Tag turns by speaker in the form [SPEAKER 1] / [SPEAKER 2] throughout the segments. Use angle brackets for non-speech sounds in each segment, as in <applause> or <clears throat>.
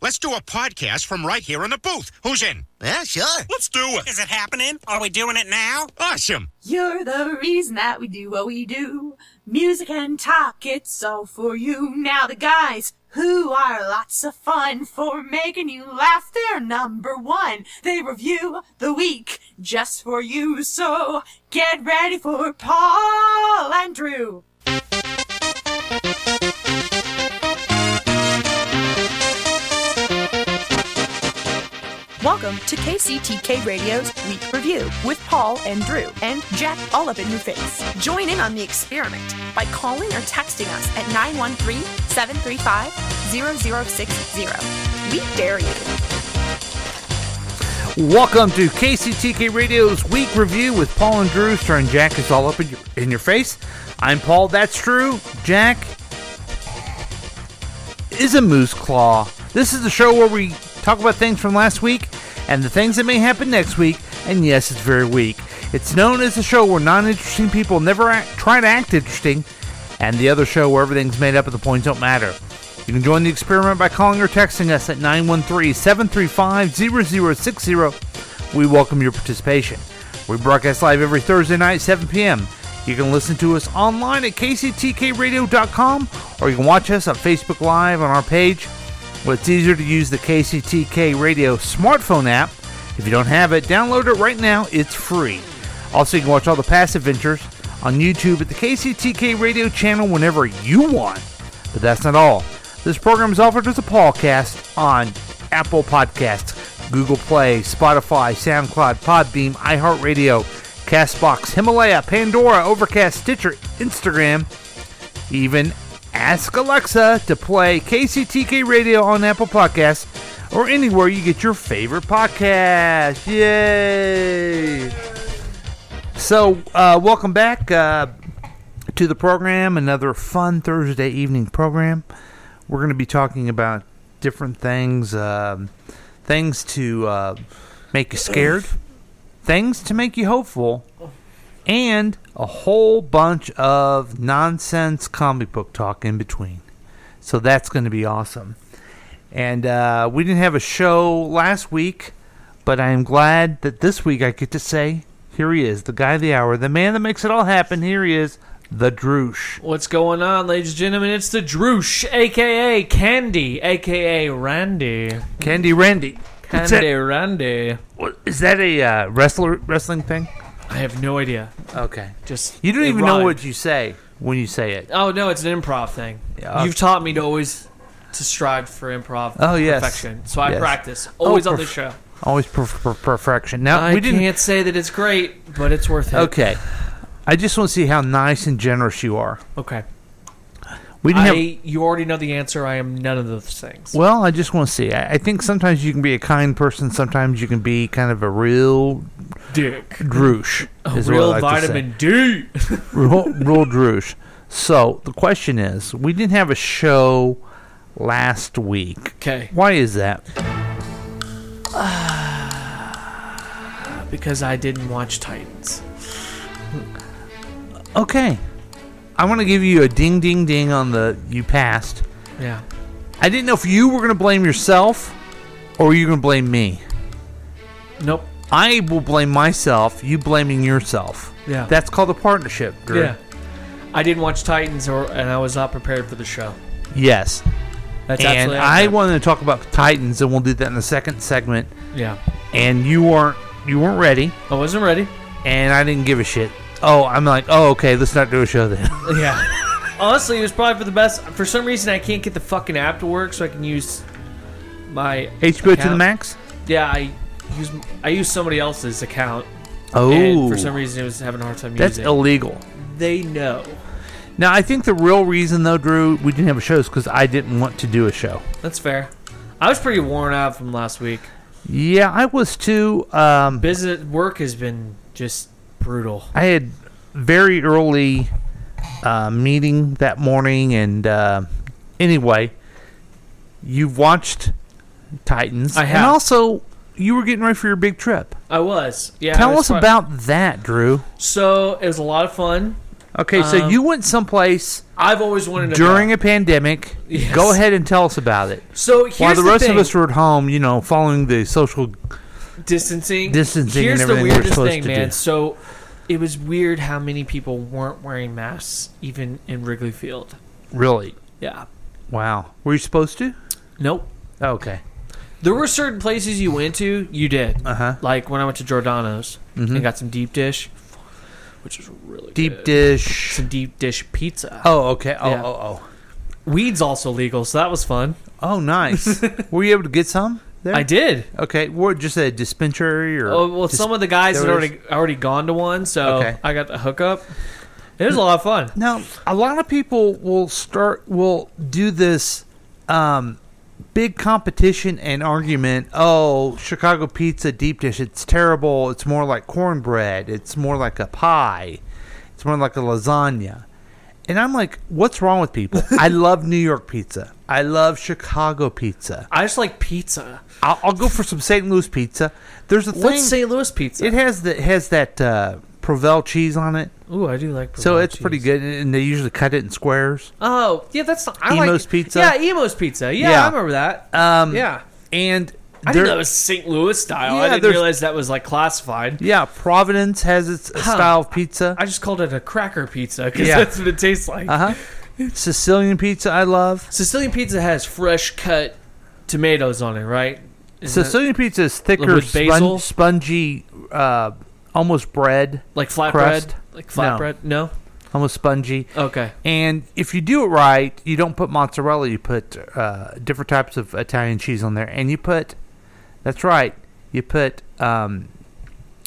[SPEAKER 1] Let's do a podcast from right here in the booth. Who's in?
[SPEAKER 2] Yeah, sure.
[SPEAKER 3] Let's do it.
[SPEAKER 4] Is it happening? Are we doing it now?
[SPEAKER 1] Awesome.
[SPEAKER 5] You're the reason that we do what we do. Music and talk, it's all for you. Now the guys who are lots of fun for making you laugh, they're number one. They review the week just for you. So get ready for Paul and Drew.
[SPEAKER 6] Welcome to KCTK Radio's Week Review with Paul and Drew and Jack all up in your face. Join in on the experiment by calling or texting us at 913-735-0060. We dare you.
[SPEAKER 7] Welcome to KCTK Radio's week review with Paul and Drew, starring Jack is all up in your, in your face. I'm Paul, that's true. Jack is a moose claw. This is the show where we talk about things from last week and the things that may happen next week, and yes, it's very weak. It's known as the show where non interesting people never act, try to act interesting, and the other show where everything's made up and the points don't matter. You can join the experiment by calling or texting us at 913 735 0060. We welcome your participation. We broadcast live every Thursday night, 7 p.m. You can listen to us online at kctkradio.com or you can watch us on Facebook Live on our page. Well, it's easier to use the KCTK Radio smartphone app. If you don't have it, download it right now. It's free. Also, you can watch all the past adventures on YouTube at the KCTK Radio channel whenever you want. But that's not all. This program is offered as a podcast on Apple Podcasts, Google Play, Spotify, SoundCloud, Podbeam, iHeartRadio, Castbox, Himalaya, Pandora, Overcast, Stitcher, Instagram, even ask Alexa to play KCTK Radio on Apple Podcasts or anywhere you get your favorite podcast. Yay! So, uh, welcome back uh, to the program. Another fun Thursday evening program. We're going to be talking about different things, um, things to uh, make you scared, things to make you hopeful, and a whole bunch of nonsense comic book talk in between. So that's going to be awesome. And uh, we didn't have a show last week, but I am glad that this week I get to say, here he is, the guy of the hour, the man that makes it all happen. Here he is, the Droosh.
[SPEAKER 8] What's going on, ladies and gentlemen? It's the Droosh, aka Candy, aka Randy.
[SPEAKER 7] Candy Randy. What's
[SPEAKER 8] Candy Randy.
[SPEAKER 7] that- what- Is that a uh, wrestler wrestling thing?
[SPEAKER 8] I have no idea.
[SPEAKER 7] Okay.
[SPEAKER 8] Just
[SPEAKER 7] You don't
[SPEAKER 8] it
[SPEAKER 7] even know
[SPEAKER 8] rhymed.
[SPEAKER 7] what you say when you say it.
[SPEAKER 8] Oh no, it's an improv thing.
[SPEAKER 7] Yeah.
[SPEAKER 8] You've taught me to always to strive for improv.
[SPEAKER 7] Oh, yes.
[SPEAKER 8] perfection. So I
[SPEAKER 7] Yes.
[SPEAKER 8] practice always
[SPEAKER 7] Oh,
[SPEAKER 8] on
[SPEAKER 7] perf-
[SPEAKER 8] this show.
[SPEAKER 7] Always per- per- perfection. Now
[SPEAKER 8] I
[SPEAKER 7] we didn't.
[SPEAKER 8] can't say that it's great, but it's worth it.
[SPEAKER 7] Okay. I just want to see how nice and generous you are.
[SPEAKER 8] Okay.
[SPEAKER 7] We didn't have.
[SPEAKER 8] I, you already know the answer. I am none of those things.
[SPEAKER 7] Well, I just want to see. I, I think sometimes you can be a kind person. Sometimes you can be kind of a real
[SPEAKER 8] Dick.
[SPEAKER 7] droosh.
[SPEAKER 8] A
[SPEAKER 7] is
[SPEAKER 8] real
[SPEAKER 7] what I like to say.
[SPEAKER 8] vitamin D. <laughs>
[SPEAKER 7] Real, real droosh. So the question is, we didn't have a show last week.
[SPEAKER 8] Okay.
[SPEAKER 7] Why is that?
[SPEAKER 8] because I didn't watch Titans.
[SPEAKER 7] Okay. I want to give you a ding, ding, ding on the you passed.
[SPEAKER 8] Yeah.
[SPEAKER 7] I didn't know if you were going to blame yourself or you going to blame me.
[SPEAKER 8] Nope.
[SPEAKER 7] I will blame myself, you blaming yourself.
[SPEAKER 8] Yeah.
[SPEAKER 7] That's called a partnership, Drew.
[SPEAKER 8] Yeah. I didn't watch Titans, or and I was not prepared for the show.
[SPEAKER 7] Yes.
[SPEAKER 8] That's
[SPEAKER 7] and
[SPEAKER 8] absolutely
[SPEAKER 7] I
[SPEAKER 8] accurate.
[SPEAKER 7] wanted to talk about Titans and we'll do that in the second segment.
[SPEAKER 8] Yeah,
[SPEAKER 7] And you weren't you weren't ready
[SPEAKER 8] I wasn't ready.
[SPEAKER 7] and I didn't give a shit. Oh, I'm like, oh okay, let's not do a show then. <laughs>
[SPEAKER 8] Yeah. <laughs> Honestly, it was probably for the best. For some reason, I can't get the fucking app to work, so I can use my
[SPEAKER 7] HBO to the
[SPEAKER 8] account.
[SPEAKER 7] max?
[SPEAKER 8] Yeah, I use I use somebody else's account, and
[SPEAKER 7] Oh
[SPEAKER 8] for some reason, it was having a hard time
[SPEAKER 7] that's
[SPEAKER 8] using.
[SPEAKER 7] illegal.
[SPEAKER 8] they know.
[SPEAKER 7] Now I think the real reason though, Drew, we didn't have a show is because I didn't want to do a show.
[SPEAKER 8] That's fair. I was pretty worn out from last week.
[SPEAKER 7] Yeah, I was too um
[SPEAKER 8] Business work has been just brutal.
[SPEAKER 7] I had very early uh, meeting that morning, and uh, anyway, you've watched Titans.
[SPEAKER 8] I
[SPEAKER 7] And
[SPEAKER 8] have.
[SPEAKER 7] also, you were getting ready for your big trip.
[SPEAKER 8] I was. Yeah. I
[SPEAKER 7] Tell
[SPEAKER 8] was
[SPEAKER 7] us
[SPEAKER 8] fi-
[SPEAKER 7] about that, Drew.
[SPEAKER 8] So it was a lot of fun.
[SPEAKER 7] Okay, so
[SPEAKER 8] Um,
[SPEAKER 7] you went someplace
[SPEAKER 8] I've always wanted to
[SPEAKER 7] during
[SPEAKER 8] go.
[SPEAKER 7] a pandemic.
[SPEAKER 8] Yes.
[SPEAKER 7] Go ahead and tell us about it.
[SPEAKER 8] So here's
[SPEAKER 7] While the, rest
[SPEAKER 8] thing.
[SPEAKER 7] of us were at home, you know, following the social.
[SPEAKER 8] distancing.
[SPEAKER 7] Distancing and
[SPEAKER 8] Here's
[SPEAKER 7] everything
[SPEAKER 8] the
[SPEAKER 7] we're
[SPEAKER 8] weirdest
[SPEAKER 7] supposed
[SPEAKER 8] thing,
[SPEAKER 7] to
[SPEAKER 8] man.
[SPEAKER 7] do.
[SPEAKER 8] So it was weird how many people weren't wearing masks even in Wrigley Field.
[SPEAKER 7] Really?
[SPEAKER 8] Yeah.
[SPEAKER 7] Wow. Were you supposed to?
[SPEAKER 8] Nope.
[SPEAKER 7] Okay.
[SPEAKER 8] There were certain places you went to, you did.
[SPEAKER 7] Uh huh.
[SPEAKER 8] Like when I went to Giordano's and got some deep dish, which is really
[SPEAKER 7] Mm-hmm. Deep
[SPEAKER 8] good.
[SPEAKER 7] dish.
[SPEAKER 8] Some deep dish pizza.
[SPEAKER 7] Oh, okay. Oh,
[SPEAKER 8] Yeah.
[SPEAKER 7] oh, oh.
[SPEAKER 8] Weed's also legal, so that was fun.
[SPEAKER 7] Oh, <laughs> nice. were you able to get some there?
[SPEAKER 8] I did.
[SPEAKER 7] Okay. What? Just a dispensary or?
[SPEAKER 8] Oh, well,
[SPEAKER 7] dis-
[SPEAKER 8] some of the guys
[SPEAKER 7] there
[SPEAKER 8] had
[SPEAKER 7] was-
[SPEAKER 8] already already gone to one, so
[SPEAKER 7] Okay.
[SPEAKER 8] I got the hookup. It was a lot of fun.
[SPEAKER 7] Now, a lot of people will start will do this um, big competition and argument. Oh, Chicago pizza deep dish, it's terrible. It's more like cornbread. It's more like a pie. It's more like a lasagna. And I'm like, what's wrong with
[SPEAKER 8] <laughs>
[SPEAKER 7] people? I love New York pizza. I love Chicago pizza.
[SPEAKER 8] I just like pizza.
[SPEAKER 7] I'll, I'll go for some St. Louis pizza. There's a thing.
[SPEAKER 8] What's St. Louis pizza?
[SPEAKER 7] It has that has that uh, Provel cheese on it,
[SPEAKER 8] Ooh, I do like.
[SPEAKER 7] so
[SPEAKER 8] Provolone
[SPEAKER 7] it's pretty
[SPEAKER 8] cheese.
[SPEAKER 7] good. And they usually cut it in squares.
[SPEAKER 8] Oh, yeah, that's not, I
[SPEAKER 7] Emo's
[SPEAKER 8] like,
[SPEAKER 7] Pizza?
[SPEAKER 8] Yeah, Emo's Pizza. Yeah,
[SPEAKER 7] Yeah.
[SPEAKER 8] I remember that.
[SPEAKER 7] Um,
[SPEAKER 8] yeah,
[SPEAKER 7] and
[SPEAKER 8] I
[SPEAKER 7] there-
[SPEAKER 8] didn't know it was St. Louis style.
[SPEAKER 7] Yeah,
[SPEAKER 8] I didn't
[SPEAKER 7] there's-
[SPEAKER 8] realize that was like classified.
[SPEAKER 7] yeah, Providence has its style of pizza.
[SPEAKER 8] I just called it a cracker pizza because
[SPEAKER 7] Yeah.
[SPEAKER 8] that's what it tastes like.
[SPEAKER 7] Uh huh. Sicilian pizza, I love.
[SPEAKER 8] Sicilian pizza has fresh cut tomatoes on it, right? Isn't it
[SPEAKER 7] Sicilian pizza is thicker,
[SPEAKER 8] With basil?
[SPEAKER 7] spon- spongy, uh, almost bread,
[SPEAKER 8] like flatbread,
[SPEAKER 7] crust?
[SPEAKER 8] like flatbread. No.
[SPEAKER 7] almost spongy.
[SPEAKER 8] Okay.
[SPEAKER 7] And if you do it right, you don't put mozzarella. You put uh, different types of Italian cheese on there, and you put. That's right. You put um,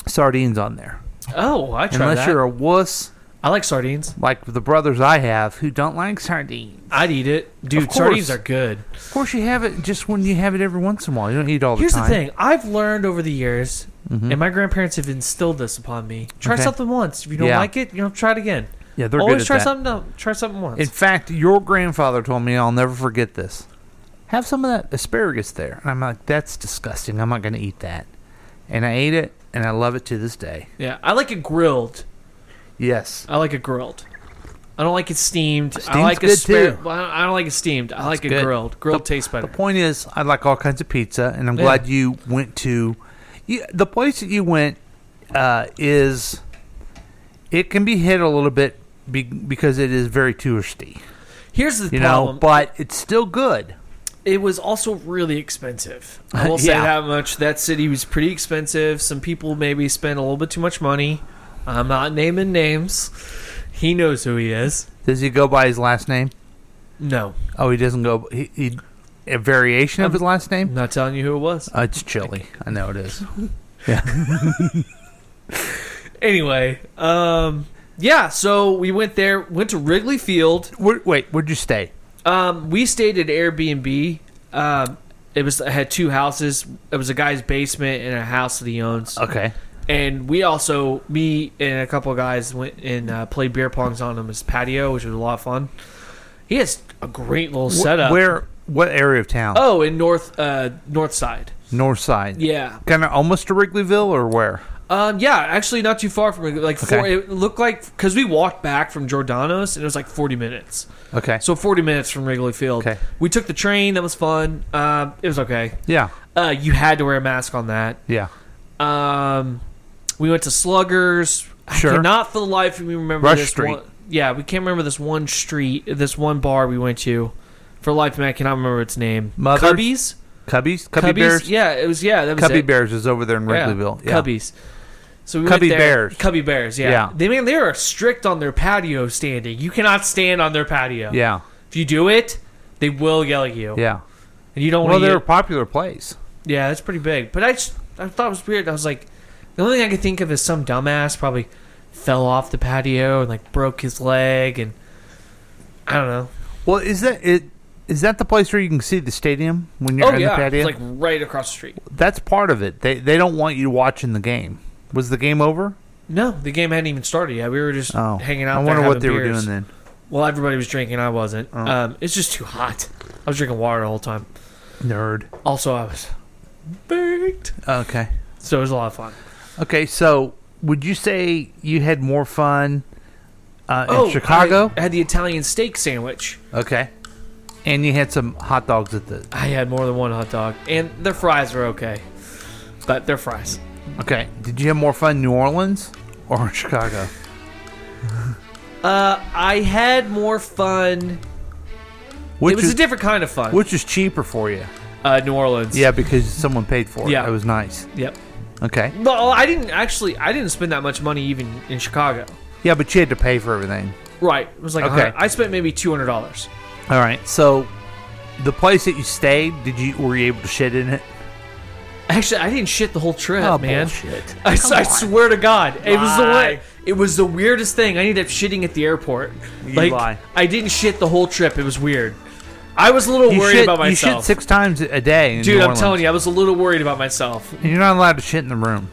[SPEAKER 7] sardines on there.
[SPEAKER 8] Oh, I tried
[SPEAKER 7] Unless
[SPEAKER 8] that.
[SPEAKER 7] you're a wuss
[SPEAKER 8] I like sardines.
[SPEAKER 7] like the brothers I have who don't like sardines.
[SPEAKER 8] I'd eat it, dude.
[SPEAKER 7] course.
[SPEAKER 8] Sardines are good.
[SPEAKER 7] Of course, you have it just when you have it every once in a while. You don't eat all the
[SPEAKER 8] Here's
[SPEAKER 7] time. Mm-hmm.
[SPEAKER 8] the thing I've learned over the years, and my grandparents have instilled this upon me. Try
[SPEAKER 7] Okay.
[SPEAKER 8] something once. If you don't
[SPEAKER 7] Yeah.
[SPEAKER 8] like it, you know, try it again.
[SPEAKER 7] Yeah, they're
[SPEAKER 8] Always
[SPEAKER 7] good at
[SPEAKER 8] try
[SPEAKER 7] that.
[SPEAKER 8] something. No, try something once.
[SPEAKER 7] In fact, your grandfather told me, I'll never forget this. Have some of that asparagus there. And I'm like, that's disgusting. I'm not going to eat that. And I ate it, and I love it to this day.
[SPEAKER 8] yeah, I like it grilled.
[SPEAKER 7] Yes.
[SPEAKER 8] I like it grilled. I don't like it steamed. I
[SPEAKER 7] Steamed's
[SPEAKER 8] like
[SPEAKER 7] good,
[SPEAKER 8] asparagus.
[SPEAKER 7] too.
[SPEAKER 8] Well, I don't like it steamed. I like it
[SPEAKER 7] good.
[SPEAKER 8] grilled. Grilled tastes better.
[SPEAKER 7] The point is, I like all kinds of pizza, and I'm
[SPEAKER 8] Yeah.
[SPEAKER 7] glad you went to. You, the place that you went uh, is. It can be hit a little bit be, because it is very touristy,
[SPEAKER 8] Here's the
[SPEAKER 7] you
[SPEAKER 8] problem.
[SPEAKER 7] know, but it's still good.
[SPEAKER 8] it was also really expensive.
[SPEAKER 7] <laughs>
[SPEAKER 8] I will
[SPEAKER 7] Yeah.
[SPEAKER 8] say that much. That city was pretty expensive. Some people maybe spent a little bit too much money. I'm not naming names. He knows who he is.
[SPEAKER 7] Does he go by his last name?
[SPEAKER 8] No,
[SPEAKER 7] Oh, he doesn't go. He, he a variation
[SPEAKER 8] Um,
[SPEAKER 7] of his last name.
[SPEAKER 8] I'm not telling you who it was.
[SPEAKER 7] Uh, it's chilly. I know it is.
[SPEAKER 8] Anyway, um, yeah. So we went there. Went to Wrigley Field.
[SPEAKER 7] Where, wait, where'd you stay?
[SPEAKER 8] Um, we stayed at Airbnb. Um, it was I had two houses. It was a guy's basement and a house that he owns.
[SPEAKER 7] Okay.
[SPEAKER 8] And we also, me and a couple of guys went and uh, played beer pongs on his patio, which was a lot of fun. He has a great little setup.
[SPEAKER 7] Where? What area of town?
[SPEAKER 8] Oh, in north uh, north side.
[SPEAKER 7] North side.
[SPEAKER 8] Yeah.
[SPEAKER 7] Kind of almost to Wrigleyville or where?
[SPEAKER 8] Um, yeah, actually, not too far from it. Like, four,
[SPEAKER 7] Okay.
[SPEAKER 8] it looked like because we walked back from Giordano's and it was like forty minutes.
[SPEAKER 7] Okay.
[SPEAKER 8] So forty minutes from Wrigley Field.
[SPEAKER 7] Okay.
[SPEAKER 8] We took the train. That was fun. Um, it was okay.
[SPEAKER 7] yeah,
[SPEAKER 8] Uh, you had to wear a mask on that.
[SPEAKER 7] yeah.
[SPEAKER 8] Um, we went to Sluggers.
[SPEAKER 7] Sure.
[SPEAKER 8] I cannot for the life of me remember
[SPEAKER 7] Rush
[SPEAKER 8] this
[SPEAKER 7] Street.
[SPEAKER 8] one. Yeah, we can't remember this one street, this one bar we went to. For the life of me, I cannot remember its name.
[SPEAKER 7] Mother's-
[SPEAKER 8] Cubbies.
[SPEAKER 7] Cubbies, Cubby
[SPEAKER 8] Cubbies?
[SPEAKER 7] Bears.
[SPEAKER 8] Yeah, it was. Yeah, that was
[SPEAKER 7] Cubby
[SPEAKER 8] it.
[SPEAKER 7] Bears is over there in
[SPEAKER 8] Yeah.
[SPEAKER 7] Wrigleyville. Yeah.
[SPEAKER 8] Cubbies. So we went
[SPEAKER 7] Cubby
[SPEAKER 8] there-
[SPEAKER 7] Bears.
[SPEAKER 8] Cubby Bears. Yeah.
[SPEAKER 7] Yeah.
[SPEAKER 8] They man, they are strict on their patio standing. You cannot stand on their patio.
[SPEAKER 7] Yeah,
[SPEAKER 8] If you do it, they will yell at you.
[SPEAKER 7] yeah.
[SPEAKER 8] And you don't
[SPEAKER 7] Well,
[SPEAKER 8] want to.
[SPEAKER 7] they're a popular place.
[SPEAKER 8] Yeah, that's pretty big. But I just I thought it was weird. I was like, the only thing I could think of is some dumbass probably fell off the patio and like broke his leg and I don't know.
[SPEAKER 7] Well, is that it? Is that the place where you can see the stadium when you're
[SPEAKER 8] Oh
[SPEAKER 7] in the
[SPEAKER 8] yeah,
[SPEAKER 7] patio?
[SPEAKER 8] it's like right across the street.
[SPEAKER 7] That's part of it. They they don't want you watching the game. Was the game over?
[SPEAKER 8] No, the game hadn't even started yet. We were just
[SPEAKER 7] Oh,
[SPEAKER 8] hanging out.
[SPEAKER 7] I
[SPEAKER 8] there
[SPEAKER 7] wonder what they
[SPEAKER 8] having
[SPEAKER 7] were
[SPEAKER 8] beers.
[SPEAKER 7] doing then.
[SPEAKER 8] Well, everybody was drinking. I wasn't.
[SPEAKER 7] Oh.
[SPEAKER 8] Um, it's just too hot. I was drinking water the whole time.
[SPEAKER 7] Nerd.
[SPEAKER 8] Also, I was baked,
[SPEAKER 7] Okay.
[SPEAKER 8] so it was a lot of fun.
[SPEAKER 7] Okay. So, would you say you had more fun uh, in
[SPEAKER 8] oh,
[SPEAKER 7] Chicago?
[SPEAKER 8] I had the Italian steak sandwich.
[SPEAKER 7] okay. And you had some hot dogs at the.
[SPEAKER 8] I had more than one hot dog, and their fries were okay, but their fries.
[SPEAKER 7] Okay. Did you have more fun in New Orleans or in Chicago?
[SPEAKER 8] Uh, I had more fun.
[SPEAKER 7] Which
[SPEAKER 8] it was
[SPEAKER 7] is,
[SPEAKER 8] a different kind of fun.
[SPEAKER 7] Which is cheaper for you?
[SPEAKER 8] uh, New Orleans.
[SPEAKER 7] Yeah, because someone paid for it.
[SPEAKER 8] Yeah.
[SPEAKER 7] It was nice.
[SPEAKER 8] Yep.
[SPEAKER 7] Okay.
[SPEAKER 8] Well, I didn't actually. I didn't spend that much money even in Chicago.
[SPEAKER 7] Yeah, but you had to pay for everything.
[SPEAKER 8] Right. It was like
[SPEAKER 7] Okay.
[SPEAKER 8] okay. I spent maybe two hundred dollars.
[SPEAKER 7] All right. So, the place that you stayed, did you were you able to shit in it?
[SPEAKER 8] Actually, I didn't shit the whole trip, man.
[SPEAKER 7] Oh, bullshit.
[SPEAKER 8] I, s- I
[SPEAKER 7] Come on.
[SPEAKER 8] swear to God, it was the
[SPEAKER 7] Lie.
[SPEAKER 8] way, It was the weirdest thing. I ended up shitting at the airport.
[SPEAKER 7] You
[SPEAKER 8] like
[SPEAKER 7] lie.
[SPEAKER 8] I didn't shit the whole trip. It was weird. I was a little
[SPEAKER 7] You
[SPEAKER 8] worried
[SPEAKER 7] shit,
[SPEAKER 8] about
[SPEAKER 7] you shit
[SPEAKER 8] myself,
[SPEAKER 7] six times a day, in
[SPEAKER 8] dude.
[SPEAKER 7] New
[SPEAKER 8] I'm
[SPEAKER 7] Orleans.
[SPEAKER 8] telling you, I was a little worried about myself,
[SPEAKER 7] And you're not allowed to shit in the room.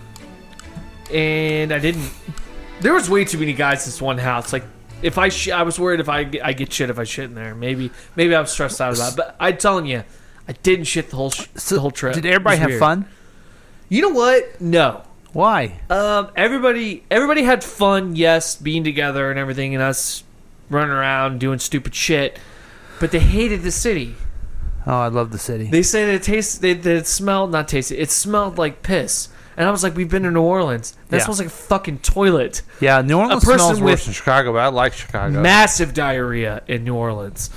[SPEAKER 8] and I didn't. There was way too many guys in this one house. Like, if I sh- I was worried if I I get shit if I shit in there. Maybe maybe I was stressed out about. it. But I'm telling you, I didn't shit the whole sh- the whole trip.
[SPEAKER 7] Did
[SPEAKER 8] It
[SPEAKER 7] everybody
[SPEAKER 8] was
[SPEAKER 7] have
[SPEAKER 8] weird.
[SPEAKER 7] fun?
[SPEAKER 8] You know what? No.
[SPEAKER 7] Why?
[SPEAKER 8] Um, everybody, everybody had fun. Yes, being together and everything, and us running around doing stupid shit. But they hated the city.
[SPEAKER 7] Oh, I love the city.
[SPEAKER 8] They said it tastes, they, that it smelled not tasted. It smelled like piss. And I was like, we've been to New Orleans. That
[SPEAKER 7] Yeah.
[SPEAKER 8] smells like a fucking toilet.
[SPEAKER 7] yeah, New Orleans
[SPEAKER 8] person
[SPEAKER 7] smells worse
[SPEAKER 8] with
[SPEAKER 7] than Chicago, but I like Chicago.
[SPEAKER 8] Massive diarrhea in New Orleans.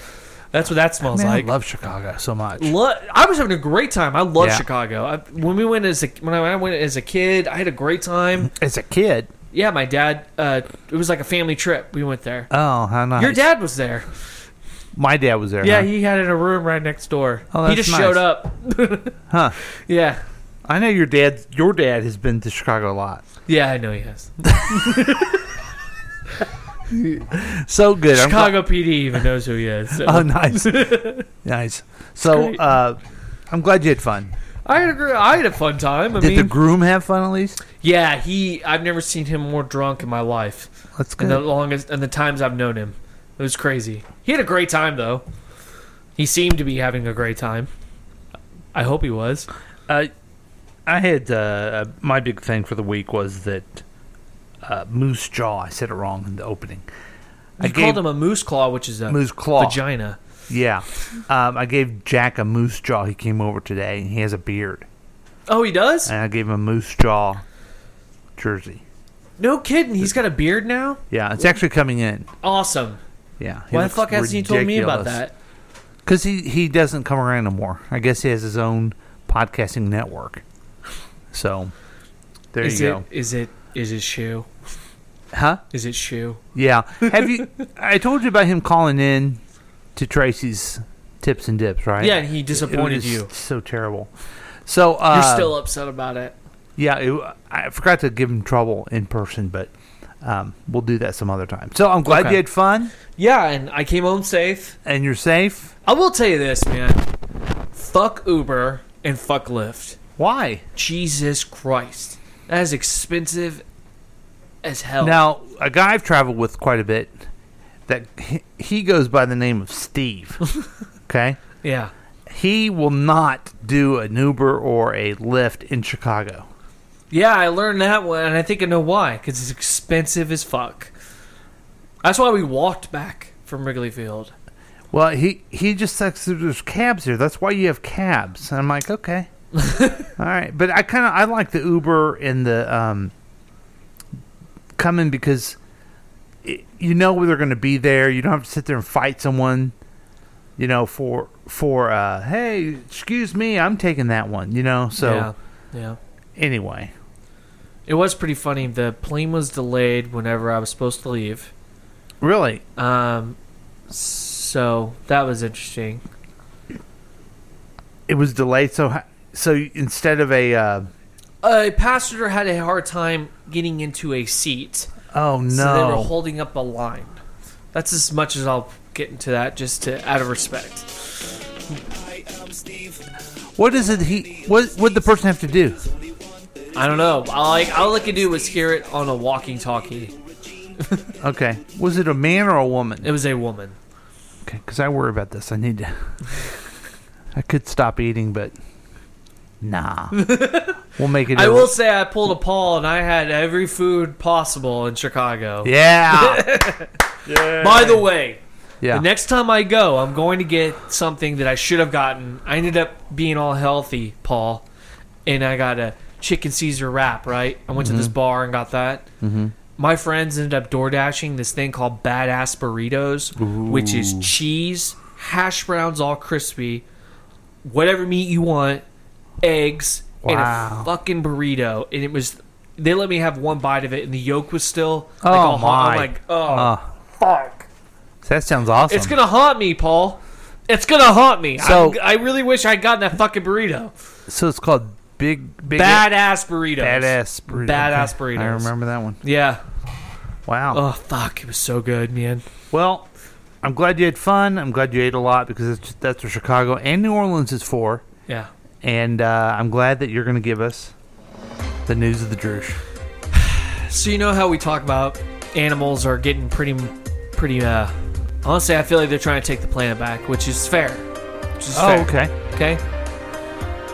[SPEAKER 8] That's what that smells
[SPEAKER 7] Man,
[SPEAKER 8] like.
[SPEAKER 7] I love Chicago so much.
[SPEAKER 8] Lo- I was having a great time. I love
[SPEAKER 7] Yeah.
[SPEAKER 8] Chicago. I, when we went as a, when I went as a kid, I had a great time.
[SPEAKER 7] As a kid,
[SPEAKER 8] Yeah, my dad. Uh, it was like a family trip. We went there.
[SPEAKER 7] oh, how nice.
[SPEAKER 8] Your dad was there.
[SPEAKER 7] My dad was there.
[SPEAKER 8] Yeah,
[SPEAKER 7] huh?
[SPEAKER 8] he had it in a room right next door.
[SPEAKER 7] Oh,
[SPEAKER 8] he
[SPEAKER 7] that's
[SPEAKER 8] just showed
[SPEAKER 7] nice.
[SPEAKER 8] up.
[SPEAKER 7] <laughs> Huh.
[SPEAKER 8] Yeah.
[SPEAKER 7] I know your dad. Your dad has been to Chicago a lot.
[SPEAKER 8] Yeah, I know he
[SPEAKER 7] <laughs>
[SPEAKER 8] has.
[SPEAKER 7] So good. I'm
[SPEAKER 8] Chicago PD even knows who he is. so.
[SPEAKER 7] gl- <laughs> oh,
[SPEAKER 8] <laughs>
[SPEAKER 7] nice, nice. So,
[SPEAKER 8] great.
[SPEAKER 7] uh, I'm glad you had fun.
[SPEAKER 8] I had a, gr- I had a fun time. I
[SPEAKER 7] Did the
[SPEAKER 8] mean,
[SPEAKER 7] groom have fun at least?
[SPEAKER 8] yeah, he. I've never seen him more drunk in my life.
[SPEAKER 7] That's
[SPEAKER 8] In
[SPEAKER 7] good.
[SPEAKER 8] the longest, and the times I've known him, it was crazy. He had a great time though. He seemed to be having a great time. I hope he was.
[SPEAKER 7] Uh, I had uh, my big thing for the week was that uh, Moose Jaw. I said it wrong in the opening.
[SPEAKER 8] You called him a moose claw, which is a
[SPEAKER 7] Moose claw.
[SPEAKER 8] vagina.
[SPEAKER 7] Yeah, um, I gave Jack a moose jaw. He came over today, and he has a beard.
[SPEAKER 8] Oh, he does.
[SPEAKER 7] And I gave him a moose jaw jersey.
[SPEAKER 8] No kidding. He's got a beard now.
[SPEAKER 7] Yeah, it's actually coming in.
[SPEAKER 8] Awesome.
[SPEAKER 7] Yeah.
[SPEAKER 8] Why the fuck hasn't he told me about that?
[SPEAKER 7] Because he he doesn't come around no more. I guess he has his own podcasting network. So there
[SPEAKER 8] Is
[SPEAKER 7] you
[SPEAKER 8] it?
[SPEAKER 7] go.
[SPEAKER 8] Is it? Is it shoe?
[SPEAKER 7] Huh?
[SPEAKER 8] Is it shoe?
[SPEAKER 7] Yeah. Have
[SPEAKER 8] <laughs>
[SPEAKER 7] you? I told you about him calling in to Tracy's tips and dips, right?
[SPEAKER 8] Yeah, and he
[SPEAKER 7] It
[SPEAKER 8] disappointed
[SPEAKER 7] was
[SPEAKER 8] you.
[SPEAKER 7] So terrible. So uh,
[SPEAKER 8] You're still upset about it.
[SPEAKER 7] Yeah, it, I forgot to give him trouble in person, but um, we'll do that some other time. So I'm glad
[SPEAKER 8] Okay.
[SPEAKER 7] you had fun
[SPEAKER 8] Yeah, and I came home safe.
[SPEAKER 7] and you're safe.
[SPEAKER 8] I will tell you this, man. Fuck Uber and fuck Lyft.
[SPEAKER 7] Why?
[SPEAKER 8] Jesus Christ. That is expensive as hell.
[SPEAKER 7] Now, a guy I've traveled with quite a bit that he, he goes by the name of
[SPEAKER 8] <laughs>
[SPEAKER 7] Steve. okay?
[SPEAKER 8] yeah.
[SPEAKER 7] He will not do an Uber or a Lyft in Chicago.
[SPEAKER 8] Yeah, I learned that one, and I think I know why. Because it's expensive as fuck. That's why we walked back from Wrigley Field.
[SPEAKER 7] Well, he he just sucks. that There's cabs here. That's why you have cabs. And I'm like, <laughs> okay, all right. But I kind of I like the Uber and the um coming because it, you know where they're going to be there. You don't have to sit there and fight someone. You know, for for uh, hey, excuse me, I'm taking that one. You know, so
[SPEAKER 8] yeah, yeah.
[SPEAKER 7] anyway,
[SPEAKER 8] It was pretty funny. The plane was delayed whenever I was supposed to leave.
[SPEAKER 7] really,
[SPEAKER 8] Um, so that was interesting.
[SPEAKER 7] it was delayed. So ho- so instead of a uh,
[SPEAKER 8] A passenger had a hard time getting into a seat,
[SPEAKER 7] oh no,
[SPEAKER 8] so they were holding up a line. That's as much as I'll get into that, just to out of respect.
[SPEAKER 7] what is it? He what would the person have to do?
[SPEAKER 8] I don't know. I like all I could do was hear it on a walkie-talkie.
[SPEAKER 7] Okay. Was it a man or a woman?
[SPEAKER 8] It was a woman.
[SPEAKER 7] Okay, because I worry about this. I need to. I could stop eating, but
[SPEAKER 8] <laughs>
[SPEAKER 7] nah. we'll make it.
[SPEAKER 8] I
[SPEAKER 7] a-
[SPEAKER 8] will say I pulled a Paul and I had every food possible in Chicago. <laughs>
[SPEAKER 7] Yeah.
[SPEAKER 8] By the way,
[SPEAKER 7] Yeah.
[SPEAKER 8] the next time I go, I'm going to get something that I should have gotten. I ended up being all healthy, Paul, and I got a chicken Caesar wrap. Right, I went to this bar and got that. Mm-hmm. My friends ended up door dashing this thing called badass burritos, which is cheese, hash browns all crispy, whatever meat you want, eggs, and
[SPEAKER 7] Wow.
[SPEAKER 8] a fucking burrito, and it was. They let me have one bite of it, and the yolk was still
[SPEAKER 7] Oh
[SPEAKER 8] like, all hot.
[SPEAKER 7] my.
[SPEAKER 8] I'm like, oh,
[SPEAKER 7] that sounds awesome.
[SPEAKER 8] it's gonna haunt me, Paul. It's gonna haunt me.
[SPEAKER 7] So-
[SPEAKER 8] I, I really wish I got that fucking burrito.
[SPEAKER 7] so it's called big big
[SPEAKER 8] Badass burritos.
[SPEAKER 7] badass burrito.
[SPEAKER 8] Badass
[SPEAKER 7] Okay. I
[SPEAKER 8] burritos.
[SPEAKER 7] remember that one.
[SPEAKER 8] Yeah.
[SPEAKER 7] Wow.
[SPEAKER 8] Oh fuck, it was so good, man.
[SPEAKER 7] Well, I'm glad you had fun. I'm glad you ate a lot because that's, that's what Chicago and New Orleans is for.
[SPEAKER 8] Yeah.
[SPEAKER 7] And uh, I'm glad that you're going to give us the news of the Drush.
[SPEAKER 8] So you know how we talk about animals are getting pretty, pretty. uh Honestly, I feel like they're trying to take the planet back, which is fair. Which is fair.
[SPEAKER 7] okay.
[SPEAKER 8] Oh, Okay.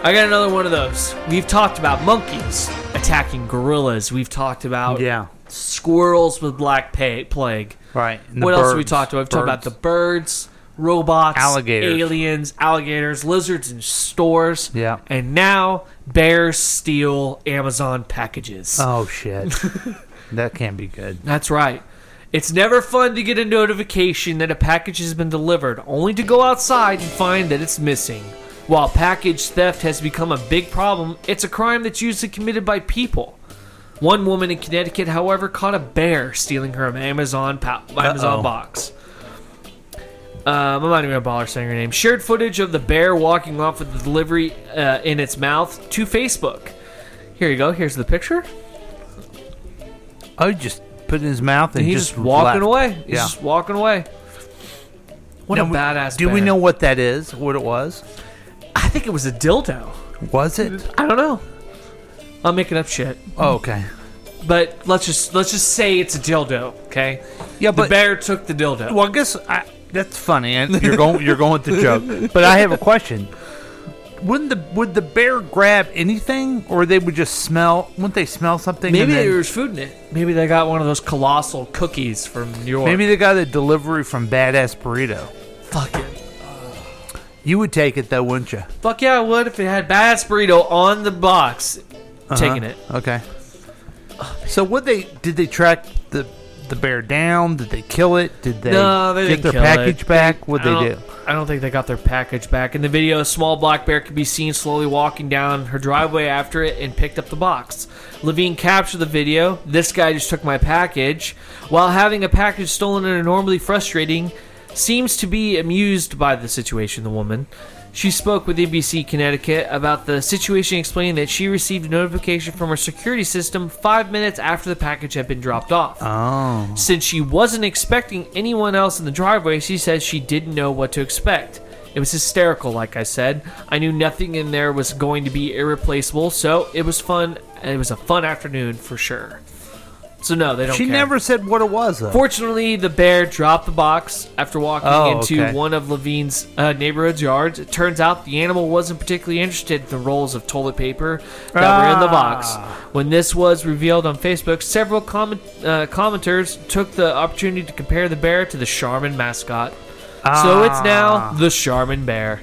[SPEAKER 8] I got another one of those. We've talked about monkeys attacking gorillas. We've talked about
[SPEAKER 7] Yeah.
[SPEAKER 8] squirrels with black pa- plague.
[SPEAKER 7] Right. and the
[SPEAKER 8] what else have we
[SPEAKER 7] birds.
[SPEAKER 8] talked about? We've talked about the
[SPEAKER 7] Birds.
[SPEAKER 8] birds, robots,
[SPEAKER 7] Alligators.
[SPEAKER 8] aliens, alligators, lizards in stores.
[SPEAKER 7] Yeah.
[SPEAKER 8] And now bears steal Amazon packages.
[SPEAKER 7] Oh, shit. <laughs> that can't be good.
[SPEAKER 8] That's right. It's never fun to get a notification that a package has been delivered, only to go outside and find that it's missing. While package theft has become a big problem, it's a crime that's usually committed by people. One woman in Connecticut, however, caught a bear stealing her Amazon pa- Amazon box. Um, I'm not even gonna bother saying her name. Shared footage of the bear walking off with the delivery uh, in its mouth to Facebook. Here you go. Here's the picture.
[SPEAKER 7] Oh, he just put it in his mouth and
[SPEAKER 8] he's
[SPEAKER 7] just
[SPEAKER 8] just walking
[SPEAKER 7] left.
[SPEAKER 8] away.
[SPEAKER 7] yeah.
[SPEAKER 8] He's just walking away. What
[SPEAKER 7] Now,
[SPEAKER 8] a
[SPEAKER 7] we-
[SPEAKER 8] badass.
[SPEAKER 7] Do we
[SPEAKER 8] bear.
[SPEAKER 7] know what that is? What it was?
[SPEAKER 8] I think it was a dildo.
[SPEAKER 7] Was it?
[SPEAKER 8] I don't know. I'm making up shit.
[SPEAKER 7] Oh, okay.
[SPEAKER 8] But let's just let's just say it's a dildo, okay?
[SPEAKER 7] Yeah,
[SPEAKER 8] The
[SPEAKER 7] but
[SPEAKER 8] bear took the dildo.
[SPEAKER 7] Well, I guess I, that's funny. and You're going. You're going with the joke. But I have a question. Wouldn't the would the bear grab anything, or they would just smell? Wouldn't they smell something? and
[SPEAKER 8] Maybe
[SPEAKER 7] then-
[SPEAKER 8] there was food in it. Maybe they got one of those colossal cookies from New York.
[SPEAKER 7] maybe they got a delivery from Badass Burrito.
[SPEAKER 8] fuck it.
[SPEAKER 7] You would take it though, wouldn't you?
[SPEAKER 8] Fuck yeah, I would if it had badass burrito on the box.
[SPEAKER 7] Uh-huh.
[SPEAKER 8] Taking it.
[SPEAKER 7] Okay. So would they? Did they track the the bear down? Did they kill it? Did they,
[SPEAKER 8] No, they
[SPEAKER 7] get
[SPEAKER 8] didn't
[SPEAKER 7] their
[SPEAKER 8] kill
[SPEAKER 7] package
[SPEAKER 8] it.
[SPEAKER 7] back? What
[SPEAKER 8] I
[SPEAKER 7] they do?
[SPEAKER 8] don't- I don't think they got their package back. In the video, a small black bear could be seen slowly walking down her driveway after it and picked up the box. Levine captured the video. This guy just took my package. While having a package stolen and enormously frustrating, seems to be amused by the situation, the woman. She spoke with NBC Connecticut about the situation, explaining that she received a notification from her security system five minutes after the package had been dropped off. Since she wasn't expecting anyone else in the driveway, she says she didn't know what to expect. It was hysterical, like I said. I knew nothing in there was going to be irreplaceable, so it was fun. It was a fun afternoon for sure. So no, they don't.
[SPEAKER 7] She
[SPEAKER 8] care.
[SPEAKER 7] never said what it was though.
[SPEAKER 8] Fortunately, the bear dropped the box after walking
[SPEAKER 7] Oh,
[SPEAKER 8] into
[SPEAKER 7] okay.
[SPEAKER 8] one of Levine's uh, neighborhood's yards. It turns out the animal wasn't particularly interested in the rolls of toilet paper that were in the box.
[SPEAKER 7] Ah.
[SPEAKER 8] When this was revealed on Facebook, several comment, uh, commenters took the opportunity to compare the bear to the Charmin mascot. So
[SPEAKER 7] Ah.
[SPEAKER 8] it's now the Charmin bear.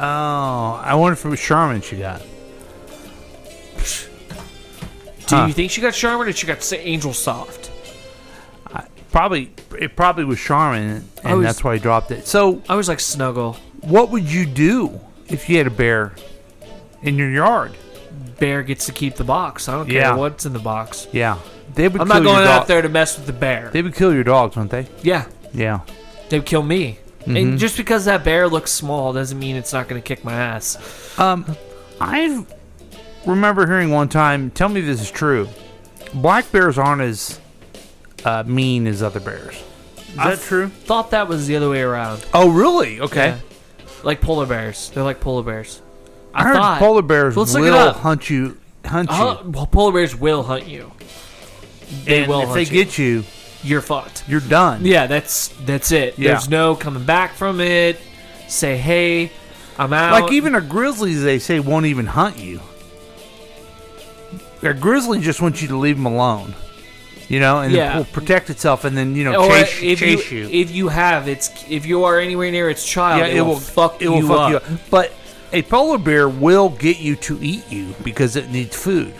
[SPEAKER 7] oh, I wonder if it was Charmin she got.
[SPEAKER 8] Do
[SPEAKER 7] Huh.
[SPEAKER 8] you think she got Charmin or she got Sa- Angel Soft?
[SPEAKER 7] probably it probably was Charmin, and
[SPEAKER 8] was-
[SPEAKER 7] that's why he dropped it. So,
[SPEAKER 8] I was like Snuggle,
[SPEAKER 7] what would you do if you had a bear in your yard?
[SPEAKER 8] bear gets to keep the box. I don't care
[SPEAKER 7] Yeah.
[SPEAKER 8] what's in the box.
[SPEAKER 7] Yeah, they would.
[SPEAKER 8] I'm
[SPEAKER 7] kill
[SPEAKER 8] not going
[SPEAKER 7] your
[SPEAKER 8] out
[SPEAKER 7] dog-
[SPEAKER 8] there to mess with the bear.
[SPEAKER 7] They would kill your dogs, wouldn't they?
[SPEAKER 8] Yeah,
[SPEAKER 7] Yeah.
[SPEAKER 8] they'd kill me.
[SPEAKER 7] Mm-hmm.
[SPEAKER 8] And just because that bear looks small doesn't mean it's not going to kick my ass.
[SPEAKER 7] Um, I remember hearing one time. Tell me if this is true. Black bears aren't as uh, mean as other bears. Is that true?
[SPEAKER 8] Thought that was the other way around.
[SPEAKER 7] Oh, really? Okay.
[SPEAKER 8] Yeah. Like polar bears, they're like polar bears.
[SPEAKER 7] I heard
[SPEAKER 8] thought-
[SPEAKER 7] polar bears
[SPEAKER 8] Let's look it
[SPEAKER 7] will
[SPEAKER 8] up.
[SPEAKER 7] hunt you, hunt you.
[SPEAKER 8] Huh, well, polar bears will hunt you. They
[SPEAKER 7] And
[SPEAKER 8] will.
[SPEAKER 7] if
[SPEAKER 8] hunt
[SPEAKER 7] they
[SPEAKER 8] you.
[SPEAKER 7] get you,
[SPEAKER 8] you're fucked.
[SPEAKER 7] you're done.
[SPEAKER 8] Yeah, that's that's it.
[SPEAKER 7] Yeah.
[SPEAKER 8] There's no coming back from it. Say hey, I'm out.
[SPEAKER 7] Like even our grizzlies, they say won't even hunt you. Our grizzly just wants you to leave them alone, you know, and
[SPEAKER 8] Yeah.
[SPEAKER 7] will protect itself, and then you know
[SPEAKER 8] or
[SPEAKER 7] chase,
[SPEAKER 8] if
[SPEAKER 7] chase
[SPEAKER 8] you,
[SPEAKER 7] you.
[SPEAKER 8] if you have it's if you are anywhere near its child,
[SPEAKER 7] yeah,
[SPEAKER 8] it, will, fuck
[SPEAKER 7] it will
[SPEAKER 8] you
[SPEAKER 7] fuck
[SPEAKER 8] up.
[SPEAKER 7] you up. But a polar bear will get you to eat you because it needs food.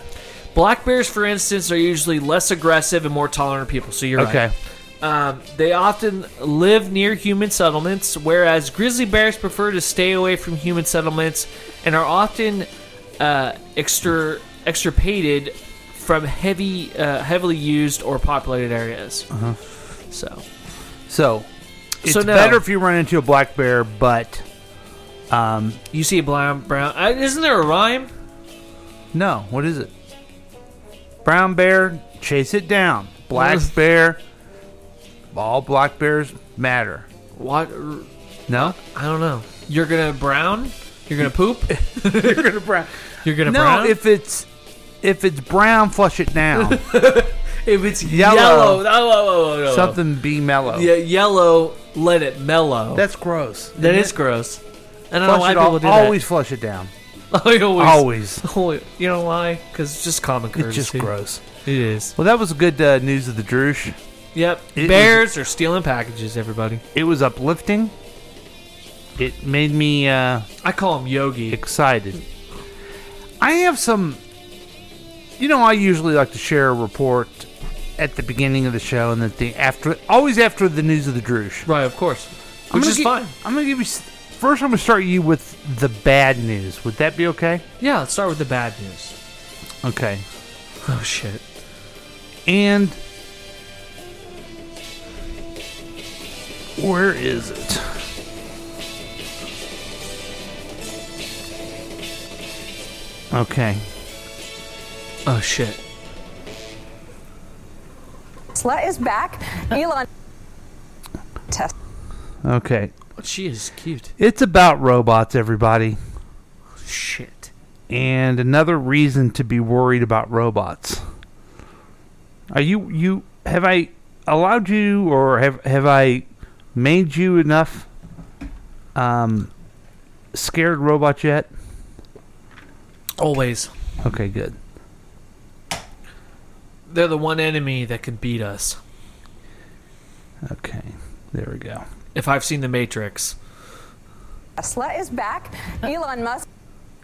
[SPEAKER 8] Black bears, for instance, are usually less aggressive and more tolerant of people. So you're
[SPEAKER 7] Okay.
[SPEAKER 8] right. Um, they often live near human settlements, whereas grizzly bears prefer to stay away from human settlements and are often uh, extir- extirpated from heavy, uh, heavily used or populated areas.
[SPEAKER 7] Uh-huh.
[SPEAKER 8] So
[SPEAKER 7] So it's
[SPEAKER 8] So now-
[SPEAKER 7] better if you run into a black bear, but um,
[SPEAKER 8] you see a brown, brown. Uh, isn't there a rhyme?
[SPEAKER 7] no, what is it? Brown bear, chase it down. Black bear, all black bears matter.
[SPEAKER 8] What?
[SPEAKER 7] No,
[SPEAKER 8] I don't know. You're gonna brown. You're gonna poop.
[SPEAKER 7] <laughs> you're gonna brown.
[SPEAKER 8] You're <laughs> gonna
[SPEAKER 7] No,
[SPEAKER 8] brown.
[SPEAKER 7] if it's if it's brown, flush it down.
[SPEAKER 8] if it's
[SPEAKER 7] Yellow.
[SPEAKER 8] yellow, oh, oh, <laughs> oh, oh, oh.
[SPEAKER 7] Something be mellow.
[SPEAKER 8] Yeah, yellow. Let it mellow.
[SPEAKER 7] That's gross.
[SPEAKER 8] that
[SPEAKER 7] isn't
[SPEAKER 8] is
[SPEAKER 7] it?
[SPEAKER 8] gross. And I don't know
[SPEAKER 7] Flush
[SPEAKER 8] why
[SPEAKER 7] it
[SPEAKER 8] people
[SPEAKER 7] all,
[SPEAKER 8] do <laughs>
[SPEAKER 7] always flush it down.
[SPEAKER 8] that. I always,
[SPEAKER 7] Always.
[SPEAKER 8] always. <laughs> You know why? Because it's just common courtesy.
[SPEAKER 7] It's just gross.
[SPEAKER 8] It is.
[SPEAKER 7] Well, that was good uh, news of the Drush.
[SPEAKER 8] Yep.
[SPEAKER 7] It
[SPEAKER 8] Bears are stealing packages. Everybody.
[SPEAKER 7] It was uplifting. It made me uh,
[SPEAKER 8] I call them yogi.
[SPEAKER 7] excited. I have some. You know, I usually like to share a report at the beginning of the show and at the after, always after the news of the Drush.
[SPEAKER 8] Right. Of course.
[SPEAKER 7] I'm
[SPEAKER 8] Which
[SPEAKER 7] gonna
[SPEAKER 8] is
[SPEAKER 7] gi-
[SPEAKER 8] fine.
[SPEAKER 7] I'm gonna give you s- first. I'm gonna start you with the bad news. Would that be okay?
[SPEAKER 8] Yeah. Let's start with the bad news.
[SPEAKER 7] Okay.
[SPEAKER 8] Oh shit.
[SPEAKER 7] And where is it? Okay.
[SPEAKER 8] Oh shit.
[SPEAKER 9] Tesla is back. Elon. Tesla.
[SPEAKER 7] Okay.
[SPEAKER 8] She is cute.
[SPEAKER 7] It's about robots, everybody,
[SPEAKER 8] Shit.
[SPEAKER 7] and another reason to be worried about robots. Are you you have I allowed you or have have I made you enough um scared robot yet?
[SPEAKER 8] Always.
[SPEAKER 7] Okay, good.
[SPEAKER 8] They're the one enemy that can beat us.
[SPEAKER 7] Okay, there we go.
[SPEAKER 8] If I've seen The Matrix,
[SPEAKER 9] Tesla is back. Elon Musk.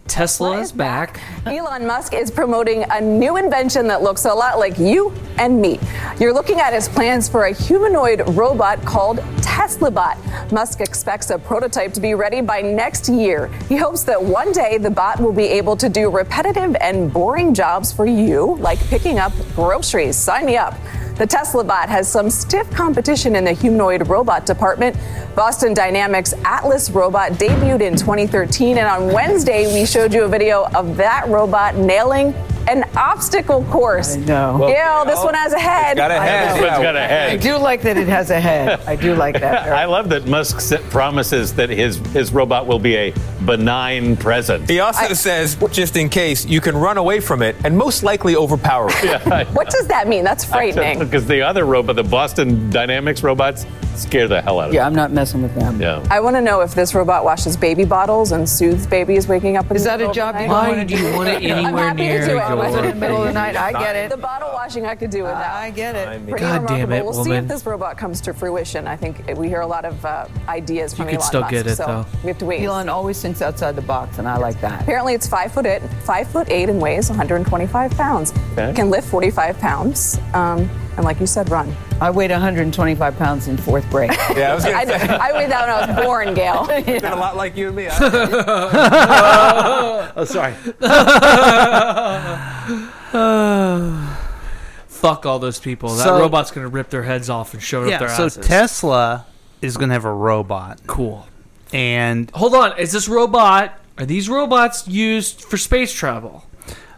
[SPEAKER 8] Tesla, is back.
[SPEAKER 9] Elon Musk is promoting a new invention that looks a lot like you and me. You're looking at his plans for a humanoid robot called TeslaBot. Musk expects a prototype to be ready by next year. He hopes that one day the bot will be able to do repetitive and boring jobs for you, like picking up groceries. Sign me up. The Tesla bot has some stiff competition in the humanoid robot department. Boston Dynamics Atlas robot debuted in 2013, and on Wednesday, we showed you a video of that robot nailing an obstacle course. No. Ew, this one has a head.
[SPEAKER 10] Got a head. yeah. got a head. I do like that it has a head. I do like <laughs> that. I love that Musk s- promises that his his robot will be a benign presence. He also says, just in case, you can run away from it and most likely overpower it.
[SPEAKER 9] What does that mean? That's frightening.
[SPEAKER 10] Because the other robot, the Boston Dynamics robots, scare the hell out of
[SPEAKER 11] Yeah, I'm not messing with them.
[SPEAKER 10] me. Yeah.
[SPEAKER 9] I want to know if this robot washes baby bottles and soothes babies waking up in
[SPEAKER 11] Is
[SPEAKER 9] the
[SPEAKER 11] that a
[SPEAKER 9] middle of the
[SPEAKER 11] job you
[SPEAKER 9] night.
[SPEAKER 11] don't <laughs>
[SPEAKER 8] Why
[SPEAKER 11] wanna
[SPEAKER 8] do you want it
[SPEAKER 9] I'm
[SPEAKER 8] anywhere
[SPEAKER 9] happy to
[SPEAKER 8] near
[SPEAKER 9] do it.
[SPEAKER 8] your?
[SPEAKER 9] I'm
[SPEAKER 11] in the middle of the night. I get
[SPEAKER 9] The
[SPEAKER 11] it.
[SPEAKER 9] bottle washing I could do without.
[SPEAKER 11] I get it.
[SPEAKER 9] Pretty
[SPEAKER 8] God damn
[SPEAKER 9] remarkable.
[SPEAKER 8] it,
[SPEAKER 9] We'll see
[SPEAKER 8] woman.
[SPEAKER 9] if this robot comes to fruition. I think we hear a lot of uh, ideas from
[SPEAKER 8] could
[SPEAKER 9] Elon
[SPEAKER 8] still
[SPEAKER 9] Musk,
[SPEAKER 8] get it,
[SPEAKER 9] so
[SPEAKER 8] though.
[SPEAKER 9] we have to wait.
[SPEAKER 11] Elon always thinks outside the box, and I like that.
[SPEAKER 9] Apparently, it's five foot eight, five foot eight, and weighs 125 pounds.
[SPEAKER 10] Okay.
[SPEAKER 9] Can lift 45 pounds, um, and like you said, run.
[SPEAKER 11] I weighed 125 pounds in fourth grade.
[SPEAKER 10] Yeah, I
[SPEAKER 9] <laughs>
[SPEAKER 10] was
[SPEAKER 9] I, I weighed that when I was born, Gail.
[SPEAKER 11] <laughs>
[SPEAKER 10] a lot like you and me.
[SPEAKER 7] Oh,
[SPEAKER 8] <laughs>
[SPEAKER 7] sorry.
[SPEAKER 8] <sighs> Fuck all those people. That
[SPEAKER 7] So-
[SPEAKER 8] robot's gonna rip their heads off and shove it up
[SPEAKER 7] yeah.
[SPEAKER 8] their
[SPEAKER 7] So
[SPEAKER 8] asses.
[SPEAKER 7] Tesla is going to have a robot,
[SPEAKER 8] cool.
[SPEAKER 7] and
[SPEAKER 8] Hold on. Is this robot? Are these robots used for space travel?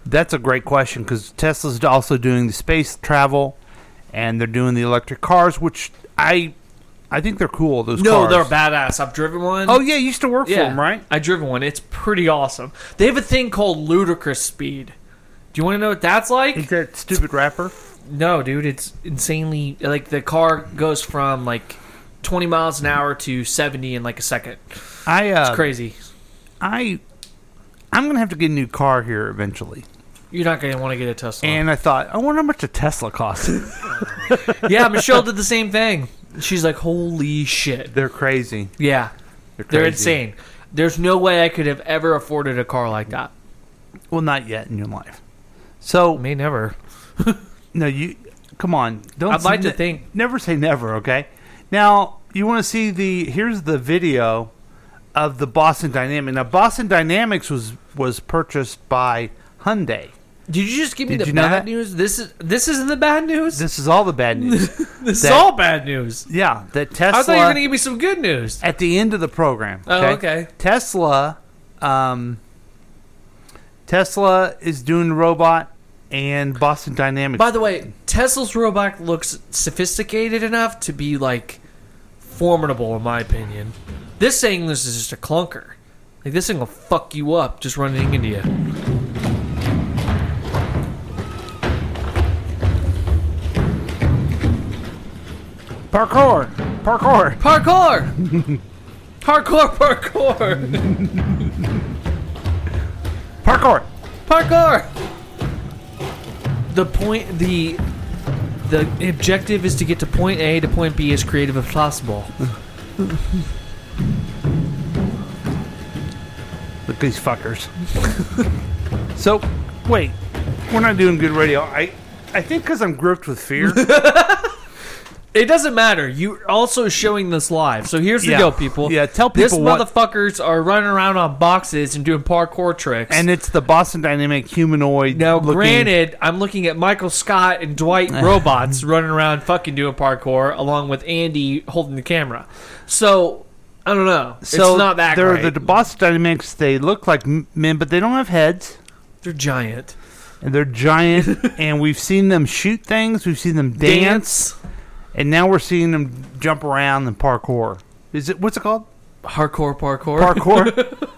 [SPEAKER 7] that's a great question because Tesla's also doing the space travel, and they're doing the electric cars, which I, I think they're cool. Those
[SPEAKER 8] No,
[SPEAKER 7] cars.
[SPEAKER 8] they're badass. I've driven one.
[SPEAKER 7] Oh yeah, you used to work for
[SPEAKER 8] yeah,
[SPEAKER 7] them, right?
[SPEAKER 8] I driven one. It's pretty awesome. They have a thing called ludicrous speed. Do you want to know what that's like? Is
[SPEAKER 7] that stupid rapper?
[SPEAKER 8] No, dude, it's insanely like the car goes from like 20 miles an hour to 70 in like a second.
[SPEAKER 7] I uh,
[SPEAKER 8] it's crazy.
[SPEAKER 7] I I'm gonna have to get a new car here eventually.
[SPEAKER 8] You're not gonna want to get a Tesla.
[SPEAKER 7] And I thought, I wonder how much a Tesla costs. <laughs>
[SPEAKER 8] yeah, Michelle did the same thing. She's like, "Holy shit!"
[SPEAKER 7] They're crazy.
[SPEAKER 8] Yeah,
[SPEAKER 7] They're
[SPEAKER 8] they're
[SPEAKER 7] crazy.
[SPEAKER 8] insane. There's no way I could have ever afforded a car like that.
[SPEAKER 7] Well, not yet in your life. So
[SPEAKER 8] me never.
[SPEAKER 7] no, you come on. Don't.
[SPEAKER 8] I'd like
[SPEAKER 7] say
[SPEAKER 8] to think-
[SPEAKER 7] Never say never. Okay. Now you want to see the here's the video of the Boston Dynamics. Now Boston Dynamics was was purchased by Hyundai.
[SPEAKER 8] Did you just give me
[SPEAKER 7] Did
[SPEAKER 8] the
[SPEAKER 7] you know
[SPEAKER 8] bad
[SPEAKER 7] that?
[SPEAKER 8] news? This is this isn't the bad news.
[SPEAKER 7] This is all the bad news.
[SPEAKER 8] <laughs> this is all bad news.
[SPEAKER 7] Yeah, that Tesla.
[SPEAKER 8] I thought you were gonna give me some good news.
[SPEAKER 7] at the end of the program.
[SPEAKER 8] Oh, okay.
[SPEAKER 7] Tesla, um, Tesla is doing the robot, and Boston Dynamics.
[SPEAKER 8] By the way, Tesla's robot looks sophisticated enough to be like formidable, in my opinion. This thing, this is just a clunker. Like this thing will fuck you up just running into you.
[SPEAKER 7] parkour, parkour, <laughs>
[SPEAKER 8] parkour, parkour, parkour,
[SPEAKER 7] parkour,
[SPEAKER 8] parkour. The point, the the objective is to get to point A to point B as creative as possible.
[SPEAKER 7] Look at these fuckers.
[SPEAKER 8] <laughs>
[SPEAKER 7] so, wait, we're not doing good radio. I, I think because I'm gripped with
[SPEAKER 8] <laughs>
[SPEAKER 7] fear.
[SPEAKER 8] It doesn't matter. You're also showing this live. So here's the
[SPEAKER 7] Yeah.
[SPEAKER 8] deal, people.
[SPEAKER 7] Yeah, tell
[SPEAKER 8] This
[SPEAKER 7] people what-
[SPEAKER 8] motherfuckers are running around on boxes and doing parkour tricks.
[SPEAKER 7] and it's the Boston Dynamic humanoid. Now,
[SPEAKER 8] Granted, I'm looking at Michael Scott
[SPEAKER 7] <laughs>
[SPEAKER 8] and Dwight robots running around fucking doing parkour along with Andy holding the camera. So I don't know.
[SPEAKER 7] so
[SPEAKER 8] it's not that
[SPEAKER 7] they're
[SPEAKER 8] great.
[SPEAKER 7] the Boston Dynamics. They look like m- men, but they don't have heads.
[SPEAKER 8] They're giant.
[SPEAKER 7] And they're
[SPEAKER 8] <laughs>
[SPEAKER 7] giant, and we've seen them shoot things. We've seen them dance, and now we're seeing them jump around and parkour. Is it what's it
[SPEAKER 8] <laughs>
[SPEAKER 7] called?
[SPEAKER 8] Hardcore parkour.
[SPEAKER 7] Parkour.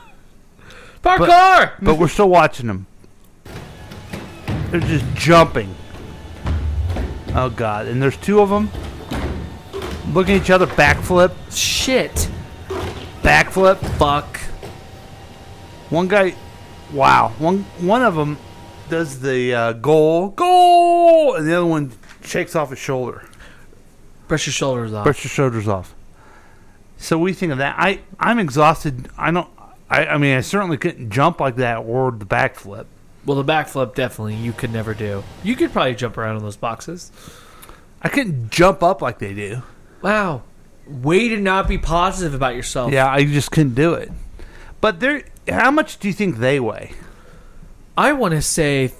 [SPEAKER 8] parkour.
[SPEAKER 7] but we're still watching them. They're just jumping. Oh god! And there's two of them looking at each other. Backflip.
[SPEAKER 8] Shit.
[SPEAKER 7] Backflip.
[SPEAKER 8] Fuck.
[SPEAKER 7] One guy. Wow. One one of them does the uh, goal goal, and the other one shakes off his shoulder.
[SPEAKER 8] Brush your shoulders off.
[SPEAKER 7] Brush your shoulders off. So we think of that. I I'm exhausted. I don't. I, I mean, I certainly couldn't jump like that or the backflip.
[SPEAKER 8] Well, the backflip definitely you could never do. You could probably jump around on those boxes.
[SPEAKER 7] I couldn't jump up like they do.
[SPEAKER 8] Wow. Way to not be positive about yourself.
[SPEAKER 7] Yeah, I just couldn't do it. But they're how much do you think they weigh?
[SPEAKER 8] I want to say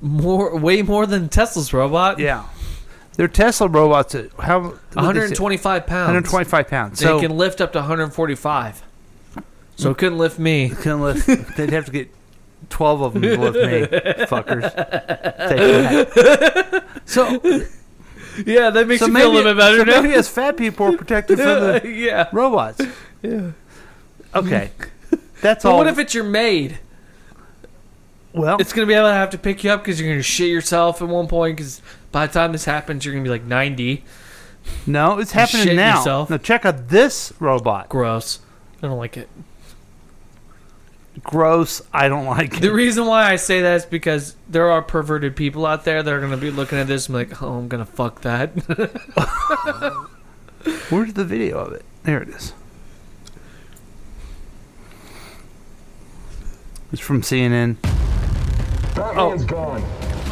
[SPEAKER 8] more, way more than Tesla's robot.
[SPEAKER 7] Yeah. They're Tesla robots. That, how what they say?
[SPEAKER 8] 125 pounds.
[SPEAKER 7] 125 pounds.
[SPEAKER 8] They
[SPEAKER 7] So
[SPEAKER 8] can lift up to 145. So it couldn't lift me.
[SPEAKER 7] Couldn't
[SPEAKER 8] <laughs>
[SPEAKER 7] lift. They'd have to get 12 of them to lift me, fuckers. Take that. <laughs> So
[SPEAKER 8] yeah, that makes
[SPEAKER 7] so
[SPEAKER 8] you
[SPEAKER 7] maybe,
[SPEAKER 8] feel a little bit better
[SPEAKER 7] so
[SPEAKER 8] now.
[SPEAKER 7] Maybe as fat people are protected from the
[SPEAKER 8] <laughs> yeah.
[SPEAKER 7] robots.
[SPEAKER 8] Yeah. <laughs>
[SPEAKER 7] Okay, that's
[SPEAKER 8] But
[SPEAKER 7] all.
[SPEAKER 8] what if it's your maid?
[SPEAKER 7] Well,
[SPEAKER 8] it's gonna be able to have to pick you up because you're gonna shit yourself at one point. Because by the time this happens, you're gonna be like 90.
[SPEAKER 7] no, it's
[SPEAKER 8] You're
[SPEAKER 7] happening
[SPEAKER 8] shitting
[SPEAKER 7] now.
[SPEAKER 8] yourself.
[SPEAKER 7] Now check out this robot.
[SPEAKER 8] Gross. I don't like it.
[SPEAKER 7] Gross. I don't like
[SPEAKER 8] <laughs>
[SPEAKER 7] it.
[SPEAKER 8] The reason why I say that is because there are perverted people out there that are gonna be looking at this and be like, oh, I'm gonna fuck that. <laughs>
[SPEAKER 7] Where's the video of it? There it is. It's from CNN.
[SPEAKER 12] Batman's gone.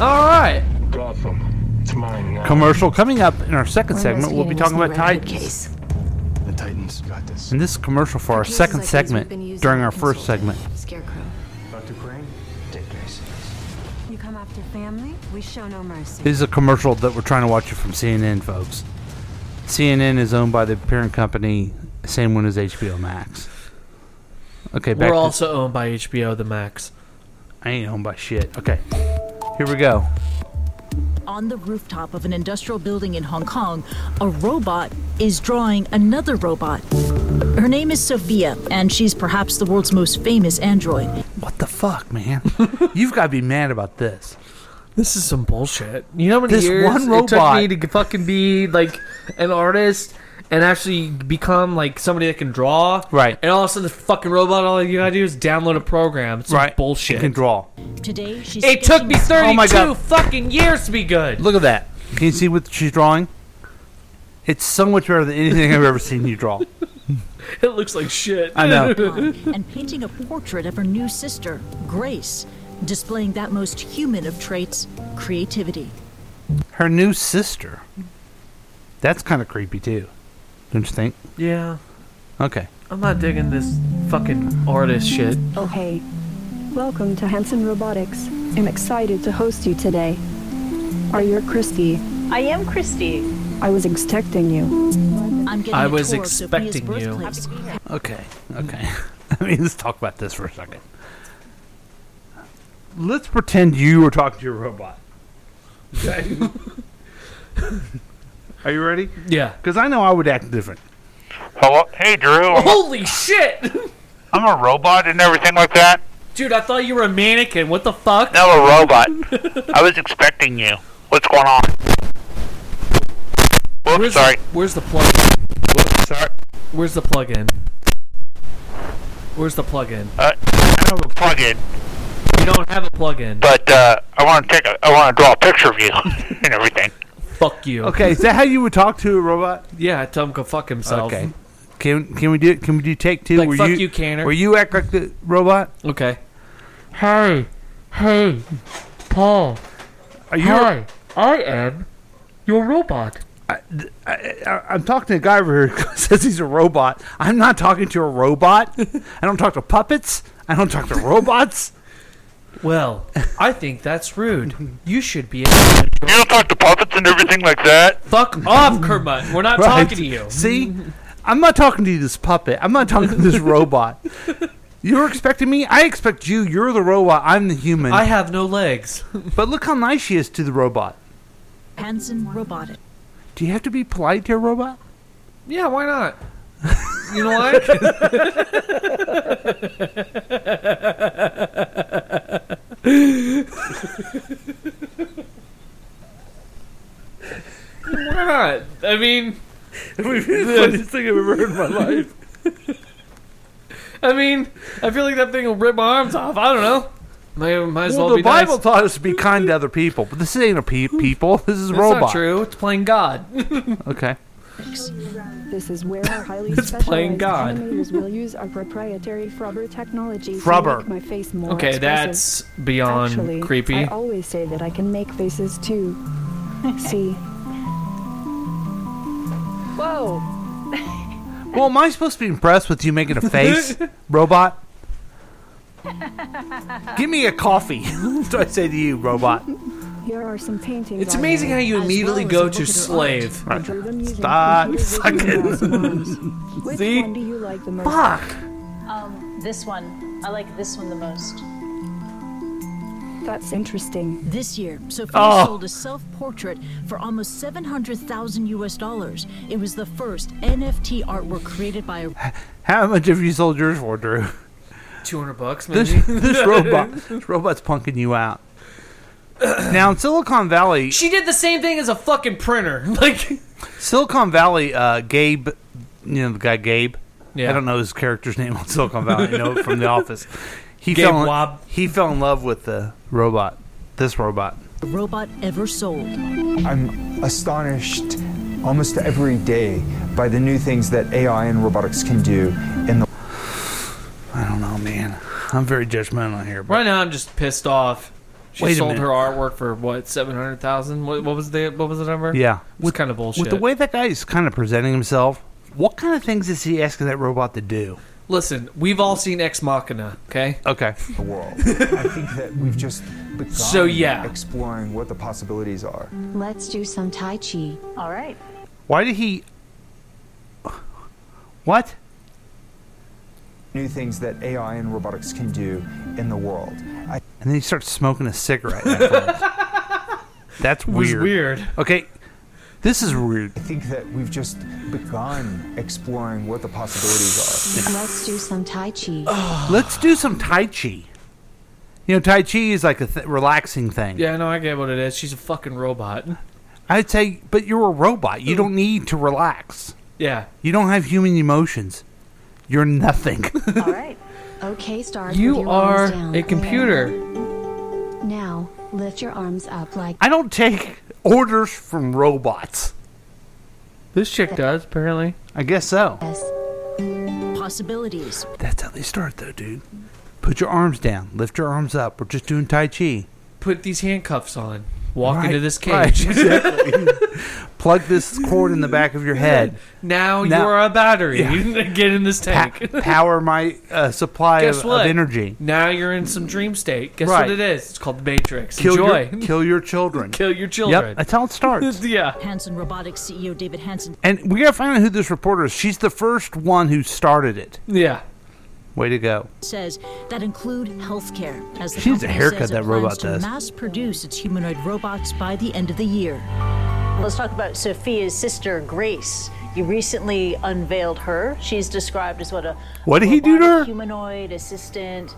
[SPEAKER 8] All right.
[SPEAKER 12] Gotham. It's mine now.
[SPEAKER 7] Commercial coming up in our second
[SPEAKER 12] We're
[SPEAKER 7] segment. We'll be talking
[SPEAKER 12] investigating
[SPEAKER 7] about
[SPEAKER 12] this
[SPEAKER 7] Titans.
[SPEAKER 12] The Titans got this.
[SPEAKER 7] And this is commercial for our
[SPEAKER 12] cases
[SPEAKER 7] second
[SPEAKER 12] like these we've been
[SPEAKER 7] segment
[SPEAKER 12] using
[SPEAKER 7] during our
[SPEAKER 12] to
[SPEAKER 7] first segment.
[SPEAKER 13] Scarecrow.
[SPEAKER 12] Dr. Crane, take this.
[SPEAKER 13] You come after family, we show no mercy.
[SPEAKER 7] This is a commercial that we're trying to watch it from CNN, folks. CNN is owned by the parent company, same one as HBO Max. Okay, back
[SPEAKER 8] We're
[SPEAKER 7] to-
[SPEAKER 8] also owned by HBO the Max.
[SPEAKER 7] I ain't owned by shit. Okay, here we go.
[SPEAKER 14] On the rooftop of an industrial building in Hong Kong, a robot is drawing another robot. Her name is Sophia, and she's perhaps the world's most famous android.
[SPEAKER 7] What the fuck, man? <laughs> You've got to be mad about this.
[SPEAKER 8] This is some bullshit. You know how many
[SPEAKER 7] this
[SPEAKER 8] years
[SPEAKER 7] one
[SPEAKER 8] it took
[SPEAKER 7] robot
[SPEAKER 8] me to fucking be like an artist and actually become like somebody that can draw? Right. And all of a sudden, the fucking robot, all you gotta do is download a program. It's some
[SPEAKER 7] Right.
[SPEAKER 8] bullshit.
[SPEAKER 7] can draw.
[SPEAKER 14] Today, she's
[SPEAKER 8] It took me
[SPEAKER 14] sketching-
[SPEAKER 8] 32 fucking years to be good.
[SPEAKER 7] Look at that. Can you see what she's drawing? It's so much better than anything I've ever seen you draw.
[SPEAKER 8] <laughs> It looks like shit.
[SPEAKER 7] <laughs> I know.
[SPEAKER 14] and painting a portrait of her new sister, Grace, displaying that most human of traits, creativity.
[SPEAKER 7] Her new sister. That's kind of creepy too. Don't you think?
[SPEAKER 8] yeah.
[SPEAKER 7] Okay.
[SPEAKER 8] I'm not digging this fucking artist shit.
[SPEAKER 15] Oh, hey. Welcome to Hanson Robotics. I'm excited to host you today. Are you Christy? I am Christy. I was expecting you.
[SPEAKER 14] I'm getting
[SPEAKER 7] I
[SPEAKER 14] a
[SPEAKER 7] was
[SPEAKER 14] tour of Sophia's
[SPEAKER 7] expecting you.
[SPEAKER 14] birthplace.
[SPEAKER 7] Okay. Okay. <laughs> I mean, let's talk about this for a second. Let's pretend you were talking to your robot. Okay. <laughs> Are you ready?
[SPEAKER 8] Yeah.
[SPEAKER 7] Because I know I would act different.
[SPEAKER 16] Hello, hey Drew. I'm a,
[SPEAKER 8] Holy <laughs> shit!
[SPEAKER 16] I'm a robot and everything like that.
[SPEAKER 8] Dude, I thought you were a mannequin. What the fuck?
[SPEAKER 16] No, a robot. I was expecting you. What's going on? Whoops,
[SPEAKER 8] Where's
[SPEAKER 16] sorry.
[SPEAKER 8] The, where's the plug?
[SPEAKER 16] sorry.
[SPEAKER 8] Where's the plug-in? Where's the plug-in?
[SPEAKER 16] Uh, I have a plug-in,
[SPEAKER 8] You don't have a plug-in.
[SPEAKER 16] but uh, I want to take a, I want to draw a picture of you <laughs> and everything.
[SPEAKER 8] Fuck you.
[SPEAKER 7] Okay. Is that how you would talk to a robot?
[SPEAKER 8] Yeah, tell him go fuck himself.
[SPEAKER 7] Okay. Can can we do can we do take two?
[SPEAKER 8] Like,
[SPEAKER 7] where
[SPEAKER 8] fuck you, Canner.
[SPEAKER 7] Where you act like the robot?
[SPEAKER 8] Okay. Hey, hey, Paul.
[SPEAKER 7] Are you
[SPEAKER 8] Hi, I am your robot.
[SPEAKER 7] I, I, I, I'm talking to a guy over here <laughs> who says he's a robot. I'm not talking to a
[SPEAKER 8] <laughs>
[SPEAKER 7] robot. I don't talk to puppets. I don't talk to robots.
[SPEAKER 8] Well, I think
[SPEAKER 7] <laughs>
[SPEAKER 8] that's rude. You should be. A-
[SPEAKER 16] You don't talk to puppets and everything like that.
[SPEAKER 8] fuck off, Kermit. We're
[SPEAKER 7] <laughs>
[SPEAKER 8] not
[SPEAKER 7] Right.
[SPEAKER 8] <laughs> talking to you.
[SPEAKER 7] See, I'm not talking to you, this puppet. I'm not talking to
[SPEAKER 8] <laughs>
[SPEAKER 7] this robot. You're expecting me. I expect you. You're the robot. I'm the human.
[SPEAKER 8] I have no legs.
[SPEAKER 7] but look how nice she is to the robot.
[SPEAKER 14] Hanson Robotic.
[SPEAKER 7] Do you have to be polite to a robot?
[SPEAKER 8] Yeah,
[SPEAKER 7] <laughs>
[SPEAKER 8] why not? You know what? why not? I mean,
[SPEAKER 7] funniest thing I've ever heard in my life.
[SPEAKER 8] I mean, I feel like that thing will rip my arms off. I don't know. Might, might as well,
[SPEAKER 7] Well, the
[SPEAKER 8] be
[SPEAKER 7] Bible
[SPEAKER 8] nice.
[SPEAKER 7] taught us to be kind to other people, but this ain't a pe- people. This is a
[SPEAKER 8] <laughs> That's
[SPEAKER 7] robot.
[SPEAKER 8] not true. It's playing God.
[SPEAKER 15] Oh,
[SPEAKER 7] Okay.
[SPEAKER 15] This is where our highly
[SPEAKER 8] It's playing
[SPEAKER 15] specialized
[SPEAKER 8] God.
[SPEAKER 15] animators will use our proprietary Frobber technology
[SPEAKER 8] Frobber.
[SPEAKER 15] to make my face more
[SPEAKER 8] Okay,
[SPEAKER 15] expressive.
[SPEAKER 8] that's beyond
[SPEAKER 15] Actually,
[SPEAKER 8] creepy.
[SPEAKER 15] I always say that I can make faces
[SPEAKER 8] <laughs>
[SPEAKER 15] too. See? Whoa!
[SPEAKER 7] Well, am I supposed to be impressed with you making a face, robot? Give me a coffee. <laughs> That's what I say to you, robot.
[SPEAKER 15] Here are some paintings.
[SPEAKER 8] It's
[SPEAKER 15] I
[SPEAKER 8] amazing
[SPEAKER 15] made.
[SPEAKER 8] how you immediately
[SPEAKER 15] well as a
[SPEAKER 8] go
[SPEAKER 15] look at
[SPEAKER 8] to
[SPEAKER 15] her
[SPEAKER 8] slave.
[SPEAKER 15] I drew them using
[SPEAKER 7] Ah,
[SPEAKER 8] Stop
[SPEAKER 15] computers with
[SPEAKER 8] fucking-
[SPEAKER 15] Windows models. Which
[SPEAKER 8] See?
[SPEAKER 15] one do you like the most?
[SPEAKER 17] Um, this one. I like this one the most.
[SPEAKER 15] That's interesting.
[SPEAKER 14] This year, Sophia
[SPEAKER 15] Oh.
[SPEAKER 14] sold a self-portrait for almost 700,000 US dollars. It was the first NFT artwork created by a
[SPEAKER 7] How much have you sold yours for, Drew?
[SPEAKER 8] Two hundred bucks, maybe.
[SPEAKER 7] This, this robot, this robot's punking you out. Now in Silicon Valley,
[SPEAKER 8] <laughs> She did the same thing as a fucking printer. <laughs> Like,
[SPEAKER 7] Silicon Valley, uh, Gabe, you know the guy Gabe.
[SPEAKER 8] Yeah.
[SPEAKER 7] I don't know his character's name on Silicon Valley. I know it from The Office. He
[SPEAKER 8] Gabe
[SPEAKER 7] fell in,
[SPEAKER 8] Wobb.
[SPEAKER 7] He fell in love with the robot. This robot.
[SPEAKER 14] robot ever sold.
[SPEAKER 18] I'm astonished almost every day by the new things that AI and robotics can do in the
[SPEAKER 7] I don't know, man. I'm very judgmental here.
[SPEAKER 8] right now, I'm just pissed off. She
[SPEAKER 7] Wait a
[SPEAKER 8] sold
[SPEAKER 7] minute.
[SPEAKER 8] her artwork for what seven hundred thousand? What, what was the what was the number?
[SPEAKER 7] Yeah.
[SPEAKER 8] it's kind of bullshit.
[SPEAKER 7] With the way that guy is kind of presenting himself, what kind of things is he asking that robot to do?
[SPEAKER 8] Listen, we've all seen Ex Machina. Okay.
[SPEAKER 7] Okay.
[SPEAKER 18] world. I think that we've just begun
[SPEAKER 8] So, yeah.
[SPEAKER 18] exploring what the possibilities are.
[SPEAKER 17] Let's do some Tai Chi. All right.
[SPEAKER 7] Why did he? What?
[SPEAKER 18] New things that AI and robotics can do in the world. I
[SPEAKER 7] And then he starts smoking a cigarette. afterwards. That's
[SPEAKER 18] was
[SPEAKER 7] weird.
[SPEAKER 18] weird.
[SPEAKER 7] Okay, this is weird.
[SPEAKER 18] I think that we've just begun exploring what the possibilities are.
[SPEAKER 17] Let's do some Tai Chi.
[SPEAKER 7] Let's do some tai chi. You know, Tai Chi is like a th- relaxing thing.
[SPEAKER 8] Yeah, no, I get what it is. She's a fucking robot.
[SPEAKER 7] I'd say, but you're a robot. You don't need to relax.
[SPEAKER 8] Yeah.
[SPEAKER 7] You don't have human emotions. You're nothing. <laughs>
[SPEAKER 19] Okay, stars. with
[SPEAKER 8] You
[SPEAKER 19] your arms
[SPEAKER 8] are
[SPEAKER 19] down.
[SPEAKER 8] a computer.
[SPEAKER 19] Now, lift your arms up like
[SPEAKER 7] I don't take orders from robots.
[SPEAKER 8] This chick does, apparently.
[SPEAKER 7] I guess so.
[SPEAKER 19] possibilities.
[SPEAKER 7] That's how they start, though, dude. Put your arms down. Lift your arms up. We're just doing Tai Chi.
[SPEAKER 8] Put these handcuffs on. Walk
[SPEAKER 7] Right,
[SPEAKER 8] into this
[SPEAKER 7] right, <laughs>
[SPEAKER 8] cage. <laughs>
[SPEAKER 7] Plug this cord in the back of your head.
[SPEAKER 8] Now,
[SPEAKER 7] Now-
[SPEAKER 8] you are a battery.
[SPEAKER 7] Yeah.
[SPEAKER 8] <laughs> You get in this <laughs> tank.
[SPEAKER 7] Power my uh, supply of,
[SPEAKER 8] Guess
[SPEAKER 7] of
[SPEAKER 8] what?
[SPEAKER 7] energy.
[SPEAKER 8] Now you're in some dream state. Guess
[SPEAKER 7] Right.
[SPEAKER 8] what it is? It's called the Matrix.
[SPEAKER 7] Kill
[SPEAKER 8] Enjoy. <laughs>
[SPEAKER 7] Your, kill your children.
[SPEAKER 8] Kill your children.
[SPEAKER 7] Yep, that's how it starts.
[SPEAKER 8] <laughs> yeah.
[SPEAKER 19] Hanson Robotics
[SPEAKER 14] E
[SPEAKER 19] CEO David Hanson
[SPEAKER 7] And we gotta find out who this reporter is. She's the first one who started it.
[SPEAKER 8] Yeah.
[SPEAKER 7] Way to go.
[SPEAKER 19] says that include healthcare. As the
[SPEAKER 7] She needs a
[SPEAKER 19] company
[SPEAKER 7] haircut,
[SPEAKER 19] says it
[SPEAKER 7] that robot
[SPEAKER 19] plans to
[SPEAKER 7] does.
[SPEAKER 19] mass produce its humanoid robots by the end of the year.
[SPEAKER 17] Let's talk about Sophia's sister, Grace. You recently unveiled her. She's described as what a
[SPEAKER 7] What did he do to her?
[SPEAKER 17] humanoid assistant.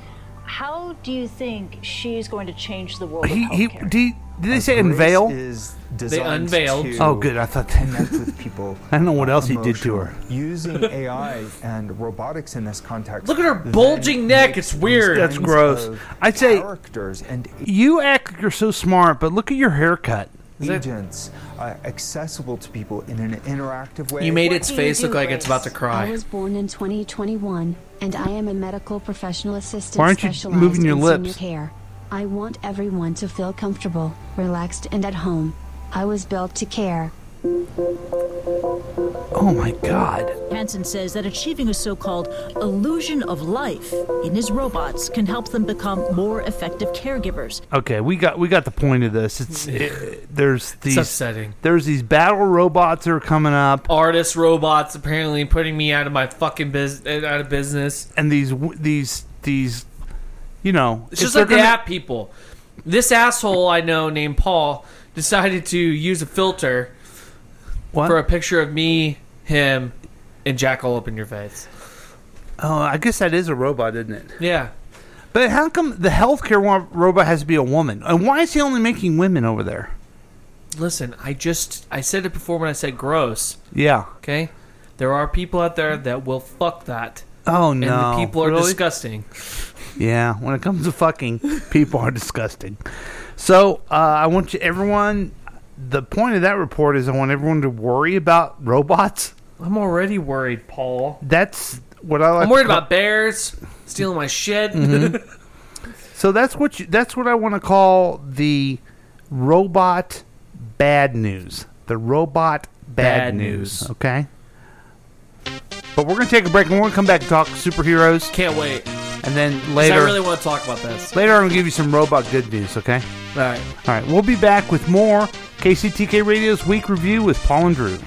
[SPEAKER 17] How do you think she's going to change the world?
[SPEAKER 7] He
[SPEAKER 17] of
[SPEAKER 7] he.
[SPEAKER 17] healthcare?
[SPEAKER 7] Did, he- did they say unveil?
[SPEAKER 18] Is designed <laughs> to
[SPEAKER 7] Oh, good. I thought that.
[SPEAKER 18] connect with people.
[SPEAKER 7] <laughs> I don't know what else he did to her. <laughs>
[SPEAKER 18] Using AI and robotics in this context.
[SPEAKER 8] Look at her bulging neck. It's weird.
[SPEAKER 7] That's gross. I'd say
[SPEAKER 18] characters and
[SPEAKER 7] you act like you're so smart, but look at your haircut.
[SPEAKER 18] agents uh, accessible to people in an interactive way.
[SPEAKER 8] You made its
[SPEAKER 19] do you
[SPEAKER 8] face
[SPEAKER 19] do,
[SPEAKER 8] look like it's about to cry.
[SPEAKER 19] I was born in 2021, and I am a medical professional assistant
[SPEAKER 7] Why aren't you
[SPEAKER 19] specialized
[SPEAKER 7] moving your
[SPEAKER 19] in
[SPEAKER 7] lips?
[SPEAKER 19] senior care. I want everyone to feel comfortable, relaxed, and at home. I was built to care.
[SPEAKER 7] Oh my god.
[SPEAKER 14] Hansen says that achieving a so called illusion of life in his robots can help them become more effective caregivers.
[SPEAKER 7] Okay, we got we got the point of this. It's it, there's these
[SPEAKER 8] upsetting.
[SPEAKER 7] There's these battle robots that are coming up,
[SPEAKER 8] Artist robots apparently putting me out of my fucking business. Out of business.
[SPEAKER 7] and these w- these these, you know,
[SPEAKER 8] It's
[SPEAKER 7] if
[SPEAKER 8] just
[SPEAKER 7] they're
[SPEAKER 8] like the
[SPEAKER 7] gonna-
[SPEAKER 8] app people. This asshole I know named Paul decided to use a filter for a picture of me, him, and Jack all up in your face.
[SPEAKER 7] Oh, I guess that is a robot, isn't it?
[SPEAKER 8] Yeah.
[SPEAKER 7] But how come the healthcare wa- robot has to be a woman? And why is he only making women over there?
[SPEAKER 8] Listen, I just I said it before when I said gross.
[SPEAKER 7] Yeah.
[SPEAKER 8] Okay? There are people out there that will fuck that.
[SPEAKER 7] Oh
[SPEAKER 8] And
[SPEAKER 7] no.
[SPEAKER 8] the people are
[SPEAKER 7] Really?
[SPEAKER 8] disgusting.
[SPEAKER 7] Yeah, when it comes to fucking, people are disgusting. So uh, I want you, everyone. The point of that report is I want everyone to worry about robots.
[SPEAKER 8] I'm already worried, Paul.
[SPEAKER 7] That's what I like.
[SPEAKER 8] I'm
[SPEAKER 7] to
[SPEAKER 8] worried
[SPEAKER 7] call-
[SPEAKER 8] about bears stealing my shit.
[SPEAKER 7] Mhm. So that's what you, that's what I want to call the robot bad news. The robot bad,
[SPEAKER 8] Bad
[SPEAKER 7] news. Okay. But we're gonna take a break and we're gonna come back and talk superheroes.
[SPEAKER 8] <laughs> Can't wait.
[SPEAKER 7] And then
[SPEAKER 8] 'Cause
[SPEAKER 7] later,
[SPEAKER 8] I really want to talk about this.
[SPEAKER 7] later I'm gonna give you some robot good news. Okay.
[SPEAKER 8] All right.
[SPEAKER 7] All right. We'll be back with more KCTK Radio's week review with Paul and Drew.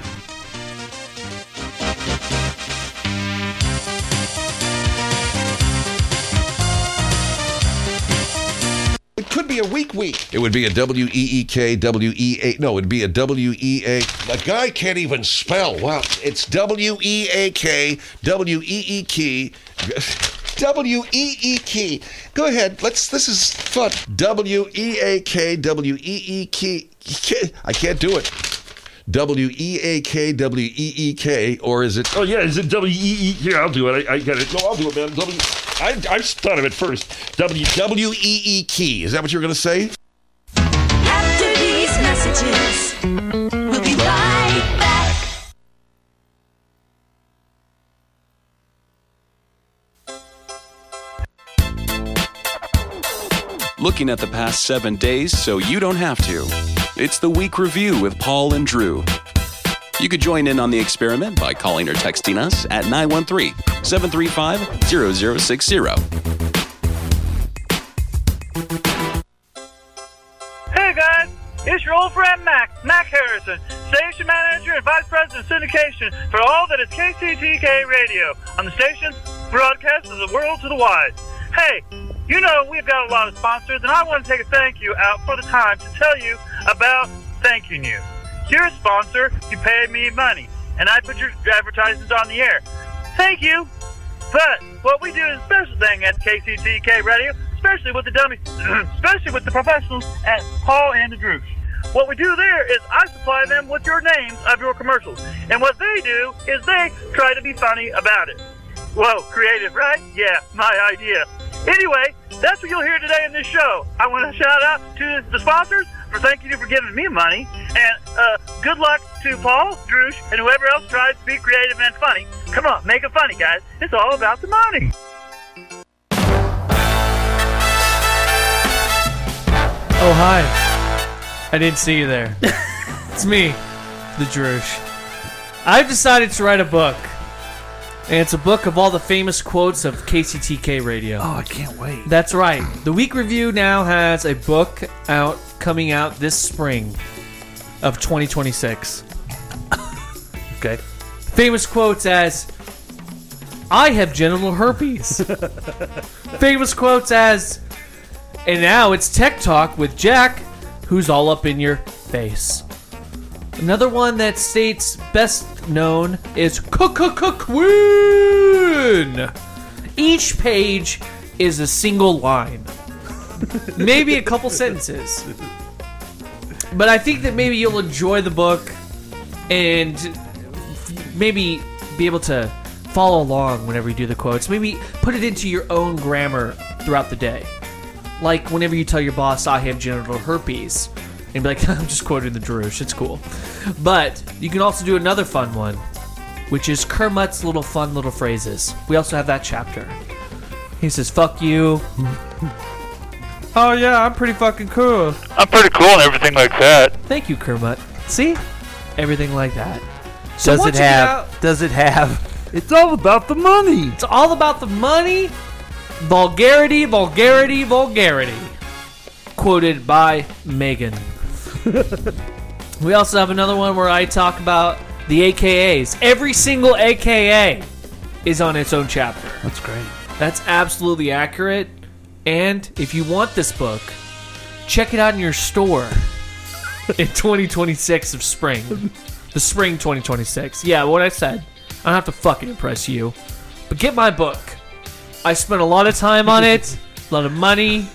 [SPEAKER 20] It could be a weak week. It would be a W E E K W E A. No, it'd be a W E A. The guy can't even spell. Wow, it's W E A K W E E K W E E K. Go ahead. Let's. This is fun. W E A K W E E K. I can't do it. W E A K W E E K, or is it?
[SPEAKER 21] Oh yeah, is it W E E? Here, I'll do it. I, I get it. No, I'll do it, man. W. I I thought of it first. W W E E K.
[SPEAKER 20] Is that what you're gonna say?
[SPEAKER 22] After these messages, we'll be right back.
[SPEAKER 23] looking at the past seven days so you don't have to. It's the week review with Paul and Drew. You could join in on the experiment by calling or texting us at 913 735 0060.
[SPEAKER 24] Hey guys, it's your old friend Mac, Mac Harrison, station manager and vice president of syndication for all that is KCTK radio on the station broadcast of the world to the wide. Hey, you know we've got a lot of sponsors, and I want to take a thank you out for the time to tell you about thanking you. You're a sponsor, you paid me money, and I put your advertisements on the air. Thank you. But what we do is a special thing at KCTK Radio, especially with the dummies, especially with the professionals at Paul and the Drews. What we do there is I supply them with your names of your commercials, and what they do is they try to be funny about it. Whoa, creative, right? Yeah, my idea. Anyway, that's what you'll hear today in this show. I want to shout out to the sponsors for thanking you for giving me money, and uh, good luck to Paul, Droosh, and whoever else tries to be creative and funny. Come on, make it funny, guys. It's all about the money.
[SPEAKER 8] Oh, hi. I didn't see
[SPEAKER 7] <laughs>
[SPEAKER 8] you there. it's me, the Drush. I've decided to write a book. And it's a book of all the famous quotes of KCTK radio.
[SPEAKER 7] Oh, I can't wait.
[SPEAKER 8] That's right. The Week Review now has a book out coming out this spring of
[SPEAKER 7] <laughs>
[SPEAKER 8] 2026. okay. Famous quotes as I have
[SPEAKER 7] <laughs>
[SPEAKER 8] genital herpes. Famous quotes as and now it's Tech Talk with Jack, who's all up in your face. Another one that states best known is Queen. Each page is a single line, <laughs> maybe a couple sentences. But I think that maybe you'll enjoy the book and maybe be able to follow along whenever you do the quotes. Maybe put it into your own grammar throughout the day. Like whenever you tell your boss, I have genital herpes, and be like, <laughs> I'm just quoting the Drush, it's cool. But you can also do another fun one, which is Kermit's little fun little phrases. We also have that chapter. He says, fuck you. <laughs> oh, yeah, I'm pretty fucking cool.
[SPEAKER 16] I'm pretty cool and everything like that.
[SPEAKER 8] Thank you, Kermit. See? Everything like that.
[SPEAKER 7] does it
[SPEAKER 8] once you get out-
[SPEAKER 7] have? Does it have? It's all about the money.
[SPEAKER 8] It's all about the money. Vulgarity, vulgarity, vulgarity. Quoted by
[SPEAKER 7] <laughs>
[SPEAKER 8] Megan. we also have another one where I talk about the AKAs. Every single AKA is on its own chapter.
[SPEAKER 7] That's great.
[SPEAKER 8] That's absolutely accurate. And if you want this book, check it out in
[SPEAKER 7] <laughs>
[SPEAKER 8] your store in 2026 of spring. The spring 2026. Yeah, what I said. I don't have to fucking impress you. But get my book. I spent a lot of time on it, a lot of money,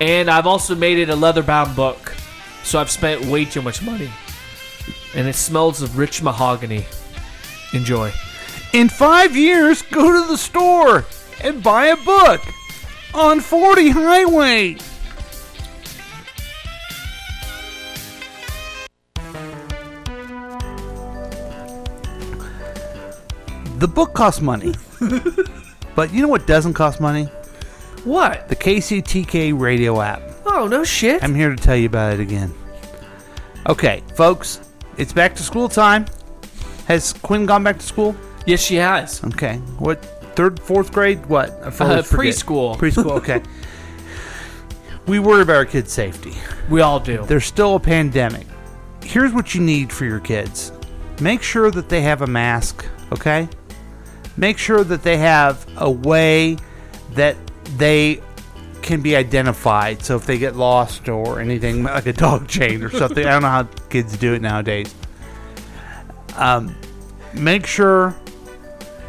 [SPEAKER 8] and I've also made it a leather-bound book. So I've spent way too much money. And it smells of rich mahogany. Enjoy.
[SPEAKER 7] In five years, go to the store and buy a book on 40 Highway. The book costs money. but you know what doesn't cost money?
[SPEAKER 8] What?
[SPEAKER 7] The KCTK radio app.
[SPEAKER 8] Oh, no shit.
[SPEAKER 7] I'm here to tell you about it again. Okay, folks, it's back to school time. Has Quinn gone back to school?
[SPEAKER 8] Yes, she has.
[SPEAKER 7] Okay. What? Third, fourth grade? What? I
[SPEAKER 8] Uh,
[SPEAKER 7] always forget.
[SPEAKER 8] preschool.
[SPEAKER 7] Preschool,
[SPEAKER 8] <laughs>
[SPEAKER 7] okay. we worry about our kids' safety.
[SPEAKER 8] We all do.
[SPEAKER 7] There's still a pandemic. Here's what you need for your kids make sure that they have a mask, okay? Make sure that they have a way that they can be identified. So if they get lost or anything, <laughs> like a dog chain or something, I don't know how kids do it nowadays. Um, make sure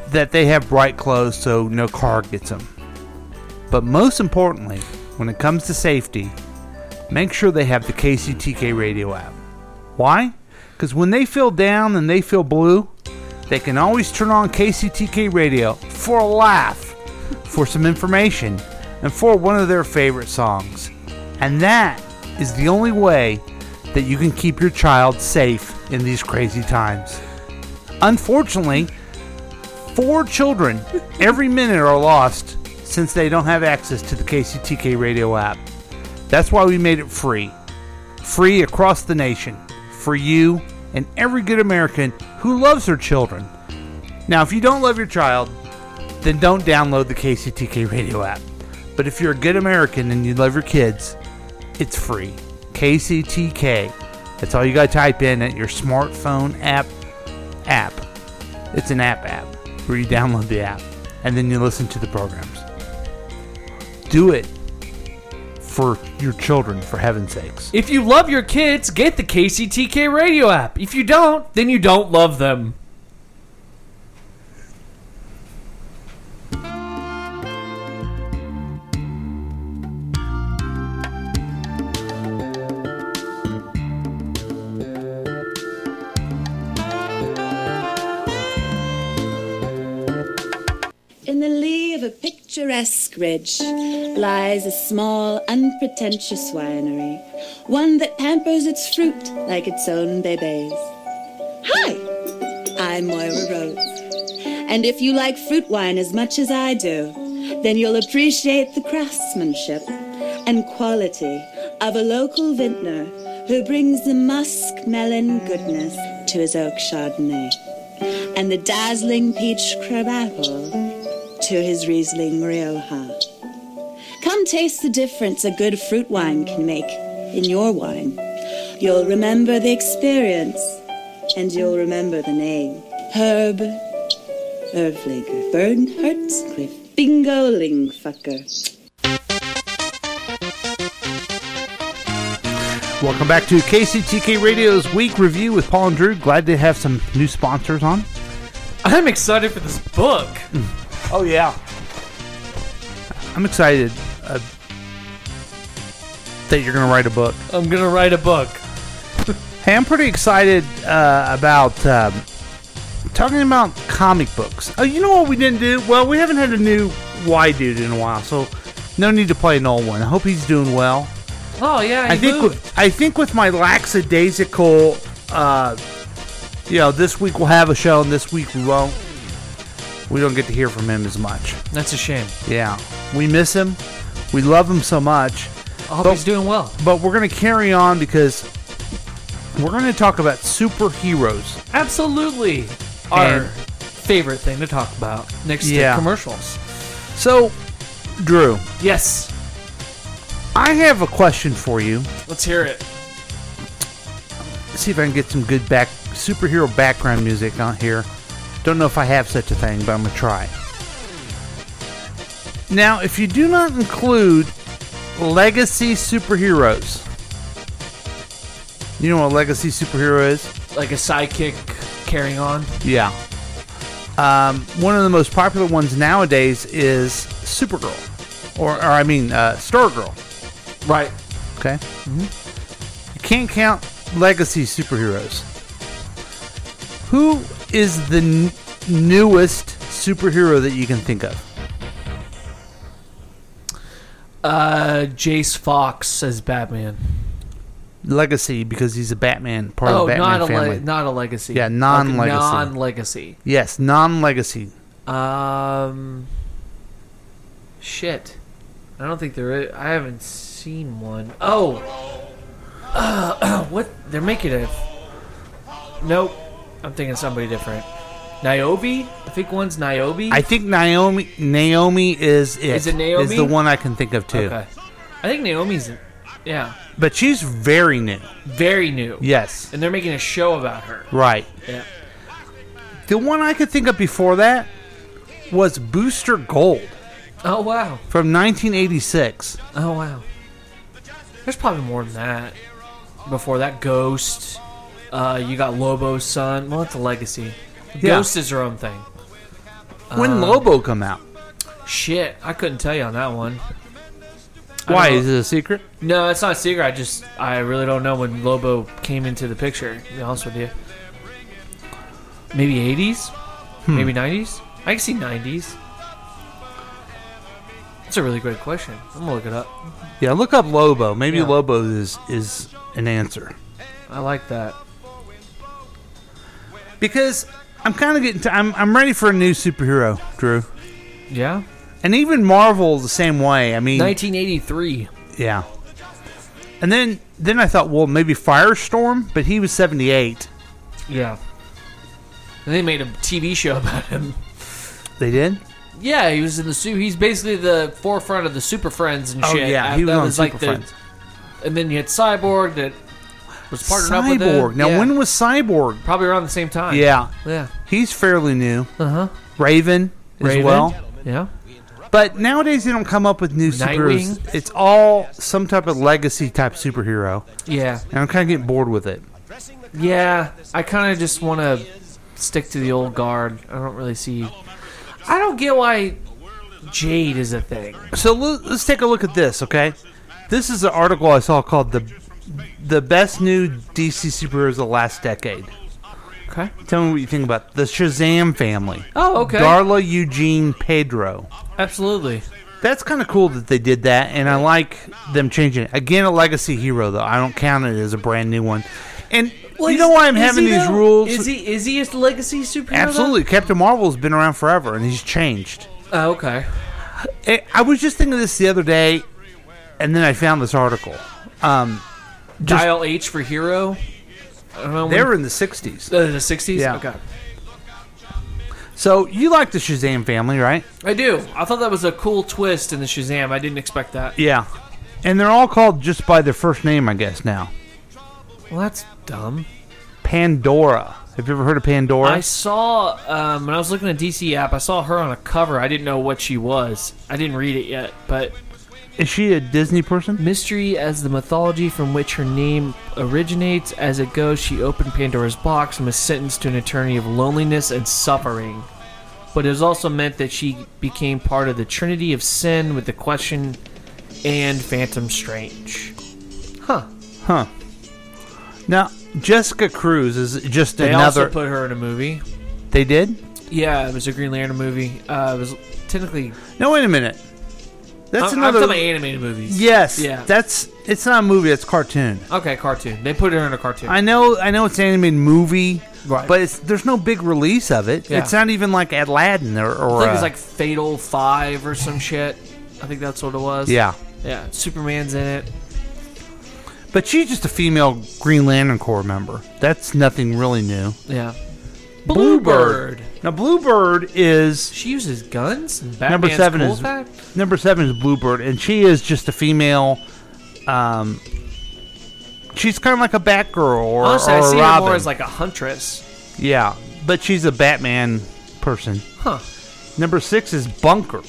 [SPEAKER 7] that they have bright clothes so no car gets them. But most importantly, when it comes to safety, make sure they have the KCTK radio app. Why? Because when they feel down and they feel blue, they can always turn on KCTK radio for a laugh, for some information, and for one of their favorite songs. And that is the only way that you can keep your child safe in these crazy times. Unfortunately, four children every minute are lost since they don't have access to the KCTK radio app. That's why we made it free. Free across the nation for you and every good American who loves their children. Now, if you don't love your child, then don't download the KCTK radio app. But if you're a good American and you love your kids, it's free. KCTK. That's all you got to type in at your smartphone app app. It's an app app where you download the app and then you listen to the programs. Do it for your children, for heaven's sakes.
[SPEAKER 8] If you love your kids, get the KCTK radio app. If you don't, then you don't love them.
[SPEAKER 25] a picturesque ridge lies a small, unpretentious winery, one that pampers its fruit like its own bebes. Hi, I'm Moira Rose. And if you like fruit wine as much as I do, then you'll appreciate the craftsmanship and quality of a local vintner who brings the musk melon goodness to his oak chardonnay and the dazzling peach crab apple to his Riesling Rioja. Come taste the difference a good fruit wine can make in your wine. You'll remember the experience and you'll remember the name. Herb Erflinger Bern Hertzcliff Bingo Lingfucker.
[SPEAKER 7] Welcome back to KCTK Radio's Week Review with Paul and Drew. Glad to have some new sponsors on.
[SPEAKER 8] I'm excited for this book.
[SPEAKER 7] Oh yeah, I'm excited uh, that you're going to write a book.
[SPEAKER 8] I'm gonna write a book.
[SPEAKER 7] Hey, I'm pretty excited uh, about um, talking about comic books. Oh, you know what we didn't do? Well, we haven't had a new Y dude in a while, so no need to play an old one. I hope he's doing well.
[SPEAKER 8] Oh yeah,
[SPEAKER 7] I think with, I think with my lackadaisical, uh, you know, this week we'll have a show and this week we won't. We don't get to hear from him as much.
[SPEAKER 8] that's a shame.
[SPEAKER 7] Yeah, we miss him. We love him so much.
[SPEAKER 8] I hope he's doing well.
[SPEAKER 7] But we're going to carry on because we're going to talk about superheroes.
[SPEAKER 8] Absolutely, our
[SPEAKER 7] And-
[SPEAKER 8] favorite thing to talk about next
[SPEAKER 7] Yeah.
[SPEAKER 8] to commercials.
[SPEAKER 7] So, Drew,
[SPEAKER 8] Yes,
[SPEAKER 7] I have a question for you.
[SPEAKER 8] let's hear it.
[SPEAKER 7] see if I can get some good back superhero background music on here. Don't know if I have such a thing, but I'm gonna try. Now, if you do not include legacy superheroes, you know what a legacy superhero is?
[SPEAKER 8] Like a sidekick carrying on.
[SPEAKER 7] Yeah. Um, one of the most popular ones nowadays is Supergirl, or, or I mean, uh, Stargirl.
[SPEAKER 8] Right.
[SPEAKER 7] Okay. You can't count legacy superheroes. Who is the n- newest superhero that you can think of?
[SPEAKER 8] Uh, Jace Fox as Batman.
[SPEAKER 7] Legacy, because he's a Batman, part of
[SPEAKER 8] oh,
[SPEAKER 7] the Batman
[SPEAKER 8] not a
[SPEAKER 7] family.
[SPEAKER 8] le- not a legacy.
[SPEAKER 7] Yeah,
[SPEAKER 8] Like a
[SPEAKER 7] non-legacy.
[SPEAKER 8] non-legacy.
[SPEAKER 7] yes, non-legacy.
[SPEAKER 8] Um, shit. I don't think there is. I haven't seen one. Oh, uh, <clears throat> what? They're making a. Nope. I'm thinking somebody different. Niobe. I think one's Niobe.
[SPEAKER 7] I think Naomi Naomi is it.
[SPEAKER 8] Is it Naomi?
[SPEAKER 7] Is the one I can think of too.
[SPEAKER 8] Okay. I think Naomi's. Yeah,
[SPEAKER 7] But she's very new.
[SPEAKER 8] very new.
[SPEAKER 7] Yes.
[SPEAKER 8] And they're making a show about her.
[SPEAKER 7] Right.
[SPEAKER 8] Yeah.
[SPEAKER 7] The one I could think of before that was Booster Gold
[SPEAKER 8] Oh wow.
[SPEAKER 7] from 1986.
[SPEAKER 8] Oh wow. There's probably more than that. Before that, Ghost. Uh, you got Lobo's son. Well, it's a legacy.
[SPEAKER 7] Yeah.
[SPEAKER 8] Ghost is her own thing.
[SPEAKER 7] When
[SPEAKER 8] Um,
[SPEAKER 7] Lobo come out?
[SPEAKER 8] Shit, I couldn't tell you on that one. I
[SPEAKER 7] Why
[SPEAKER 8] don't
[SPEAKER 7] is it a secret?
[SPEAKER 8] No, it's not a secret. I just I really don't know when Lobo came into the picture. To be honest with you, maybe eighties, maybe nineties. I can see nineties. That's a really great question. I'm gonna look it up.
[SPEAKER 7] Yeah, look up Lobo. Maybe
[SPEAKER 8] Yeah.
[SPEAKER 7] Lobo is is an answer
[SPEAKER 8] I like that.
[SPEAKER 7] because I'm kind of getting. To, I'm I'm ready for a new superhero, Drew,
[SPEAKER 8] Yeah,
[SPEAKER 7] and even Marvel the same way. I mean,
[SPEAKER 8] 1983.
[SPEAKER 7] yeah. And then then I thought, well, maybe Firestorm, but he was 78.
[SPEAKER 8] Yeah, and they made a TV show about him.
[SPEAKER 7] They did.
[SPEAKER 8] Yeah, he was in the suit. He's basically the forefront of the Super Friends and
[SPEAKER 7] Oh,
[SPEAKER 8] shit.
[SPEAKER 7] yeah,
[SPEAKER 8] Uh,
[SPEAKER 7] he was
[SPEAKER 8] that
[SPEAKER 7] on
[SPEAKER 8] like
[SPEAKER 7] Super
[SPEAKER 8] the-
[SPEAKER 7] Friends.
[SPEAKER 8] And then you had Cyborg that was partnered up with him.
[SPEAKER 7] Cyborg. now,
[SPEAKER 8] Yeah,
[SPEAKER 7] when was Cyborg?
[SPEAKER 8] probably around the same time.
[SPEAKER 7] Yeah,
[SPEAKER 8] yeah.
[SPEAKER 7] He's fairly new.
[SPEAKER 8] Uh huh.
[SPEAKER 7] Raven,
[SPEAKER 8] Raven.
[SPEAKER 7] as well.
[SPEAKER 8] Yeah.
[SPEAKER 7] But nowadays they don't come up with new superheroes.
[SPEAKER 8] Nightwing.
[SPEAKER 7] It's all some type of legacy type superhero.
[SPEAKER 8] Yeah.
[SPEAKER 7] And I'm kind of getting bored with it.
[SPEAKER 8] Yeah, I kind of just want to stick to the old guard. I don't really see. I don't get why Jade is a thing.
[SPEAKER 7] So l- let's take a look at this, okay? This is an article I saw called the the best new DC superheroes of the last decade. Okay. Tell me what you think about the Shazam family.
[SPEAKER 8] Oh, okay.
[SPEAKER 7] Darla, Eugene, Pedro.
[SPEAKER 8] Absolutely.
[SPEAKER 7] That's kind of cool that they did that, and I like them changing it. Again, a legacy hero, though. I don't count it as a brand new one. And you know why I'm
[SPEAKER 8] Is he,
[SPEAKER 7] having these
[SPEAKER 8] though?
[SPEAKER 7] rules?
[SPEAKER 8] Is he is he a legacy superhero? though?
[SPEAKER 7] Absolutely. Captain Marvel's been around forever, and he's changed.
[SPEAKER 8] Oh, okay.
[SPEAKER 7] I I was just thinking of this the other day, and then I found this article. Um, just-
[SPEAKER 8] Dial H for hero. I don't know
[SPEAKER 7] they
[SPEAKER 8] when-
[SPEAKER 7] were in the 60s.
[SPEAKER 8] Uh, the sixties.
[SPEAKER 7] Yeah.
[SPEAKER 8] Okay.
[SPEAKER 7] So you like the Shazam family, right?
[SPEAKER 8] I do. I thought that was a cool twist in the Shazam. I didn't expect that.
[SPEAKER 7] Yeah. And they're all called just by their first name, I guess, now.
[SPEAKER 8] Well, that's dumb.
[SPEAKER 7] Pandora. Have you ever heard of Pandora?
[SPEAKER 8] I saw um, when I was looking at DC app. I saw her on a cover. I didn't know what she was. I didn't read it yet, but
[SPEAKER 7] is she a Disney person?
[SPEAKER 8] Mystery as the mythology from which her name originates. As it goes, she opened Pandora's box and was sentenced to an eternity of loneliness and suffering. But it was also meant that she became part of the Trinity of Sin with the Question and Phantom Strange. Huh.
[SPEAKER 7] Huh. Now, Jessica Cruz is just
[SPEAKER 8] They
[SPEAKER 7] another.
[SPEAKER 8] also put her in a movie.
[SPEAKER 7] they did?
[SPEAKER 8] Yeah, it was a Green Lantern movie. Uh, it was technically
[SPEAKER 7] No, wait a minute. That's
[SPEAKER 8] Uh, I'm- I'm
[SPEAKER 7] another.
[SPEAKER 8] talking about animated movies.
[SPEAKER 7] Yes.
[SPEAKER 8] Yeah.
[SPEAKER 7] That's. It's not a movie. It's a cartoon.
[SPEAKER 8] okay. Cartoon. They put her in a cartoon.
[SPEAKER 7] I know. I know it's an animated movie.
[SPEAKER 8] Right.
[SPEAKER 7] But it's there's no big release of it.
[SPEAKER 8] Yeah.
[SPEAKER 7] It's not even like Aladdin or. or
[SPEAKER 8] I think it's
[SPEAKER 7] uh,
[SPEAKER 8] like Fatal Five or some shit. I think that's what it was.
[SPEAKER 7] Yeah.
[SPEAKER 8] Yeah. Superman's in it.
[SPEAKER 7] But she's just a female Green Lantern Corps member. That's nothing really new.
[SPEAKER 8] Yeah.
[SPEAKER 7] Bluebird. Now Bluebird is
[SPEAKER 8] she uses guns. And
[SPEAKER 7] number
[SPEAKER 8] Batman's
[SPEAKER 7] seven
[SPEAKER 8] cool
[SPEAKER 7] is
[SPEAKER 8] with
[SPEAKER 7] number seven is Bluebird, and she is just a female. Um, she's kind of like a Batgirl or,
[SPEAKER 8] Honestly, Oh, I
[SPEAKER 7] or
[SPEAKER 8] see her
[SPEAKER 7] Robin.
[SPEAKER 8] more as like a huntress.
[SPEAKER 7] yeah, but she's a Batman person.
[SPEAKER 8] Huh.
[SPEAKER 7] Number six is Bunker.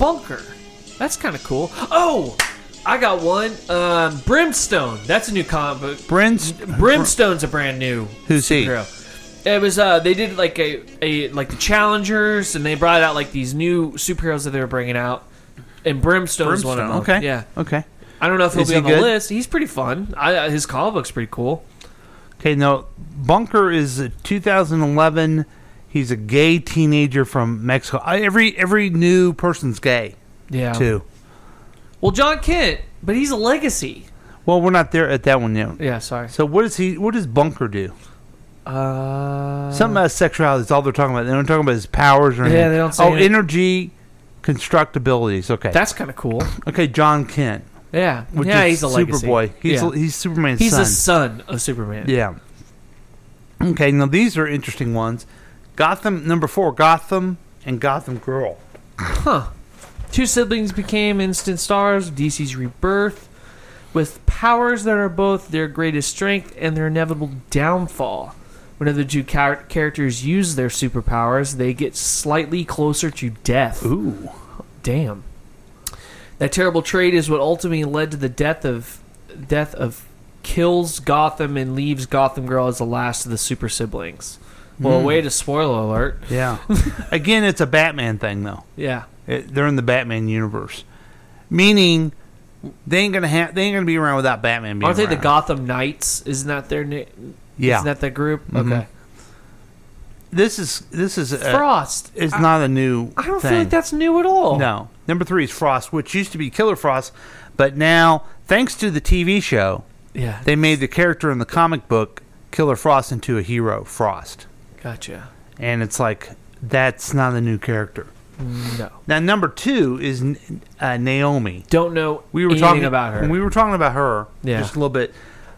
[SPEAKER 8] Bunker. That's kind of cool. Oh, I got one. Um, Brimstone. That's a new comic book.
[SPEAKER 7] Brimst-
[SPEAKER 8] Brimstone's a brand new
[SPEAKER 7] Who's he?
[SPEAKER 8] It was uh they did like a, a like the Challengers and they brought out like these new superheroes that they were bringing out and Brimstone's one of them.
[SPEAKER 7] Okay.
[SPEAKER 8] Yeah.
[SPEAKER 7] Okay.
[SPEAKER 8] I don't know if he'll
[SPEAKER 7] Is
[SPEAKER 8] be
[SPEAKER 7] he
[SPEAKER 8] on
[SPEAKER 7] good?
[SPEAKER 8] the list. He's pretty fun. I, uh, his comic book's pretty cool.
[SPEAKER 7] Okay. Now Bunker is a 2011. He's a gay teenager from Mexico. I, every every new person's gay.
[SPEAKER 8] Yeah.
[SPEAKER 7] Too.
[SPEAKER 8] Well, John Kent, but he's a legacy.
[SPEAKER 7] Well, we're not there at that one yet.
[SPEAKER 8] Yeah, sorry.
[SPEAKER 7] So what does he? What does Bunker do?
[SPEAKER 8] Uh,
[SPEAKER 7] Something about sexuality is all they're talking about. They don't talk about his powers or
[SPEAKER 8] Yeah,
[SPEAKER 7] anything.
[SPEAKER 8] they don't say
[SPEAKER 7] Oh,
[SPEAKER 8] any-
[SPEAKER 7] energy, construct abilities. Okay,
[SPEAKER 8] That's kind of cool.
[SPEAKER 7] Okay, John Kent.
[SPEAKER 8] Yeah. Yeah, he's a legacy.
[SPEAKER 7] Superboy. He's
[SPEAKER 8] Yeah.
[SPEAKER 7] he's Superman's
[SPEAKER 8] He's
[SPEAKER 7] son.
[SPEAKER 8] the son of Superman.
[SPEAKER 7] Yeah. Okay, now these are interesting ones. Gotham number four, Gotham and Gotham Girl.
[SPEAKER 8] Huh. Two siblings became instant stars, of DC's rebirth, with powers that are both their greatest strength and their inevitable downfall. Whenever the two char- characters use their superpowers, they get slightly closer to death.
[SPEAKER 7] Ooh.
[SPEAKER 8] Damn. That terrible trait is what ultimately led to the death of death of kills Gotham and leaves Gotham Girl as the last of the super siblings. Well,
[SPEAKER 7] Hmm.
[SPEAKER 8] way to spoiler alert. <laughs>
[SPEAKER 7] Yeah. Again, it's a Batman thing though.
[SPEAKER 8] Yeah.
[SPEAKER 7] It, they're in the Batman universe, meaning they ain't gonna have they ain't gonna be around without Batman. Being
[SPEAKER 8] Aren't they the
[SPEAKER 7] around.
[SPEAKER 8] Gotham Knights? Isn't that their name?
[SPEAKER 7] Yeah.
[SPEAKER 8] Isn't that the group?
[SPEAKER 7] Mhm.
[SPEAKER 8] Okay.
[SPEAKER 7] This is this is a,
[SPEAKER 8] Frost.
[SPEAKER 7] It's
[SPEAKER 8] I-
[SPEAKER 7] not a new.
[SPEAKER 8] I don't
[SPEAKER 7] Uh, thing.
[SPEAKER 8] feel like that's new at all.
[SPEAKER 7] No. Number three is Frost, which used to be Killer Frost, but now, thanks to the TV show,
[SPEAKER 8] Yeah.
[SPEAKER 7] they made the character in the comic book Killer Frost into a hero, Frost,
[SPEAKER 8] Gotcha.
[SPEAKER 7] and it's like that's not a new character.
[SPEAKER 8] No.
[SPEAKER 7] Now, number two is N- uh, Naomi.
[SPEAKER 8] Don't know.
[SPEAKER 7] We were
[SPEAKER 8] anything
[SPEAKER 7] talking
[SPEAKER 8] about her.
[SPEAKER 7] when we were talking about her.
[SPEAKER 8] Yeah.
[SPEAKER 7] Just a little bit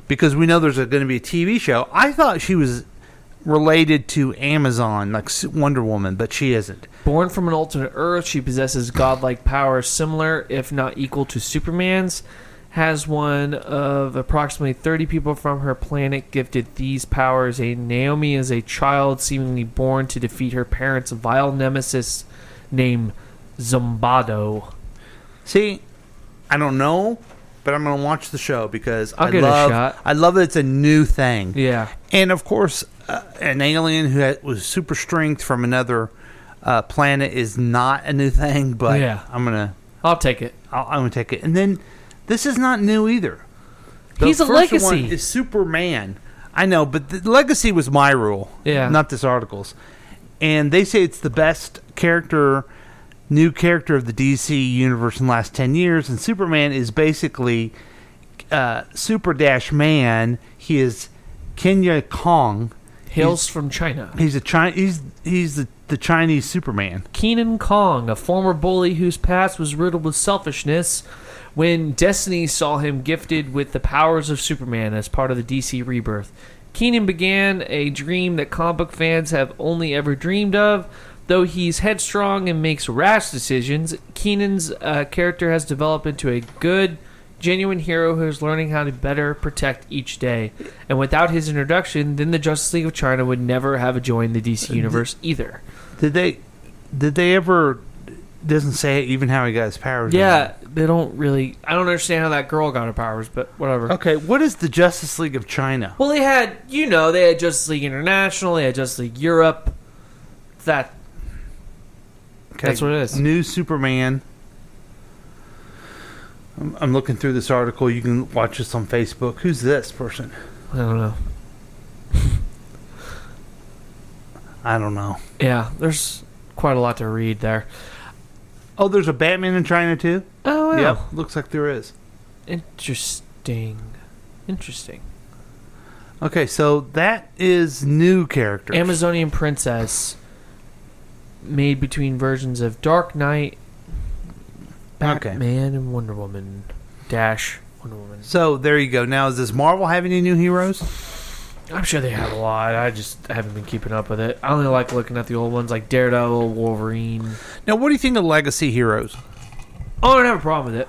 [SPEAKER 7] because we know there's going to be a TV show. I thought she was related to Amazon, like S- Wonder Woman, but she isn't.
[SPEAKER 8] Born from an alternate Earth, she possesses godlike powers similar, if not equal, to Superman's. Has one of approximately 30 people from her planet gifted these powers. And Naomi is a child seemingly born to defeat her parents' vile nemesis named Zombado.
[SPEAKER 7] See, I don't know, but I'm going to watch the show because
[SPEAKER 8] I'll
[SPEAKER 7] I
[SPEAKER 8] give it a
[SPEAKER 7] love.
[SPEAKER 8] shot.
[SPEAKER 7] I love that it's a new thing.
[SPEAKER 8] Yeah.
[SPEAKER 7] and of course, uh, an alien who had, was super strength from another uh, planet is not a new thing. But
[SPEAKER 8] Yeah.
[SPEAKER 7] I'm gonna.
[SPEAKER 8] I'll take it.
[SPEAKER 7] I'll, I'm gonna take it. And then this is not new either.
[SPEAKER 8] He's a
[SPEAKER 7] first one
[SPEAKER 8] legacy.
[SPEAKER 7] is Superman. I know, but the legacy was my rule.
[SPEAKER 8] Yeah.
[SPEAKER 7] Not this article's. And they say it's the best character, new character of the DC universe in the last 10 years. And Superman is basically uh, Super Dash Man. He is Kenya Kong.
[SPEAKER 8] Hails
[SPEAKER 7] He's-
[SPEAKER 8] from China.
[SPEAKER 7] He's a Chi- he's he's the, the Chinese Superman.
[SPEAKER 8] Keenan Kong, a former bully whose past was riddled with selfishness, when Destiny saw him gifted with the powers of Superman as part of the DC rebirth. Keenan began a dream that comic book fans have only ever dreamed of. Though he's headstrong and makes rash decisions, Keenan's uh, character has developed into a good, genuine hero who is learning how to better protect each day. And without his introduction, then the Justice League of China would never have joined the DC universe either.
[SPEAKER 7] Did they did they ever doesn't say even how he got his powers? or
[SPEAKER 8] Yeah, they don't really. I don't understand how that girl got her powers, but whatever.
[SPEAKER 7] not? Okay, what is the Justice League of China?
[SPEAKER 8] Well, they had, you know, they had Justice League International, they had Justice League Europe. That
[SPEAKER 7] Okay,
[SPEAKER 8] That's what it is.
[SPEAKER 7] New Superman. I'm, I'm looking through this article. You can watch this on Facebook. Who's this person?
[SPEAKER 8] I don't know.
[SPEAKER 7] I don't know.
[SPEAKER 8] Yeah, there's quite a lot to read there.
[SPEAKER 7] Oh, there's a Batman in China too.
[SPEAKER 8] Oh, wow.
[SPEAKER 7] Yep, looks like there is.
[SPEAKER 8] Interesting. Interesting.
[SPEAKER 7] Okay, so that is new characters.
[SPEAKER 8] Amazonian Princess made between versions of Dark Knight, Batman, and Wonder Woman. Dash Wonder Woman.
[SPEAKER 7] So Oh, there you go. Now, does Marvel have any new heroes?
[SPEAKER 8] I'm sure they have a lot. I just haven't been keeping up with it. I only like looking at the old ones like Daredevil, Wolverine.
[SPEAKER 7] Now, what do you think of legacy heroes?
[SPEAKER 8] Oh, I don't have a problem with it.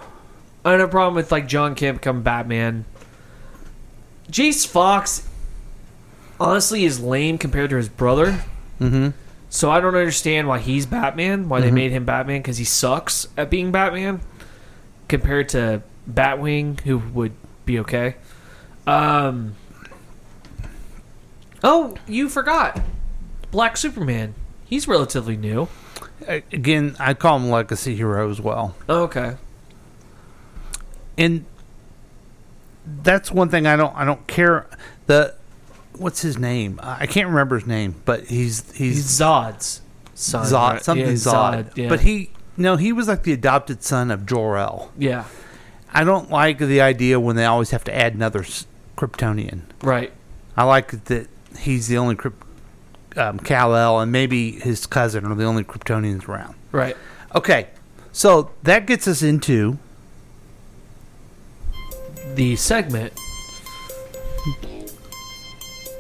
[SPEAKER 8] I don't have a problem with like John Kent becoming Batman. Jace Fox honestly is lame compared to his brother.
[SPEAKER 7] Mm-hmm.
[SPEAKER 8] So I don't understand why he's Batman, why they
[SPEAKER 7] Mhm.
[SPEAKER 8] made him Batman cuz he sucks at being Batman compared to Batwing who would be okay. Um Oh, you forgot. Black Superman. He's relatively new.
[SPEAKER 7] Again, I call them legacy hero as well.
[SPEAKER 8] Oh, Okay.
[SPEAKER 7] and that's one thing I don't I don't care the what's his name I I can't remember his name but he's he's,
[SPEAKER 8] He's Zod's son,
[SPEAKER 7] Zod
[SPEAKER 8] right?
[SPEAKER 7] something
[SPEAKER 8] Yeah,
[SPEAKER 7] Zod,
[SPEAKER 8] Zod, yeah.
[SPEAKER 7] but he no he was like the adopted son of Jor El
[SPEAKER 8] Yeah.
[SPEAKER 7] I don't like the idea when they always have to add another s- Kryptonian
[SPEAKER 8] Right.
[SPEAKER 7] I like that he's the only Kryp- um, Kal El and maybe his cousin are the only Kryptonians around
[SPEAKER 8] Right.
[SPEAKER 7] okay so that gets us into
[SPEAKER 8] the segment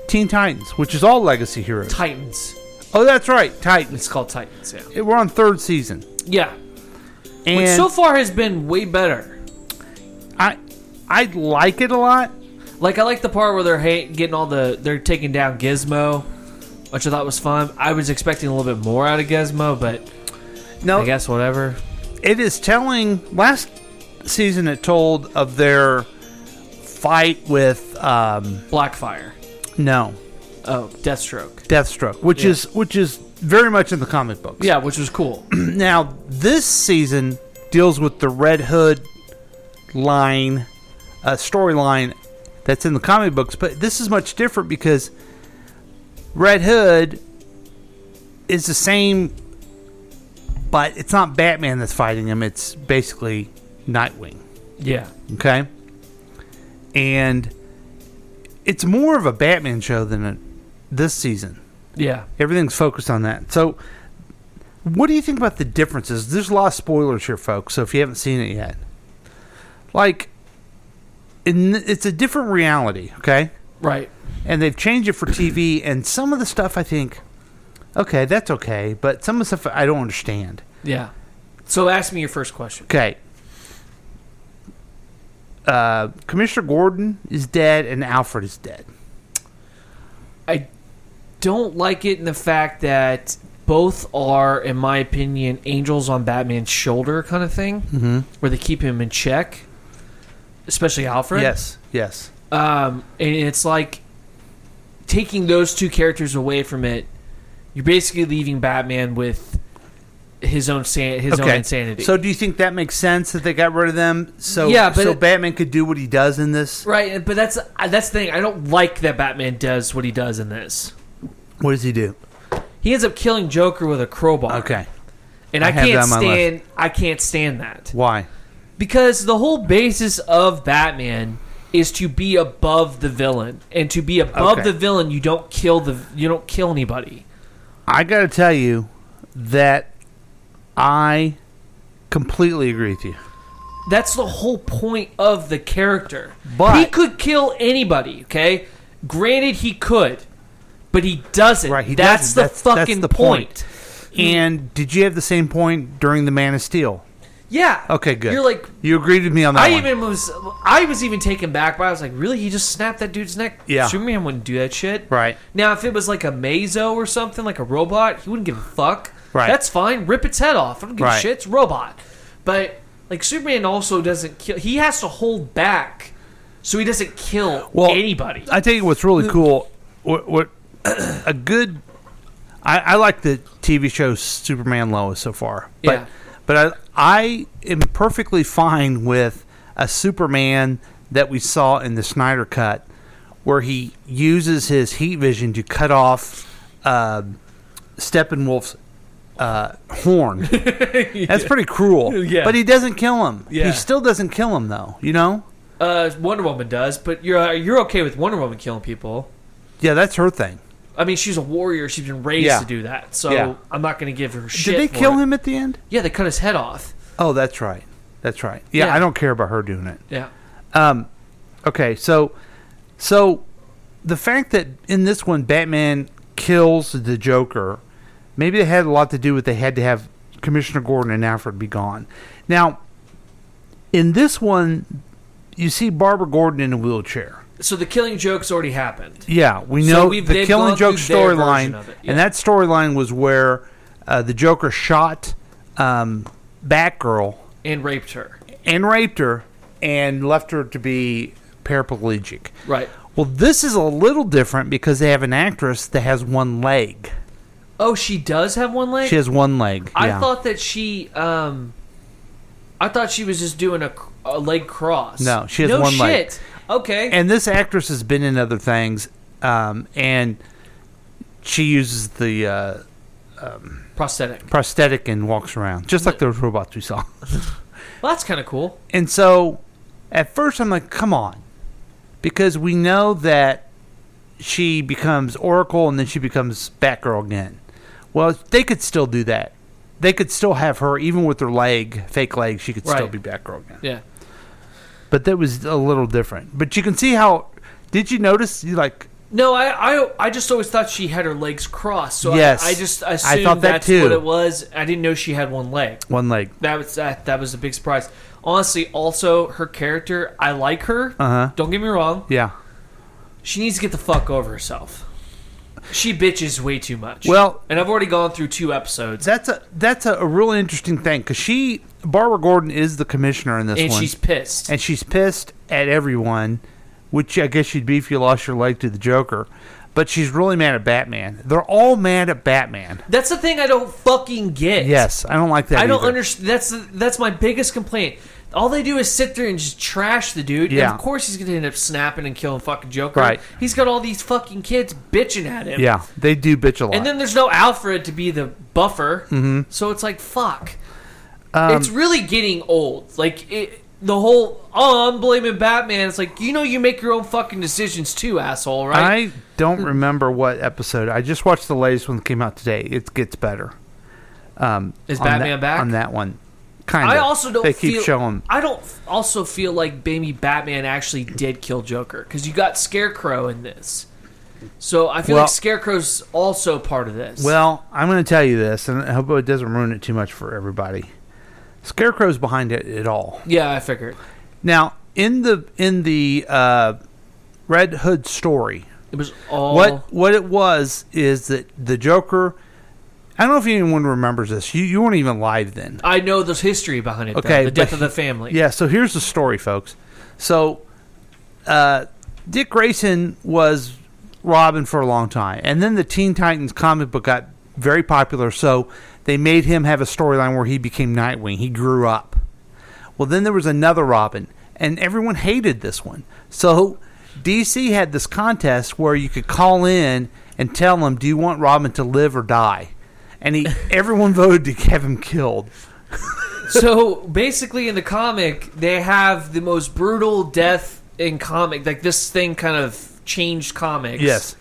[SPEAKER 7] Teen Titans, which is all legacy heroes.
[SPEAKER 8] Titans.
[SPEAKER 7] Oh, that's right, Titans. It's
[SPEAKER 8] called Titans. Yeah,
[SPEAKER 7] we're on third season,
[SPEAKER 8] Yeah.
[SPEAKER 7] and
[SPEAKER 8] Which so far has been way better.
[SPEAKER 7] I I like it a lot.
[SPEAKER 8] Like I like the part where they're ha- getting all the they're taking down Gizmo, which I thought was fun. I was expecting a little bit more out of Gizmo, but
[SPEAKER 7] no,
[SPEAKER 8] I guess whatever.
[SPEAKER 7] it is telling. Last season, it told of their fight with um,
[SPEAKER 8] Blackfire.
[SPEAKER 7] No,
[SPEAKER 8] Oh, Deathstroke.
[SPEAKER 7] Deathstroke, which
[SPEAKER 8] Yeah.
[SPEAKER 7] is which is very much in the comic books.
[SPEAKER 8] Yeah, which was cool.
[SPEAKER 7] now this season deals with the Red Hood line uh, storyline that's in the comic books, but this is much different because Red Hood is the same, but it's not Batman that's fighting him. It's basically Nightwing.
[SPEAKER 8] Yeah.
[SPEAKER 7] Okay. And it's more of a Batman show than a, this season.
[SPEAKER 8] Yeah.
[SPEAKER 7] Everything's focused on that. So, what do you think about the differences? There's a lot of spoilers here, folks. So if you haven't seen it yet, like, in, it's a different reality. Okay.
[SPEAKER 8] Right.
[SPEAKER 7] And they've changed it for TV, and some of the stuff I think, okay, that's okay, but some of the stuff I don't understand.
[SPEAKER 8] Yeah. So ask me your first question.
[SPEAKER 7] Okay. Uh, Commissioner Gordon is dead and Alfred is dead.
[SPEAKER 8] I don't like it in the fact that both are, in my opinion, angels on Batman's shoulder kind of thing,
[SPEAKER 7] Mhm.
[SPEAKER 8] where they keep him in check, especially Alfred.
[SPEAKER 7] Yes, yes.
[SPEAKER 8] Um, and it's like taking those two characters away from it, you're basically leaving Batman with his own san- his own insanity.
[SPEAKER 7] So do you think that makes sense that they got rid of them? So
[SPEAKER 8] Yeah, but
[SPEAKER 7] so
[SPEAKER 8] it-
[SPEAKER 7] Batman could do what he does in this.
[SPEAKER 8] right, but that's uh, that's the thing. I don't like that Batman does what he does in this.
[SPEAKER 7] What does he do?
[SPEAKER 8] He ends up killing Joker with a crowbar. Okay, and I,
[SPEAKER 7] I have that
[SPEAKER 8] can't
[SPEAKER 7] on my list.
[SPEAKER 8] stand I can't stand that
[SPEAKER 7] Why?
[SPEAKER 8] because the whole basis of Batman is to be above the villain, and to be above
[SPEAKER 7] Okay.
[SPEAKER 8] the villain, you don't kill the you don't kill anybody.
[SPEAKER 7] I got to tell you that I completely agree with you.
[SPEAKER 8] Hmm. That's the whole point of the character.
[SPEAKER 7] But-
[SPEAKER 8] he could kill anybody, okay? Granted he could, but he doesn't. Right,
[SPEAKER 7] He
[SPEAKER 8] that's
[SPEAKER 7] doesn't.
[SPEAKER 8] the fucking point.
[SPEAKER 7] And did you have the same point during the Man of Steel?
[SPEAKER 8] Yeah.
[SPEAKER 7] Okay, good.
[SPEAKER 8] You're like
[SPEAKER 7] you agreed with me on that.
[SPEAKER 8] I
[SPEAKER 7] one.
[SPEAKER 8] even was I was even taken back by it. I was like, really? He just snapped that dude's neck?
[SPEAKER 7] Yeah.
[SPEAKER 8] Superman wouldn't do that shit.
[SPEAKER 7] Right.
[SPEAKER 8] Now if it was like a mazo or something, like a robot, he wouldn't give a fuck.
[SPEAKER 7] Right.
[SPEAKER 8] That's fine. Rip its head off. I don't give a
[SPEAKER 7] Right.
[SPEAKER 8] shit. It's a robot. But like Superman also doesn't kill he has to hold back so he doesn't kill anybody.
[SPEAKER 7] I tell you what's really
[SPEAKER 8] Mm.
[SPEAKER 7] cool. What, what a good. I, I like the TV show Superman Lois so far, but
[SPEAKER 8] Yeah.
[SPEAKER 7] but I, I am perfectly fine with a Superman that we saw in the Snyder Cut, where he uses his heat vision to cut off uh, Steppenwolf's uh,
[SPEAKER 8] <laughs>
[SPEAKER 7] horn. That's pretty cruel.
[SPEAKER 8] Yeah.
[SPEAKER 7] But he doesn't kill him.
[SPEAKER 8] Yeah.
[SPEAKER 7] He still doesn't kill him though. You know.
[SPEAKER 8] Uh, Wonder Woman does, but you're uh, you're okay with Wonder Woman killing people.
[SPEAKER 7] Yeah, that's her thing.
[SPEAKER 8] I mean, she's a warrior; she's been raised
[SPEAKER 7] Yeah.
[SPEAKER 8] to do that. So
[SPEAKER 7] Yeah.
[SPEAKER 8] I'm not going to give her shit.
[SPEAKER 7] Did they
[SPEAKER 8] for
[SPEAKER 7] kill
[SPEAKER 8] it.
[SPEAKER 7] him at the end?
[SPEAKER 8] Yeah, they cut his head off.
[SPEAKER 7] Oh, that's right. That's right. Yeah,
[SPEAKER 8] Yeah.
[SPEAKER 7] I don't care about her doing it.
[SPEAKER 8] Yeah,
[SPEAKER 7] Um, okay, so so the fact that in this one Batman kills the Joker, maybe it had a lot to do with they had to have Commissioner Gordon and Alfred be gone. Now, in this one, you see Barbara Gordon in a wheelchair.
[SPEAKER 8] So the killing joke's already happened.
[SPEAKER 7] Yeah, we
[SPEAKER 8] So
[SPEAKER 7] know
[SPEAKER 8] we've-
[SPEAKER 7] the
[SPEAKER 8] they've
[SPEAKER 7] Killing
[SPEAKER 8] gone through
[SPEAKER 7] Joke
[SPEAKER 8] their
[SPEAKER 7] storyline,
[SPEAKER 8] version of it, yeah.
[SPEAKER 7] and that storyline was where uh, the Joker shot um, Batgirl
[SPEAKER 8] and raped her.
[SPEAKER 7] and raped her and left her to be paraplegic.
[SPEAKER 8] Right.
[SPEAKER 7] Well, this is a little different because they have an actress that has one leg.
[SPEAKER 8] Oh, she does have one leg.
[SPEAKER 7] She has one leg.
[SPEAKER 8] I
[SPEAKER 7] yeah.
[SPEAKER 8] thought that she. Um, I thought she was just doing a, cr- a leg cross.
[SPEAKER 7] No, she has
[SPEAKER 8] no
[SPEAKER 7] one
[SPEAKER 8] shit.
[SPEAKER 7] leg.
[SPEAKER 8] Okay.
[SPEAKER 7] And this actress has been in other things, um, and she uses the uh, um,
[SPEAKER 8] prosthetic.
[SPEAKER 7] prosthetic and walks around just like those robots we saw.
[SPEAKER 8] Well, that's kind of cool.
[SPEAKER 7] And so at first I'm like, come on. Because we know that she becomes Oracle and then she becomes Batgirl again. Well, they could still do that. They could still have her, even with her leg, fake leg, she could still
[SPEAKER 8] Right.
[SPEAKER 7] be Batgirl again.
[SPEAKER 8] Yeah.
[SPEAKER 7] But that was a little different. But you can see how. Did you notice? You like.
[SPEAKER 8] No, I, I I just always thought she had her legs crossed. So
[SPEAKER 7] Yes.
[SPEAKER 8] I, I just
[SPEAKER 7] I
[SPEAKER 8] assumed
[SPEAKER 7] thought that
[SPEAKER 8] that's
[SPEAKER 7] too.
[SPEAKER 8] what it was. I didn't know she had one leg.
[SPEAKER 7] One leg.
[SPEAKER 8] That was that, that was a big surprise. Honestly, also her character, I like her.
[SPEAKER 7] Uh huh.
[SPEAKER 8] Don't get me wrong.
[SPEAKER 7] Yeah.
[SPEAKER 8] She needs to get the fuck over herself. She bitches way too much.
[SPEAKER 7] Well-
[SPEAKER 8] and I've already gone through two episodes,
[SPEAKER 7] That's a that's a, a real interesting thing because she Barbara Gordon is the commissioner in this
[SPEAKER 8] and
[SPEAKER 7] one.
[SPEAKER 8] she's pissed.
[SPEAKER 7] and she's pissed at everyone, which I guess you'd be if you lost your leg to the Joker. But she's really mad at Batman. They're all mad at Batman.
[SPEAKER 8] That's the thing I don't fucking get.
[SPEAKER 7] Yes, I don't like that.
[SPEAKER 8] I don't
[SPEAKER 7] either.
[SPEAKER 8] understand. That's the- that's my biggest complaint. All they do is sit there and just trash the dude. And
[SPEAKER 7] Yeah.
[SPEAKER 8] of course he's gonna end up snapping and killing fucking Joker.
[SPEAKER 7] Right.
[SPEAKER 8] He's got all these fucking kids bitching at him.
[SPEAKER 7] Yeah, they do bitch a lot.
[SPEAKER 8] And then there's no Alfred to be the buffer.
[SPEAKER 7] Mhm.
[SPEAKER 8] So it's like fuck.
[SPEAKER 7] Um,
[SPEAKER 8] it's really getting old. Like it, the whole oh I'm blaming Batman. It's like you know you make your own fucking decisions too, asshole. Right.
[SPEAKER 7] I don't remember what episode. I just watched the latest one that came out today. It gets better. Um,
[SPEAKER 8] Is
[SPEAKER 7] on that-
[SPEAKER 8] Batman back?
[SPEAKER 7] on that one? Kind of.
[SPEAKER 8] I also don't.
[SPEAKER 7] They keep
[SPEAKER 8] feel,
[SPEAKER 7] showing.
[SPEAKER 8] I don't f- also feel like maybe Batman actually did kill Joker because you got Scarecrow in this, so I feel
[SPEAKER 7] Well-
[SPEAKER 8] like Scarecrow's also part of this.
[SPEAKER 7] Well, I'm going to tell you this, and I hope it doesn't ruin it too much for everybody. Scarecrow's behind it at all.
[SPEAKER 8] yeah, I figured.
[SPEAKER 7] Now, in the in the uh, Red Hood story,
[SPEAKER 8] it was all
[SPEAKER 7] what what it was is that the Joker. I don't know if anyone remembers this. You you weren't even live then.
[SPEAKER 8] I know the history behind it.
[SPEAKER 7] Okay,
[SPEAKER 8] though, the death
[SPEAKER 7] but-
[SPEAKER 8] of the family.
[SPEAKER 7] Yeah. So here's the story, folks. So, uh, Dick Grayson was Robin for a long time, and then the Teen Titans comic book got very popular. So they made him have a storyline where he became Nightwing. He grew up. Well, then there was another Robin, and everyone hated this one. So DC had this contest where you could call in and tell them, "Do you want Robin to live or die?" And
[SPEAKER 8] <laughs>
[SPEAKER 7] he, everyone voted to have him killed.
[SPEAKER 8] so basically, in the comic, they have the most brutal death in comic. Like this thing kind of changed comics.
[SPEAKER 7] Yes.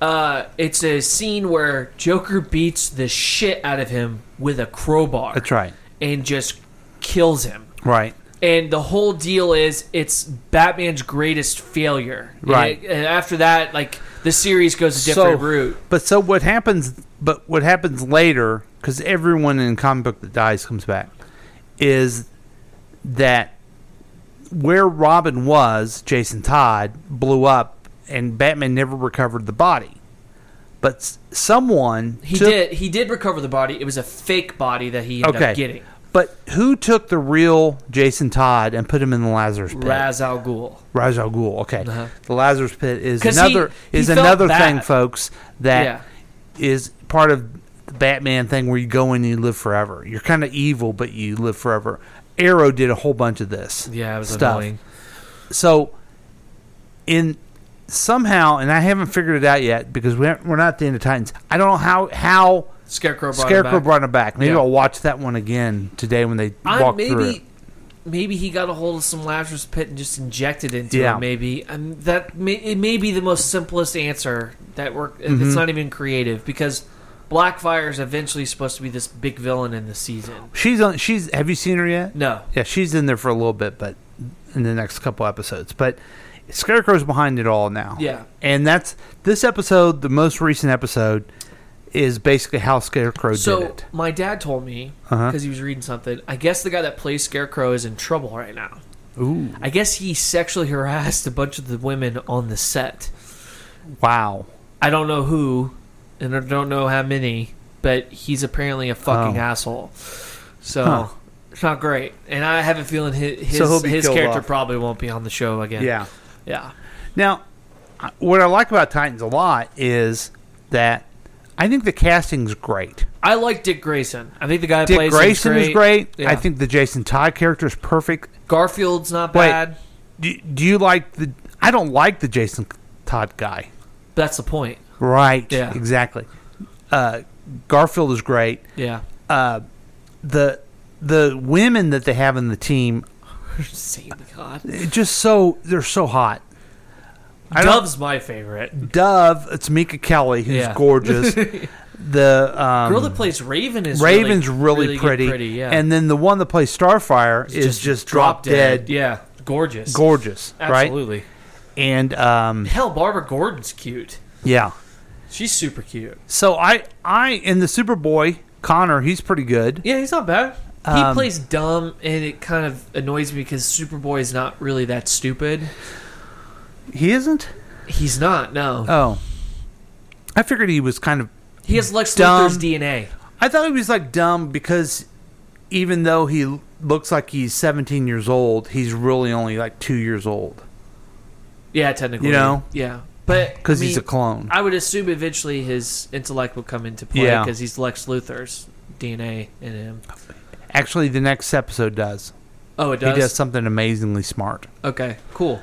[SPEAKER 8] Uh, it's a scene where Joker beats the shit out of him with a crowbar.
[SPEAKER 7] That's right.
[SPEAKER 8] And just kills him.
[SPEAKER 7] Right.
[SPEAKER 8] And the whole deal is it's Batman's greatest failure. And
[SPEAKER 7] Right.
[SPEAKER 8] it- and after that, like the series goes a different route.
[SPEAKER 7] But so what happens? But what happens later? Because everyone in comic book that dies comes back. Is that where Robin was? Jason Todd blew up, and Batman never recovered the body. But s- someone
[SPEAKER 8] He
[SPEAKER 7] took-
[SPEAKER 8] did. He did recover the body. It was a fake body that he ended
[SPEAKER 7] okay.
[SPEAKER 8] up getting.
[SPEAKER 7] But who took the real Jason Todd and put him in the Lazarus pit?
[SPEAKER 8] Raz Al Ghul.
[SPEAKER 7] Ra's al Ghul. Okay,
[SPEAKER 8] Uh-huh.
[SPEAKER 7] the Lazarus Pit is
[SPEAKER 8] 'Cause he-
[SPEAKER 7] another
[SPEAKER 8] he
[SPEAKER 7] is
[SPEAKER 8] felt
[SPEAKER 7] another
[SPEAKER 8] bad.
[SPEAKER 7] thing, folks.
[SPEAKER 8] Yeah.
[SPEAKER 7] That is part of the Batman thing where you go in and you live forever. You're kind of evil, but you live forever. Arrow did a whole bunch of this.
[SPEAKER 8] Yeah, it was
[SPEAKER 7] stuff.
[SPEAKER 8] annoying.
[SPEAKER 7] So, in somehow, and I haven't figured it out yet because we haven't- we're not at the end of Titans. I don't know how how
[SPEAKER 8] Scarecrow brought him
[SPEAKER 7] Scarecrow
[SPEAKER 8] back.
[SPEAKER 7] brought him back. Maybe
[SPEAKER 8] Yeah.
[SPEAKER 7] I'll watch that one again today when they
[SPEAKER 8] I,
[SPEAKER 7] walk through. it.
[SPEAKER 8] maybe maybe he got a hold of some Lazarus pit and just injected into
[SPEAKER 7] Yeah.
[SPEAKER 8] him. Maybe and that may, it may be the most simplest answer that work.
[SPEAKER 7] Mhm.
[SPEAKER 8] It's not even creative because Blackfire is eventually supposed to be this big villain in the season.
[SPEAKER 7] She's on. She's. Have you seen her yet?
[SPEAKER 8] No.
[SPEAKER 7] Yeah, she's in there for a little bit, but in the next couple episodes. But Scarecrow's behind it all now.
[SPEAKER 8] Yeah.
[SPEAKER 7] and that's this episode. The most recent episode is basically how Scarecrow did
[SPEAKER 8] So
[SPEAKER 7] it.
[SPEAKER 8] my dad told me because
[SPEAKER 7] Uh-huh.
[SPEAKER 8] he was reading something. I guess the guy that plays Scarecrow is in trouble right now.
[SPEAKER 7] Ooh.
[SPEAKER 8] I guess he sexually harassed a bunch of the women on the set.
[SPEAKER 7] Wow.
[SPEAKER 8] I don't know who, and I don't know how many, but he's apparently a fucking
[SPEAKER 7] Oh.
[SPEAKER 8] asshole. So
[SPEAKER 7] Huh.
[SPEAKER 8] it's not great. And I have a feeling his his,
[SPEAKER 7] So he'll be
[SPEAKER 8] his
[SPEAKER 7] killed
[SPEAKER 8] character
[SPEAKER 7] off.
[SPEAKER 8] probably won't be on the show again.
[SPEAKER 7] Yeah.
[SPEAKER 8] yeah.
[SPEAKER 7] Now, I- what I like about Titans a lot is that I think the casting's great.
[SPEAKER 8] I like Dick Grayson. I think the guy that
[SPEAKER 7] Dick
[SPEAKER 8] plays him
[SPEAKER 7] Grayson
[SPEAKER 8] great.
[SPEAKER 7] is great.
[SPEAKER 8] Yeah.
[SPEAKER 7] I think the Jason Todd character is perfect.
[SPEAKER 8] Garfield's not
[SPEAKER 7] Wait,
[SPEAKER 8] bad.
[SPEAKER 7] do, do you like the? I don't like the Jason Todd guy.
[SPEAKER 8] That's the point.
[SPEAKER 7] Right.
[SPEAKER 8] Yeah.
[SPEAKER 7] Exactly. Uh, Garfield is great.
[SPEAKER 8] Yeah.
[SPEAKER 7] Uh, the the women that they have in the team,
[SPEAKER 8] Same God.
[SPEAKER 7] it just so they're so hot. I don't-
[SPEAKER 8] Dove's my favorite.
[SPEAKER 7] Dove. It's Mika Kelly, who's
[SPEAKER 8] Yeah. <laughs>
[SPEAKER 7] gorgeous. the um,
[SPEAKER 8] Girl that plays Raven is really-
[SPEAKER 7] Raven's really,
[SPEAKER 8] really good
[SPEAKER 7] pretty.
[SPEAKER 8] pretty, yeah.
[SPEAKER 7] And then the one that plays Starfire is just, drop dead,
[SPEAKER 8] Yeah. Gorgeous.
[SPEAKER 7] gorgeous.
[SPEAKER 8] Absolutely.
[SPEAKER 7] Right? And um,
[SPEAKER 8] Hell, Barbara Gordon's cute.
[SPEAKER 7] yeah.
[SPEAKER 8] She's super cute.
[SPEAKER 7] So I I in the Superboy Connor, he's pretty good.
[SPEAKER 8] Yeah, he's not bad. He
[SPEAKER 7] Um,
[SPEAKER 8] plays dumb, and it kind of annoys me because Superboy is not really that stupid.
[SPEAKER 7] He isn't.
[SPEAKER 8] He's not. No.
[SPEAKER 7] Oh, I figured he was kind of.
[SPEAKER 8] He has Lex
[SPEAKER 7] dumb.
[SPEAKER 8] Luthor's DNA.
[SPEAKER 7] I thought he was like dumb because even though he l- looks like he's 17 years old, he's really only like two years old.
[SPEAKER 8] Yeah, technically.
[SPEAKER 7] You know?
[SPEAKER 8] Yeah, but
[SPEAKER 7] 'Cause he's a clone.
[SPEAKER 8] I would assume eventually his intellect will come into play
[SPEAKER 7] Yeah.
[SPEAKER 8] because he's Lex Luthor's DNA in him.
[SPEAKER 7] Actually, the next episode does.
[SPEAKER 8] Oh, it does?
[SPEAKER 7] He does something amazingly smart.
[SPEAKER 8] Okay, cool.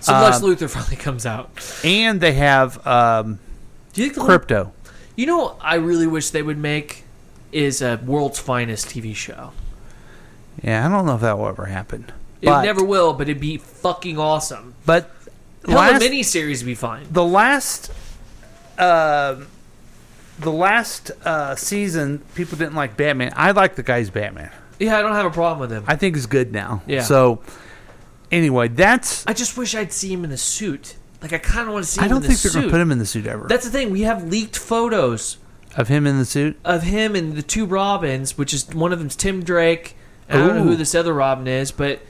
[SPEAKER 8] So Lex
[SPEAKER 7] Um,
[SPEAKER 8] Luthor <laughs> finally comes out.
[SPEAKER 7] And they have um,
[SPEAKER 8] Do you think the whole-
[SPEAKER 7] crypto.
[SPEAKER 8] You know, what I really wish they would make is a world's finest TV show.
[SPEAKER 7] Yeah, I don't know if that will ever happen.
[SPEAKER 8] It
[SPEAKER 7] but,
[SPEAKER 8] never will, but it'd be fucking awesome.
[SPEAKER 7] But
[SPEAKER 8] Hell,
[SPEAKER 7] last-
[SPEAKER 8] the miniseries would be fine.
[SPEAKER 7] the last um the last uh, season people didn't like batman i like the guy's batman
[SPEAKER 8] Yeah, I don't have a problem with him.
[SPEAKER 7] i think he's good now
[SPEAKER 8] Yeah.
[SPEAKER 7] so anyway that's
[SPEAKER 8] I just wish I'd see him in a suit. Like I kind of want to see.
[SPEAKER 7] i
[SPEAKER 8] him
[SPEAKER 7] don't
[SPEAKER 8] in the
[SPEAKER 7] think they're gonna
[SPEAKER 8] suit.
[SPEAKER 7] put him in the suit ever
[SPEAKER 8] That's the thing. We have leaked photos
[SPEAKER 7] of him in the suit
[SPEAKER 8] of him and the two Robins, which is one of them's Tim Drake. and I don't know
[SPEAKER 7] Ooh.
[SPEAKER 8] who this other Robin is, but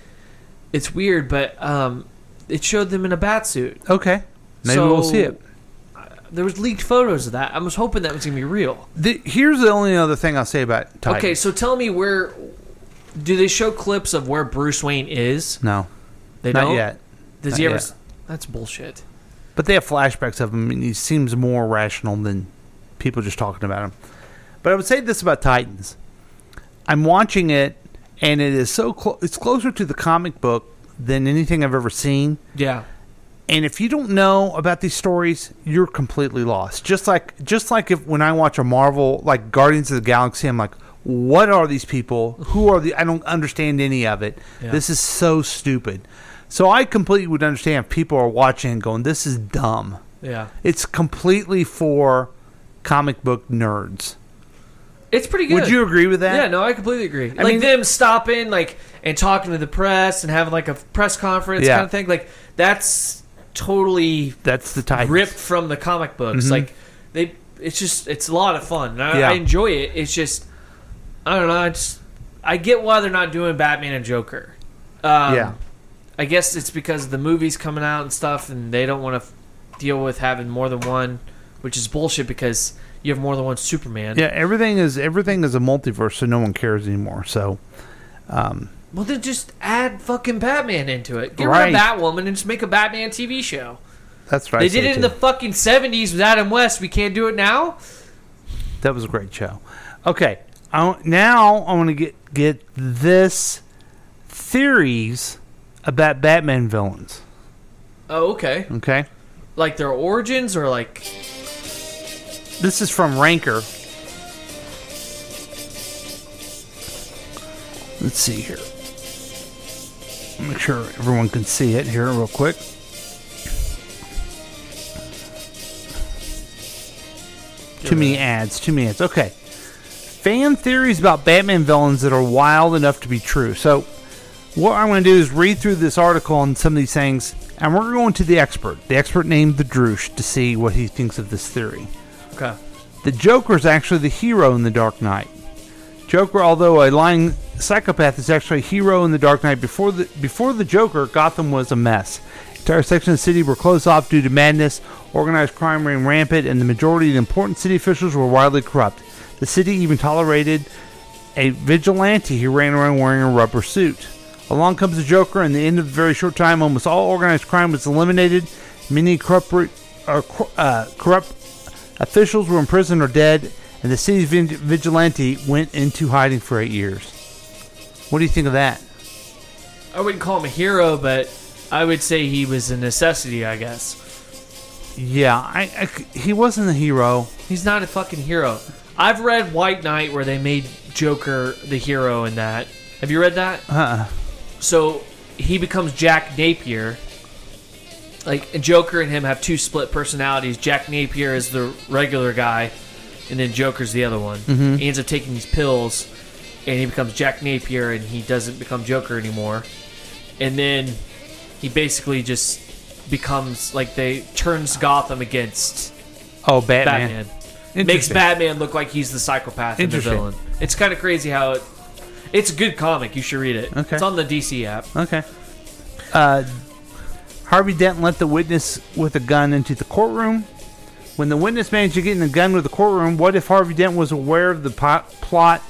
[SPEAKER 8] it's weird. But um, it showed them in a bat suit. uh,
[SPEAKER 7] okay maybe we'll see it
[SPEAKER 8] There was leaked photos of that. I was hoping that was gonna be real.
[SPEAKER 7] the, here's the only other thing i'll say about Titans.
[SPEAKER 8] Okay, so tell me where do they show clips of where Bruce Wayne is?
[SPEAKER 7] no
[SPEAKER 8] They
[SPEAKER 7] not
[SPEAKER 8] don't.
[SPEAKER 7] yet
[SPEAKER 8] Does
[SPEAKER 7] Not
[SPEAKER 8] he ever?
[SPEAKER 7] yet.
[SPEAKER 8] That's bullshit.
[SPEAKER 7] but they have flashbacks of him and he seems more rational than people just talking about him. But I would say this about Titans: I'm watching it, and it is so close. It's closer to the comic book than anything I've ever seen.
[SPEAKER 8] Yeah.
[SPEAKER 7] And if you don't know about these stories, you're completely lost. Just like just like if when I watch a Marvel like Guardians of the Galaxy, I'm like, what are these people? Who are the? I don't understand any of it.
[SPEAKER 8] Yeah.
[SPEAKER 7] This is so stupid. So I completely would understand if people are watching and going, this is dumb.
[SPEAKER 8] Yeah.
[SPEAKER 7] It's completely for comic book nerds.
[SPEAKER 8] It's pretty good.
[SPEAKER 7] Would you agree with that?
[SPEAKER 8] Yeah, no, I completely agree.
[SPEAKER 7] I
[SPEAKER 8] like
[SPEAKER 7] mean-
[SPEAKER 8] them stopping, like and talking to the press and having like a press conference
[SPEAKER 7] Yeah.
[SPEAKER 8] kind of thing. Like that's totally
[SPEAKER 7] that's the Titans.
[SPEAKER 8] ripped from the comic books.
[SPEAKER 7] Mhm.
[SPEAKER 8] Like they, it's just it's a lot of fun. And I,
[SPEAKER 7] Yeah.
[SPEAKER 8] I enjoy it. It's just I don't know. I just I get why they're not doing Batman and Joker. Um,
[SPEAKER 7] Yeah.
[SPEAKER 8] I guess it's because the movie's coming out and stuff, and they don't want to f- deal with having more than one, which is bullshit because you have more than one Superman.
[SPEAKER 7] Yeah, everything is everything is a multiverse, so no one cares anymore. So, um,
[SPEAKER 8] Well, then just add fucking Batman into it. Get
[SPEAKER 7] Right.
[SPEAKER 8] rid of Batwoman and just make a Batman TV show.
[SPEAKER 7] that's right.
[SPEAKER 8] they did it in the fucking seventies with Adam West. We can't do it now.
[SPEAKER 7] that was a great show. Okay, I, want- now I want to get get this theories about Batman villains.
[SPEAKER 8] Oh, okay.
[SPEAKER 7] Okay,
[SPEAKER 8] Like their origins or like
[SPEAKER 7] this is from Ranker. Let's see here. Make sure everyone can see it here real quick. Too many ads. Too many ads. Okay. Fan theories about Batman villains that are wild enough to be true. So, what I'm going to do is read through this article on some of these things, and we're going to the expert, the expert named the Droosh, to see what he thinks of this theory.
[SPEAKER 8] Okay.
[SPEAKER 7] The Joker is actually the hero in The Dark Knight. Joker, although a lying psychopath, is actually a hero in The Dark Knight. Before the before the Joker, Gotham was a mess. Entire sections of the city were closed off due to madness, organized crime ran rampant, and the majority of the important city officials were wildly corrupt. The city even tolerated a vigilante who ran around wearing a rubber suit. Along comes the Joker, and the end of a very short time, almost all organized crime was eliminated. Many corrupt, uh, cor- uh, corrupt officials were imprisoned or dead, and the city's vig- vigilante went into hiding for eight years. What do you think of that?
[SPEAKER 8] I wouldn't call him a hero, but I would say he was a necessity. I guess
[SPEAKER 7] Yeah, I, I c- he wasn't a hero.
[SPEAKER 8] he's not a fucking hero. I've read White Knight where they made Joker the hero in that. Have you read that?
[SPEAKER 7] Uh-uh.
[SPEAKER 8] So he becomes Jack Napier. Like and Joker and him have two split personalities. Jack Napier is the regular guy, and then Joker's the other one.
[SPEAKER 7] Mhm.
[SPEAKER 8] He ends up taking these pills, and he becomes Jack Napier, and he doesn't become Joker anymore. And then he basically just becomes like they turns Gotham against
[SPEAKER 7] Oh, Batman.
[SPEAKER 8] Batman. Makes
[SPEAKER 7] Interesting.
[SPEAKER 8] Batman look like he's the psychopath and the
[SPEAKER 7] Interesting.
[SPEAKER 8] villain. It's kind of crazy how it. It's a good comic. You should read it.
[SPEAKER 7] Okay.
[SPEAKER 8] It's on the DC app.
[SPEAKER 7] Okay. Uh, Harvey Dent let the witness with a gun into the courtroom. When the witness managed to get in the gun with the courtroom, what if Harvey Dent was aware of the po- plot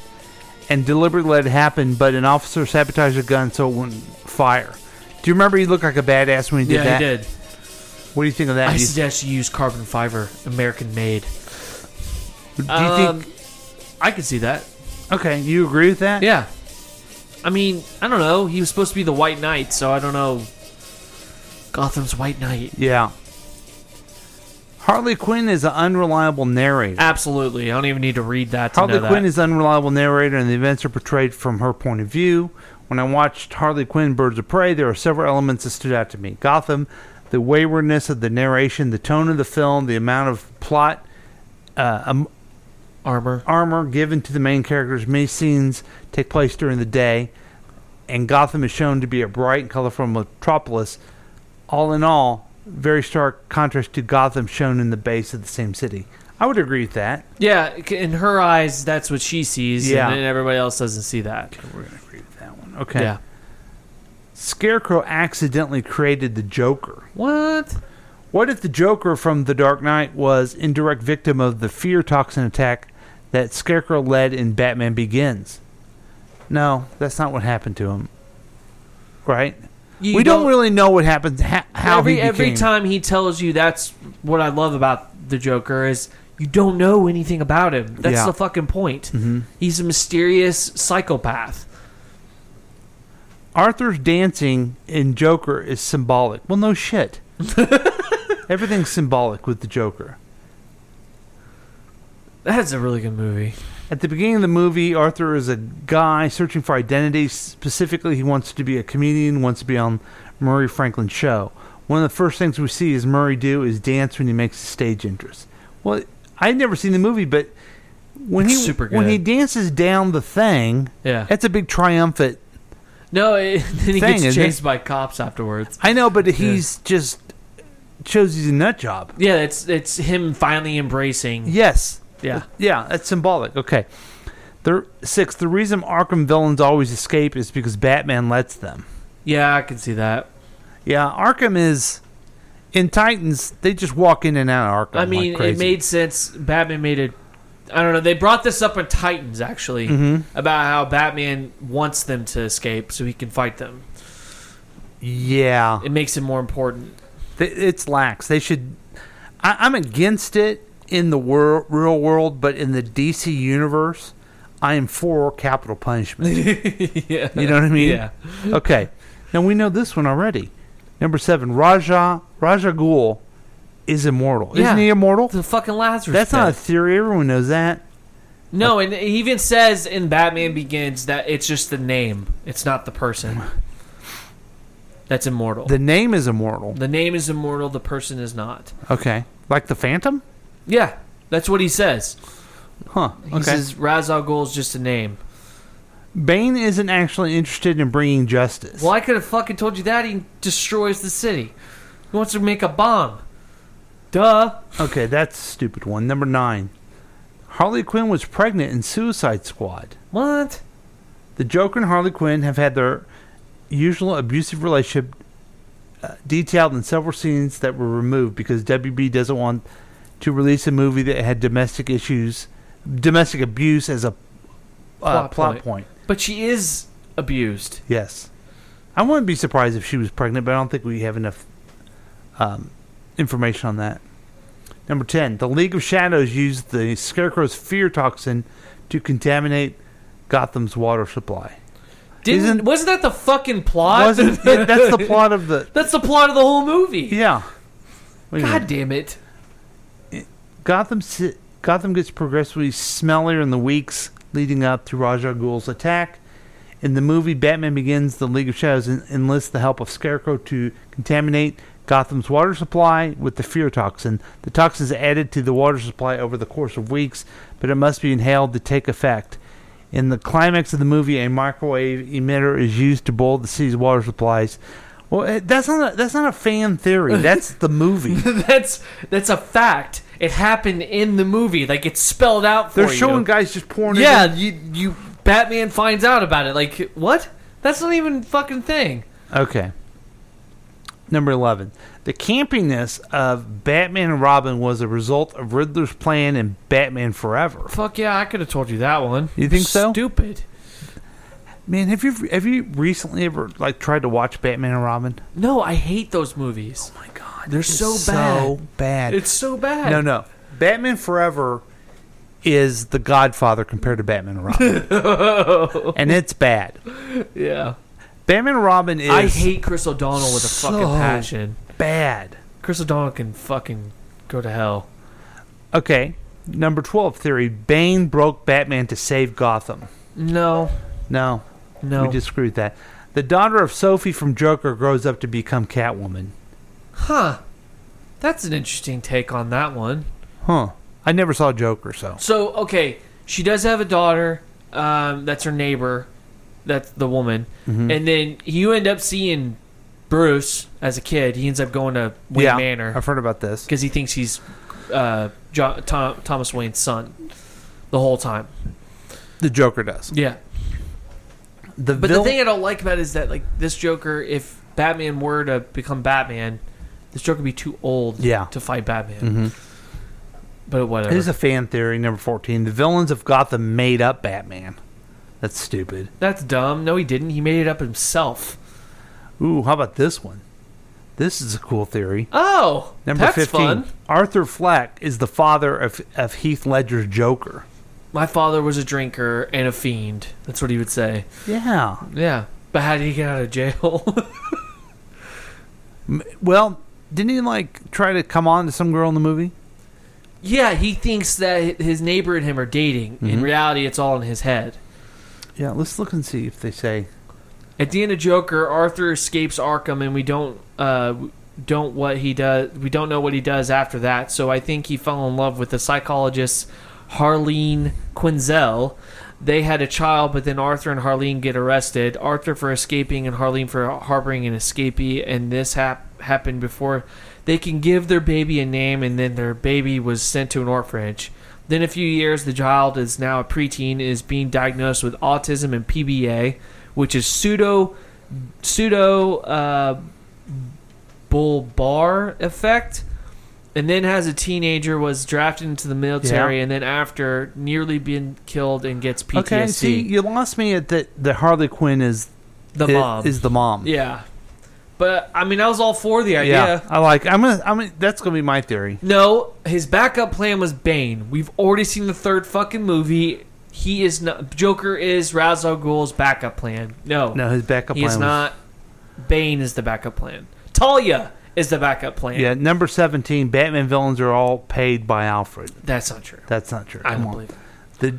[SPEAKER 7] and deliberately let it happen, but an officer sabotaged the gun so it wouldn't fire? Do you remember he looked like a badass when he did
[SPEAKER 8] yeah,
[SPEAKER 7] that?
[SPEAKER 8] he did.
[SPEAKER 7] What do you think of that?
[SPEAKER 8] I
[SPEAKER 7] Do you-
[SPEAKER 8] suggest you use carbon fiber, American made.
[SPEAKER 7] Do you
[SPEAKER 8] Um,
[SPEAKER 7] think?
[SPEAKER 8] I could see that.
[SPEAKER 7] Um, Okay, you agree with that?
[SPEAKER 8] Yeah. I mean, I don't know. He was supposed to be the White Knight, so I don't know. Gotham's White Knight.
[SPEAKER 7] Yeah. Harley Quinn is an unreliable narrator.
[SPEAKER 8] Absolutely. I don't even need to read that to
[SPEAKER 7] Harley
[SPEAKER 8] know that.
[SPEAKER 7] Quinn is an unreliable narrator, and the events are portrayed from her point of view. When I watched Harley Quinn Birds of Prey, there are several elements that stood out to me Gotham, the waywardness of the narration, the tone of the film, the amount of plot uh, um,
[SPEAKER 8] armor
[SPEAKER 7] armor given to the main characters. Many scenes take place during the day, and Gotham is shown to be a bright and colorful metropolis. All in all, very stark contrast to Gotham shown in the base of the same city. I would agree with that.
[SPEAKER 8] Yeah, c- in her eyes, that's what she sees,
[SPEAKER 7] Yeah.
[SPEAKER 8] and then everybody else doesn't see that.
[SPEAKER 7] We're gonna agree with that one. Okay.
[SPEAKER 8] Yeah.
[SPEAKER 7] Scarecrow accidentally created the Joker.
[SPEAKER 8] What?
[SPEAKER 7] What if the Joker from The Dark Knight was indirect victim of the fear toxin attack that Scarecrow led in Batman Begins? No, that's not what happened to him. Right?
[SPEAKER 8] You
[SPEAKER 7] we don't,
[SPEAKER 8] don't-
[SPEAKER 7] really know what happened, ha- how
[SPEAKER 8] every
[SPEAKER 7] he became.
[SPEAKER 8] every time he tells you that's what I love about the Joker is you don't know anything about him. That's
[SPEAKER 7] Yeah.
[SPEAKER 8] the fucking point.
[SPEAKER 7] Mhm.
[SPEAKER 8] He's a mysterious psychopath.
[SPEAKER 7] Arthur's dancing in Joker is symbolic. Well, no
[SPEAKER 8] <laughs>
[SPEAKER 7] shit. Everything's symbolic with the Joker.
[SPEAKER 8] That's a really good movie.
[SPEAKER 7] At the beginning of the movie, Arthur is a guy searching for identity. Specifically, he wants to be a comedian, wants to be on Murray Franklin's show. One of the first things we see is Murray do is dance when he makes a stage entrance. Well, I'd never seen the movie, but when he
[SPEAKER 8] It's super
[SPEAKER 7] when
[SPEAKER 8] good.
[SPEAKER 7] he dances down the thing,
[SPEAKER 8] Yeah.
[SPEAKER 7] that's a big triumphant.
[SPEAKER 8] No, <laughs> it, then he
[SPEAKER 7] Thing,
[SPEAKER 8] gets
[SPEAKER 7] isn't it?
[SPEAKER 8] chased by cops afterwards.
[SPEAKER 7] I know, but he's just shows he's a nut job.
[SPEAKER 8] Yeah, it's it's him finally embracing.
[SPEAKER 7] Yes.
[SPEAKER 8] Yeah.
[SPEAKER 7] Yeah, that's symbolic. Okay. Thir six, the reason Arkham villains always escape is because Batman lets them.
[SPEAKER 8] Yeah, I can see that.
[SPEAKER 7] Yeah, Arkham is. In Titans, they just walk in and out of Arkham.
[SPEAKER 8] I
[SPEAKER 7] like
[SPEAKER 8] mean, it
[SPEAKER 7] crazy.
[SPEAKER 8] made sense. Batman made it. I don't know. They brought this up in Titans actually
[SPEAKER 7] Mhm.
[SPEAKER 8] about how Batman wants them to escape so he can fight them.
[SPEAKER 7] Yeah.
[SPEAKER 8] It makes it more important.
[SPEAKER 7] Th- it's lax. They should. I, I'm against it in the wor- real world, but in the DC universe, I am for capital punishment.
[SPEAKER 8] <laughs> yeah.
[SPEAKER 7] You know what I mean?
[SPEAKER 8] Yeah.
[SPEAKER 7] Okay. Now we know this one already. Number seven, Raja Raja Ghul is immortal.
[SPEAKER 8] Yeah.
[SPEAKER 7] Isn't he immortal?
[SPEAKER 8] The fucking Lazarus.
[SPEAKER 7] That's not a
[SPEAKER 8] pit.
[SPEAKER 7] theory. Everyone knows that.
[SPEAKER 8] No, and he even says in Batman Begins that it's just the name. It's not the person. That's immortal.
[SPEAKER 7] The name is immortal.
[SPEAKER 8] The name is immortal, the person is not.
[SPEAKER 7] Okay. Like the Phantom?
[SPEAKER 8] Yeah, that's what he says.
[SPEAKER 7] Huh.
[SPEAKER 8] He
[SPEAKER 7] Okay.
[SPEAKER 8] says Ra's al Ghul is just a name.
[SPEAKER 7] Bane isn't actually interested in bringing justice.
[SPEAKER 8] Well, I could have fucking told you that. He destroys the city. He wants to make a bomb. Duh.
[SPEAKER 7] Okay, that's a stupid one. Number nine. Harley Quinn was pregnant in Suicide Squad.
[SPEAKER 8] What?
[SPEAKER 7] The Joker and Harley Quinn have had their usual abusive relationship uh, detailed in several scenes that were removed because WB doesn't want to release a movie that had domestic issues, domestic abuse as a uh, plot, point.
[SPEAKER 8] But she is abused.
[SPEAKER 7] Yes. I wouldn't be surprised if she was pregnant, but I don't think we have enough um, information on that. Number 10. The League of Shadows used the Scarecrow's fear toxin to contaminate Gotham's water supply.
[SPEAKER 8] Didn't
[SPEAKER 7] Isn't-
[SPEAKER 8] wasn't that the fucking plot? <laughs>
[SPEAKER 7] Wasn't- yeah, that's the plot of the-
[SPEAKER 8] That's the plot of the whole movie.
[SPEAKER 7] Yeah. Wait a
[SPEAKER 8] God
[SPEAKER 7] minute.
[SPEAKER 8] damn it.
[SPEAKER 7] Gotham, si- Gotham gets progressively smellier in the weeks leading up to Raja Ghul's attack. In the movie, Batman begins the League of Shadows and enlists the help of Scarecrow to contaminate Gotham's water supply with the fear toxin. The toxin is added to the water supply over the course of weeks, but it must be inhaled to take effect. In the climax of the movie, a microwave emitter is used to boil the city's water supplies. Well, eh, that's not a, that's not a fan theory.
[SPEAKER 8] <laughs>
[SPEAKER 7] That's the movie.
[SPEAKER 8] that's that's a fact. It happened in the movie. Like it's spelled out for
[SPEAKER 7] They're
[SPEAKER 8] you.
[SPEAKER 7] showing guys just pouring. it
[SPEAKER 8] Yeah,
[SPEAKER 7] in.
[SPEAKER 8] you you Batman finds out about it. Like what? That's not even fucking thing.
[SPEAKER 7] Okay. Number 11. The campiness of Batman and Robin was a result of Riddler's plan in Batman Forever.
[SPEAKER 8] Fuck yeah, I could have told you that one.
[SPEAKER 7] You think so?
[SPEAKER 8] Stupid.
[SPEAKER 7] Man, have you have you recently ever like tried to watch Batman and Robin?
[SPEAKER 8] No, I hate those movies. Oh my god. They're so
[SPEAKER 7] It's
[SPEAKER 8] bad.
[SPEAKER 7] So bad.
[SPEAKER 8] It's so bad.
[SPEAKER 7] No, no. Batman Forever is The Godfather compared to Batman and Robin.
[SPEAKER 8] <laughs> no.
[SPEAKER 7] and it's bad.
[SPEAKER 8] <laughs> yeah.
[SPEAKER 7] Batman and Robin is
[SPEAKER 8] I hate Chris O'Donnell with a fucking
[SPEAKER 7] so
[SPEAKER 8] passion.
[SPEAKER 7] Bad.
[SPEAKER 8] Chris O'Donnell can fucking go to hell.
[SPEAKER 7] Okay. Number 12 theory, Bane broke Batman to save Gotham.
[SPEAKER 8] No.
[SPEAKER 7] No.
[SPEAKER 8] No.
[SPEAKER 7] We disagree with that. The daughter of Sophie from Joker grows up to become Catwoman.
[SPEAKER 8] Huh. That's an interesting take on that one.
[SPEAKER 7] Huh. I never saw Joker, so.
[SPEAKER 8] So okay, she does have a daughter. Um, that's her neighbor. That's the woman.
[SPEAKER 7] Mhm.
[SPEAKER 8] And then you end up seeing Bruce as a kid. He ends up going to Wayne
[SPEAKER 7] Yeah,
[SPEAKER 8] Manor.
[SPEAKER 7] I've heard about this
[SPEAKER 8] because he thinks he's uh, jo- Tom- Thomas Wayne's son the whole time.
[SPEAKER 7] The Joker does.
[SPEAKER 8] Yeah.
[SPEAKER 7] The
[SPEAKER 8] But
[SPEAKER 7] vil-
[SPEAKER 8] the thing I don't like about it is that like this Joker, if Batman were to become Batman, this Joker would be too old
[SPEAKER 7] Yeah.
[SPEAKER 8] to fight Batman.
[SPEAKER 7] Mhm.
[SPEAKER 8] But whatever.
[SPEAKER 7] Here's a fan theory, number 14. The villains of Gotham made up Batman. That's stupid.
[SPEAKER 8] That's dumb. No, he didn't. He made it up himself.
[SPEAKER 7] Ooh, how about this one? This is a cool theory.
[SPEAKER 8] Oh,
[SPEAKER 7] Number
[SPEAKER 8] that's
[SPEAKER 7] 15.
[SPEAKER 8] fun.
[SPEAKER 7] Arthur Fleck is the father of, of Heath Ledger's Joker.
[SPEAKER 8] My father was a drinker and a fiend. That's what he would say.
[SPEAKER 7] Yeah.
[SPEAKER 8] Yeah. But how did he get out of jail? <laughs>
[SPEAKER 7] M- Well, didn't he like try to come on to some girl in the movie?
[SPEAKER 8] yeah, he thinks that his neighbor and him are dating. In
[SPEAKER 7] Mhm.
[SPEAKER 8] reality, it's all in his head.
[SPEAKER 7] Yeah, let's look and see if they say.
[SPEAKER 8] At the end of Joker, Arthur escapes Arkham, and we don't uh, don't what he does. We don't know what he does after that. So I think he fell in love with the psychologist Harlene Quinzel. They had a child, but then Arthur and Harlene get arrested. Arthur for escaping, and Harlene for harboring an escapee. And this hap- happened before they can give their baby a name, and then their baby was sent to an orphanage. Then a few years, the child is now a preteen, is being diagnosed with autism and PBA, which is pseudo pseudo uh, bulbar effect. And then, as a teenager, was drafted into the military,
[SPEAKER 7] Yeah.
[SPEAKER 8] and then after nearly being killed and gets PTSD.
[SPEAKER 7] Okay, see, you lost me at that. The Harley Quinn is
[SPEAKER 8] The
[SPEAKER 7] i-
[SPEAKER 8] mom.
[SPEAKER 7] is the mom.
[SPEAKER 8] Yeah, but I mean, I was all for the idea.
[SPEAKER 7] Yeah, I like. I'm gonna. I'm gonna. That's gonna be my theory.
[SPEAKER 8] No, his backup plan was Bane. We've already seen the third fucking movie. He is not. Joker is Ra's al Ghul's backup plan. No,
[SPEAKER 7] No, his backup
[SPEAKER 8] He
[SPEAKER 7] plan
[SPEAKER 8] is
[SPEAKER 7] was-
[SPEAKER 8] not. Bane is the backup plan. Talia is the backup plan.
[SPEAKER 7] Yeah, number seventeen. Batman villains are all paid by Alfred.
[SPEAKER 8] That's not true.
[SPEAKER 7] That's not true.
[SPEAKER 8] I
[SPEAKER 7] Come
[SPEAKER 8] don't
[SPEAKER 7] on.
[SPEAKER 8] believe
[SPEAKER 7] The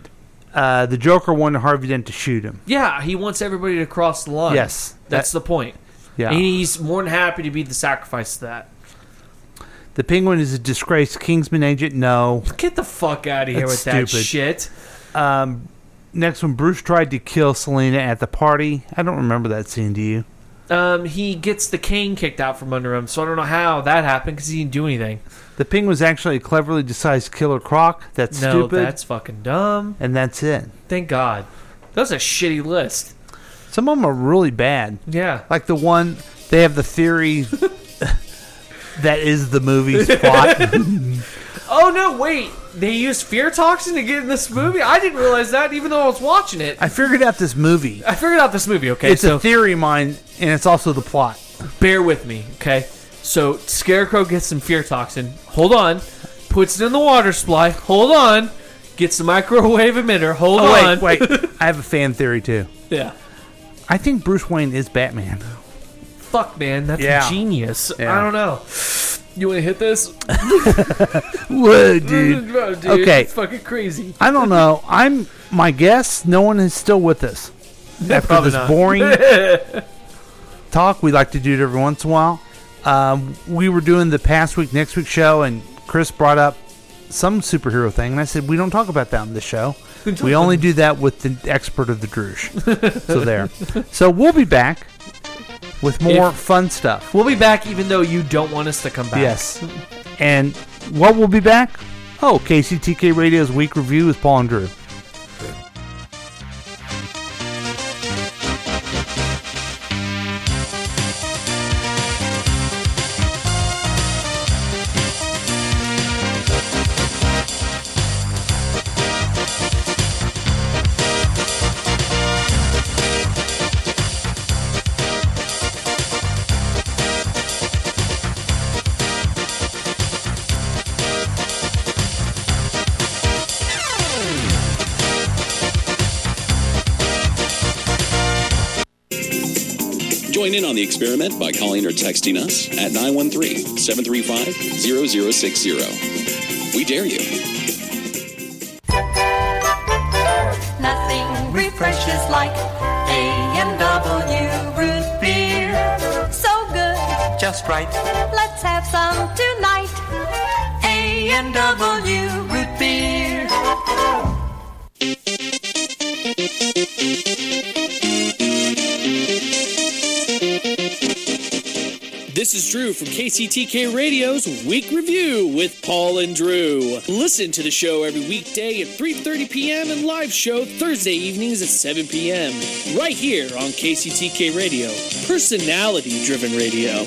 [SPEAKER 7] uh, the Joker wanted Harvey Dent to shoot him.
[SPEAKER 8] Yeah, he wants everybody to cross the line.
[SPEAKER 7] Yes,
[SPEAKER 8] that's
[SPEAKER 7] that-
[SPEAKER 8] the point.
[SPEAKER 7] Yeah.
[SPEAKER 8] and he's more than happy to be the sacrifice to that.
[SPEAKER 7] The Penguin is a disgraced Kingsman agent. No,
[SPEAKER 8] Get the fuck out of here
[SPEAKER 7] That's
[SPEAKER 8] with that
[SPEAKER 7] stupid.
[SPEAKER 8] shit.
[SPEAKER 7] Um, next one, Bruce tried to kill Selena at the party. I don't remember that scene. Do you?
[SPEAKER 8] Um, he gets the cane kicked out from under him, so I don't know how that happened because he didn't do anything.
[SPEAKER 7] The Penguin's actually a cleverly disguised killer croc. That's
[SPEAKER 8] no,
[SPEAKER 7] stupid.
[SPEAKER 8] that's fucking dumb.
[SPEAKER 7] and that's it.
[SPEAKER 8] Thank God. That was a shitty list.
[SPEAKER 7] Some of them are really bad.
[SPEAKER 8] Yeah.
[SPEAKER 7] Like the one they have the
[SPEAKER 8] <laughs>
[SPEAKER 7] theory that is the movie's plot.
[SPEAKER 8] <laughs> Oh no, wait. They used fear toxin to get in this movie? I didn't realize that even though I was watching it.
[SPEAKER 7] I figured out this movie.
[SPEAKER 8] I figured out this movie, okay?
[SPEAKER 7] it's
[SPEAKER 8] so
[SPEAKER 7] a theory of mine, and it's also the plot.
[SPEAKER 8] bear with me, okay? So Scarecrow gets some fear toxin. Hold on. Puts it in the water supply. Hold on. Gets the microwave emitter. Hold
[SPEAKER 7] Oh,
[SPEAKER 8] on.
[SPEAKER 7] wait, wait. I have a fan theory too.
[SPEAKER 8] <laughs> yeah.
[SPEAKER 7] I think Bruce Wayne is Batman.
[SPEAKER 8] Fuck, man. That's
[SPEAKER 7] Yeah.
[SPEAKER 8] genius.
[SPEAKER 7] Yeah.
[SPEAKER 8] I don't know. You want to hit this?
[SPEAKER 7] Whoa,
[SPEAKER 8] <laughs>
[SPEAKER 7] dude.
[SPEAKER 8] Bro, dude,
[SPEAKER 7] Okay.
[SPEAKER 8] It's fucking crazy.
[SPEAKER 7] I don't know. I'm my guess. No one is still with us after
[SPEAKER 8] Probably
[SPEAKER 7] this
[SPEAKER 8] not.
[SPEAKER 7] boring
[SPEAKER 8] <laughs>
[SPEAKER 7] talk we like to do it every once in a while. Um, we were doing the past week, next week show, and Chris brought up some superhero thing, and I said we don't talk about that on this
[SPEAKER 8] <laughs>
[SPEAKER 7] show. we only do that with the expert of the Druge. so there. So we'll be back with more
[SPEAKER 8] If-
[SPEAKER 7] fun stuff.
[SPEAKER 8] We'll be back even though you don't want us to come back.
[SPEAKER 7] Yes. And what will be back? Oh, KCTK Radio's week review with Paul and Drew.
[SPEAKER 23] Join in on the experiment by calling or texting us at 913 735 0060. We dare you.
[SPEAKER 22] Nothing refreshes like A&W root beer. So good, just right. Let's have some tonight. A&W root beer.
[SPEAKER 1] This is Drew from KCTK Radio's Week Review with Paul and Drew. Listen to the show every weekday at 3:30 p.m. and live show Thursday evenings at 7 p.m. right here on KCTK Radio, personality-driven radio.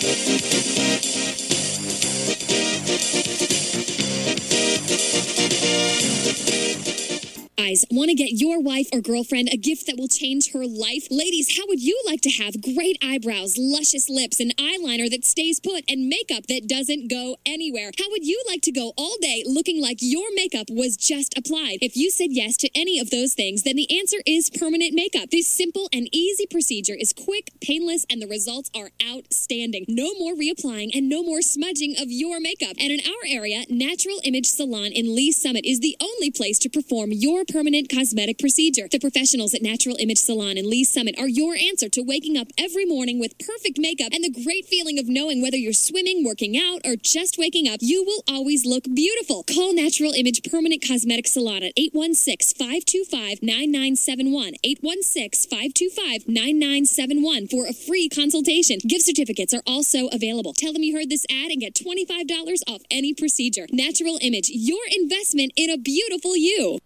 [SPEAKER 2] I guys, want to get your wife or girlfriend a gift that will change her life? Ladies, how would you like to have great eyebrows, luscious lips, an eyeliner that stays put, and makeup that doesn't go anywhere? How would you like to go all day looking like your makeup was just applied? If you said yes to any of those things, then the answer is permanent makeup. This simple and easy procedure is quick, painless, and the results are outstanding. No more reapplying and no more smudging of your makeup. And in our area, Natural Image Salon in Lee Summit is the only place to perform your permanent cosmetic procedure. The professionals at Natural Image Salon in Lee Summit are your answer to waking up every morning with perfect makeup and the great feeling of knowing whether you're swimming, working out, or just waking up, you will always look beautiful. Call Natural Image Permanent Cosmetic Salon at 816 525 9971. 816 525 9971 for a free consultation. Gift certificates are also available. Tell them you heard this ad and get $25 off any procedure. Natural Image, your investment in a beautiful you.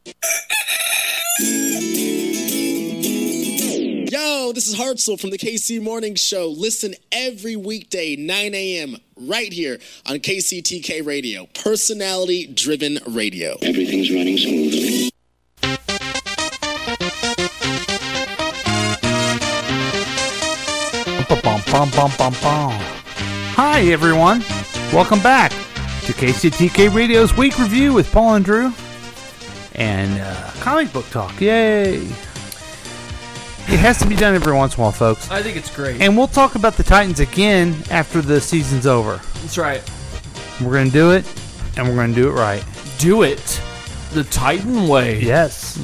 [SPEAKER 3] Yo, this is Hartzell from the KC Morning Show. Listen every weekday, 9 a.m., right here on KCTK Radio, personality driven radio.
[SPEAKER 4] Everything's running smoothly.
[SPEAKER 7] Bum, bum, bum, bum, bum. Hi, everyone. Welcome back to KCTK Radio's Week Review with Paul and Drew and uh, comic book talk. Yay! It has to be done every once in a while, folks.
[SPEAKER 8] I think it's great.
[SPEAKER 7] And we'll talk about the Titans again after the season's over.
[SPEAKER 8] That's right.
[SPEAKER 7] We're going to do it, and we're going to do it right.
[SPEAKER 8] Do it the Titan way.
[SPEAKER 7] Yes.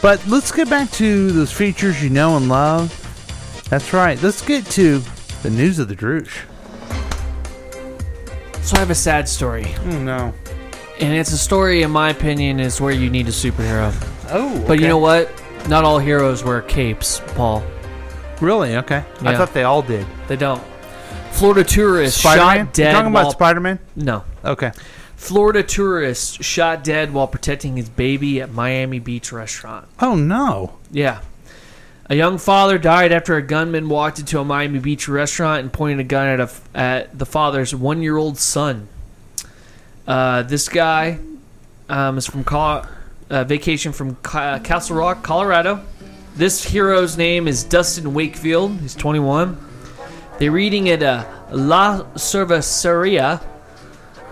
[SPEAKER 7] But let's get back to those features you know and love. That's right. Let's get to the news of the Droosh.
[SPEAKER 8] So I have a sad story.
[SPEAKER 7] Oh no.
[SPEAKER 8] And it's a story, in my opinion, is where you need a superhero.
[SPEAKER 7] Oh,
[SPEAKER 8] But
[SPEAKER 7] okay.
[SPEAKER 8] you know what? Not all heroes wear capes, Paul.
[SPEAKER 7] Really? Okay. I thought they all did.
[SPEAKER 8] They don't. Florida tourist
[SPEAKER 7] Spider-Man?
[SPEAKER 8] shot dead.
[SPEAKER 7] You talking about
[SPEAKER 8] while-
[SPEAKER 7] Spider-Man?
[SPEAKER 8] No.
[SPEAKER 7] Okay.
[SPEAKER 8] Florida tourist shot dead while protecting his baby at Miami Beach restaurant.
[SPEAKER 7] Oh no.
[SPEAKER 8] Yeah. A young father died after a gunman walked into a Miami Beach restaurant and pointed a gun at, a f at the father's one year old son. Uh, this guy um, is from Col- uh, vacation from Ca- Castle Rock, Colorado. This hero's name is Dustin Wakefield. He's 21. They're eating at a La Cerveceria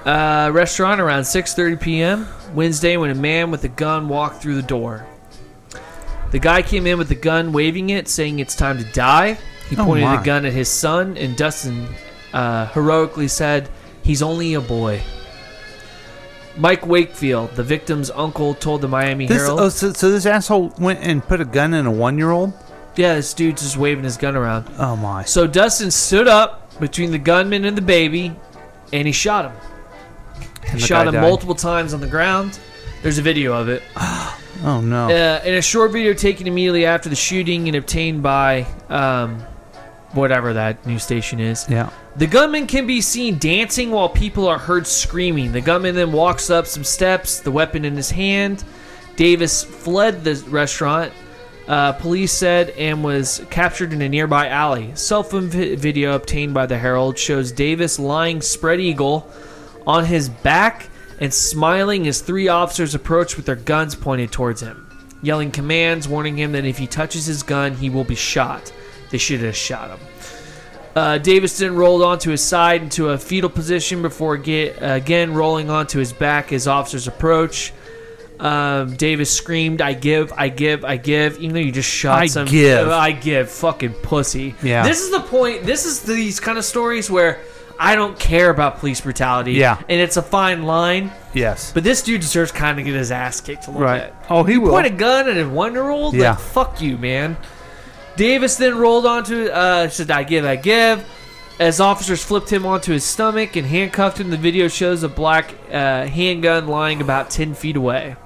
[SPEAKER 8] uh, restaurant around 6:30 p.m. Wednesday when a man with a gun walked through the door. The guy came in with the gun, waving it, saying it's time to die. He
[SPEAKER 7] Oh,
[SPEAKER 8] pointed
[SPEAKER 7] my.
[SPEAKER 8] the gun at his son, and Dustin uh, heroically said, "He's only a boy." Mike Wakefield, the victim's uncle, told the Miami
[SPEAKER 7] This,
[SPEAKER 8] Herald.
[SPEAKER 7] oh, so, so this asshole went and put a gun in a one-year-old.
[SPEAKER 8] Yeah, this dude's just waving his gun around.
[SPEAKER 7] Oh my!
[SPEAKER 8] So Dustin stood up between the gunman and the baby, and he shot him. He
[SPEAKER 7] And the
[SPEAKER 8] shot
[SPEAKER 7] guy
[SPEAKER 8] him
[SPEAKER 7] died.
[SPEAKER 8] multiple times on the ground. There's a video of it.
[SPEAKER 7] Oh no!
[SPEAKER 8] Uh, in a short video taken immediately after the shooting and obtained by um, whatever that news station is.
[SPEAKER 7] Yeah.
[SPEAKER 8] The gunman can be seen dancing while people are heard screaming. The gunman then walks up some steps, the weapon in his hand. Davis fled the restaurant, uh, police said, and was captured in a nearby alley. Cell phone vi- video obtained by the Herald shows Davis lying spread eagle on his back and smiling as three officers approach with their guns pointed towards him, yelling commands, warning him that if he touches his gun, he will be shot. They should have shot him. Uh, Davis then rolled onto his side into a fetal position before get, again rolling onto his back as officers approach. Um, Davis screamed, "I give, I give, I give!" Even though you just shot
[SPEAKER 7] I
[SPEAKER 8] some,
[SPEAKER 7] give.
[SPEAKER 8] I give, fucking pussy.
[SPEAKER 7] Yeah.
[SPEAKER 8] This is the point. This is these kind of stories where I don't care about police brutality.
[SPEAKER 7] Yeah.
[SPEAKER 8] And it's a fine line.
[SPEAKER 7] Yes.
[SPEAKER 8] But this dude deserves kind of get his ass kicked a little
[SPEAKER 7] Right.
[SPEAKER 8] bit.
[SPEAKER 7] Oh, he
[SPEAKER 8] You
[SPEAKER 7] will.
[SPEAKER 8] Point a gun at a one year old?
[SPEAKER 7] Yeah.
[SPEAKER 8] Like, fuck you, man. Davis then rolled onto, uh, said, I give, I give. As officers flipped him onto his stomach and handcuffed him, the video shows a black uh, handgun lying about 10 feet away.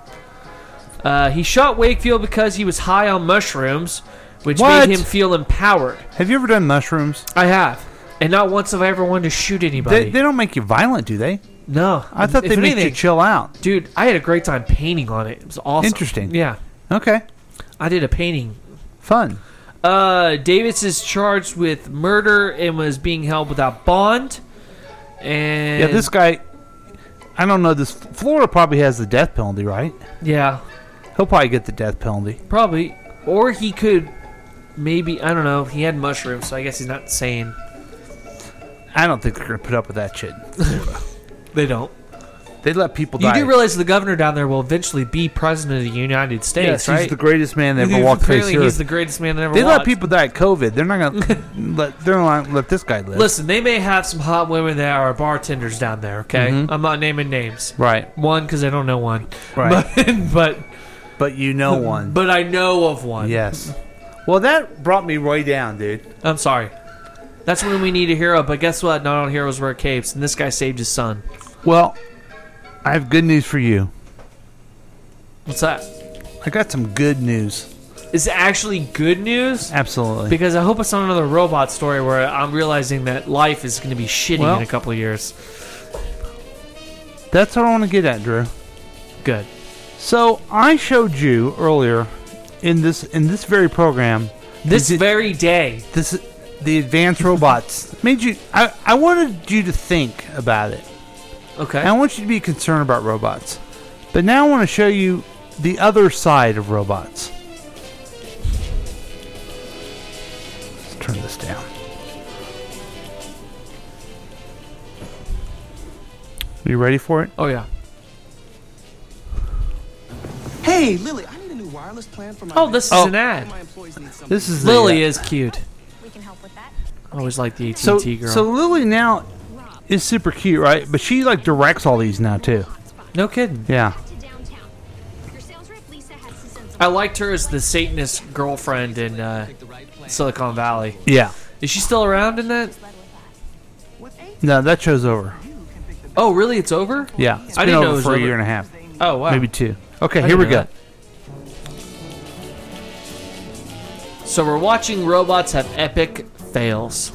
[SPEAKER 8] Uh, he shot Wakefield because he was high on mushrooms, which
[SPEAKER 7] What?
[SPEAKER 8] made him feel empowered.
[SPEAKER 7] Have you ever done mushrooms?
[SPEAKER 8] I have. And not once have I ever wanted to shoot anybody.
[SPEAKER 7] They, they don't make you violent, do they?
[SPEAKER 8] No.
[SPEAKER 7] I thought
[SPEAKER 8] If
[SPEAKER 7] they made you
[SPEAKER 8] anything-
[SPEAKER 7] chill out.
[SPEAKER 8] Dude, I had a great time painting on it. It was awesome.
[SPEAKER 7] Interesting.
[SPEAKER 8] Yeah.
[SPEAKER 7] Okay.
[SPEAKER 8] I did a painting.
[SPEAKER 7] Fun.
[SPEAKER 8] Uh, Davis is charged with murder and was being held without bond. And
[SPEAKER 7] yeah, this guy. I don't know. This Florida probably has the death penalty, right?
[SPEAKER 8] Yeah.
[SPEAKER 7] He'll probably get the death penalty.
[SPEAKER 8] Probably. Or he could maybe, I don't know, he had mushrooms, so I guess he's not sane.
[SPEAKER 7] I don't think they're going to put up with that shit.
[SPEAKER 8] they don't.
[SPEAKER 7] They let people
[SPEAKER 8] You
[SPEAKER 7] die.
[SPEAKER 8] do realize the governor down there will eventually be president of the United States,
[SPEAKER 7] Yes,
[SPEAKER 8] right?
[SPEAKER 7] he's the greatest man that ever
[SPEAKER 8] He's-
[SPEAKER 7] walked face
[SPEAKER 8] Apparently,
[SPEAKER 7] earth.
[SPEAKER 8] he's the greatest man that ever
[SPEAKER 7] they
[SPEAKER 8] walked.
[SPEAKER 7] let people die of COVID. They're not going to
[SPEAKER 8] <laughs>
[SPEAKER 7] let they're not gonna let this guy live.
[SPEAKER 8] Listen, they may have some hot women that are bartenders down there. Okay,
[SPEAKER 7] Mhm.
[SPEAKER 8] I'm not naming names.
[SPEAKER 7] Right.
[SPEAKER 8] One because I don't know one. <laughs>
[SPEAKER 7] Right.
[SPEAKER 8] But, but
[SPEAKER 7] but you know one.
[SPEAKER 8] But I know of one.
[SPEAKER 7] Yes. Well, that brought me way down, dude.
[SPEAKER 8] I'm sorry. That's when we need a hero. But guess what? Not all heroes wear capes, and this guy saved his son.
[SPEAKER 7] Well, I have good news for you.
[SPEAKER 8] What's that?
[SPEAKER 7] I got some good news.
[SPEAKER 8] Is it actually good news?
[SPEAKER 7] Absolutely.
[SPEAKER 8] Because I hope it's not another robot story where I'm realizing that life is going to be shitty
[SPEAKER 7] Well-
[SPEAKER 8] in a couple of years.
[SPEAKER 7] That's what I want to get at, Drew.
[SPEAKER 8] Good.
[SPEAKER 7] So I showed you earlier in this in this very program.
[SPEAKER 8] This
[SPEAKER 7] the-
[SPEAKER 8] very day.
[SPEAKER 7] This the advanced <laughs> robots made you. I I wanted you to think about it.
[SPEAKER 8] Okay.
[SPEAKER 7] I want you to be concerned about robots, but now I want to show you the other side of robots. Let's turn this down. Are you ready for it?
[SPEAKER 8] Oh yeah.
[SPEAKER 5] Hey, Lily, I need a new wireless plan for my.
[SPEAKER 8] Oh, this is an ad.
[SPEAKER 7] This is the- uh,
[SPEAKER 8] Lily is cute. I always like the AT&T
[SPEAKER 7] So,
[SPEAKER 8] girl.
[SPEAKER 7] so Lily now is super cute, right? But she like directs all these now too.
[SPEAKER 8] No kidding.
[SPEAKER 7] Yeah.
[SPEAKER 8] I liked her as the Satanist girlfriend in uh, Silicon Valley.
[SPEAKER 7] Yeah.
[SPEAKER 8] Is she still around in that?
[SPEAKER 7] No, that show's over.
[SPEAKER 8] Oh, really? It's over?
[SPEAKER 7] Yeah, it's
[SPEAKER 8] I
[SPEAKER 7] been
[SPEAKER 8] didn't know
[SPEAKER 7] over
[SPEAKER 8] it was
[SPEAKER 7] for a
[SPEAKER 8] over.
[SPEAKER 7] year and a half.
[SPEAKER 8] Oh, wow.
[SPEAKER 7] maybe two. Okay,
[SPEAKER 8] I
[SPEAKER 7] here we
[SPEAKER 8] didn't know
[SPEAKER 7] go.
[SPEAKER 8] So we're watching robots have epic fails.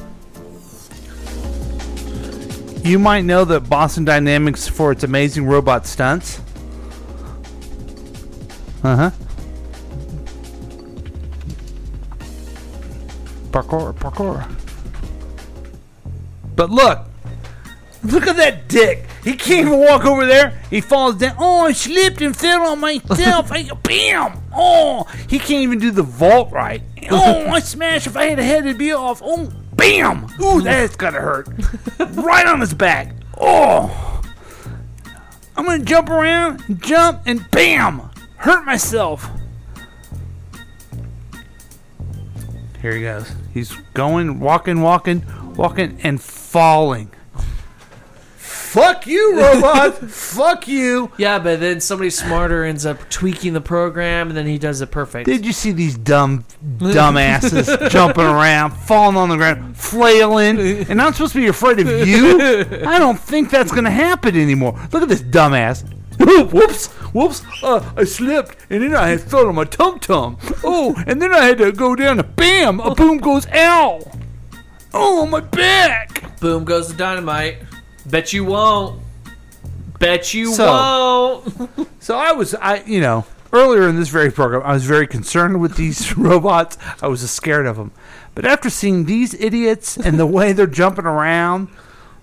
[SPEAKER 7] You might know that Boston Dynamics for its amazing robot stunts. Uh huh. Parkour, parkour. But look, look at that dick. He can't even walk over there. He falls down. Oh, I slipped and fell on myself. I, bam! Oh, he can't even do the vault right. Oh, I smash. If I had a head, it'd be off. Oh, bam! Ooh, that's gotta <laughs> hurt. right on his back. Oh, I'm gonna jump around, jump, and bam! Hurt myself. Here he goes. He's going, walking, walking, walking, and falling. Fuck you, <laughs> robot! Fuck you!
[SPEAKER 8] Yeah, but then somebody smarter ends up tweaking the program, and then he does it perfect.
[SPEAKER 7] Did you see these dumb dumbasses jumping around, falling on the ground, flailing? And I'm supposed to be afraid of you? I don't think that's gonna happen anymore. Look at this dumbass. Whoops! Whoops! Uh, I slipped, and then I had fell on my tum tum. Oh, and then I had to go down. And bam! A boom goes ow. Oh my back!
[SPEAKER 8] Boom goes the dynamite. Bet you won't. Bet you
[SPEAKER 7] So- <laughs>
[SPEAKER 8] won't.
[SPEAKER 7] So I was, I you know, earlier in this very program, I was very concerned with these <laughs> robots. I was scared of them, but after seeing these idiots and the way they're jumping around,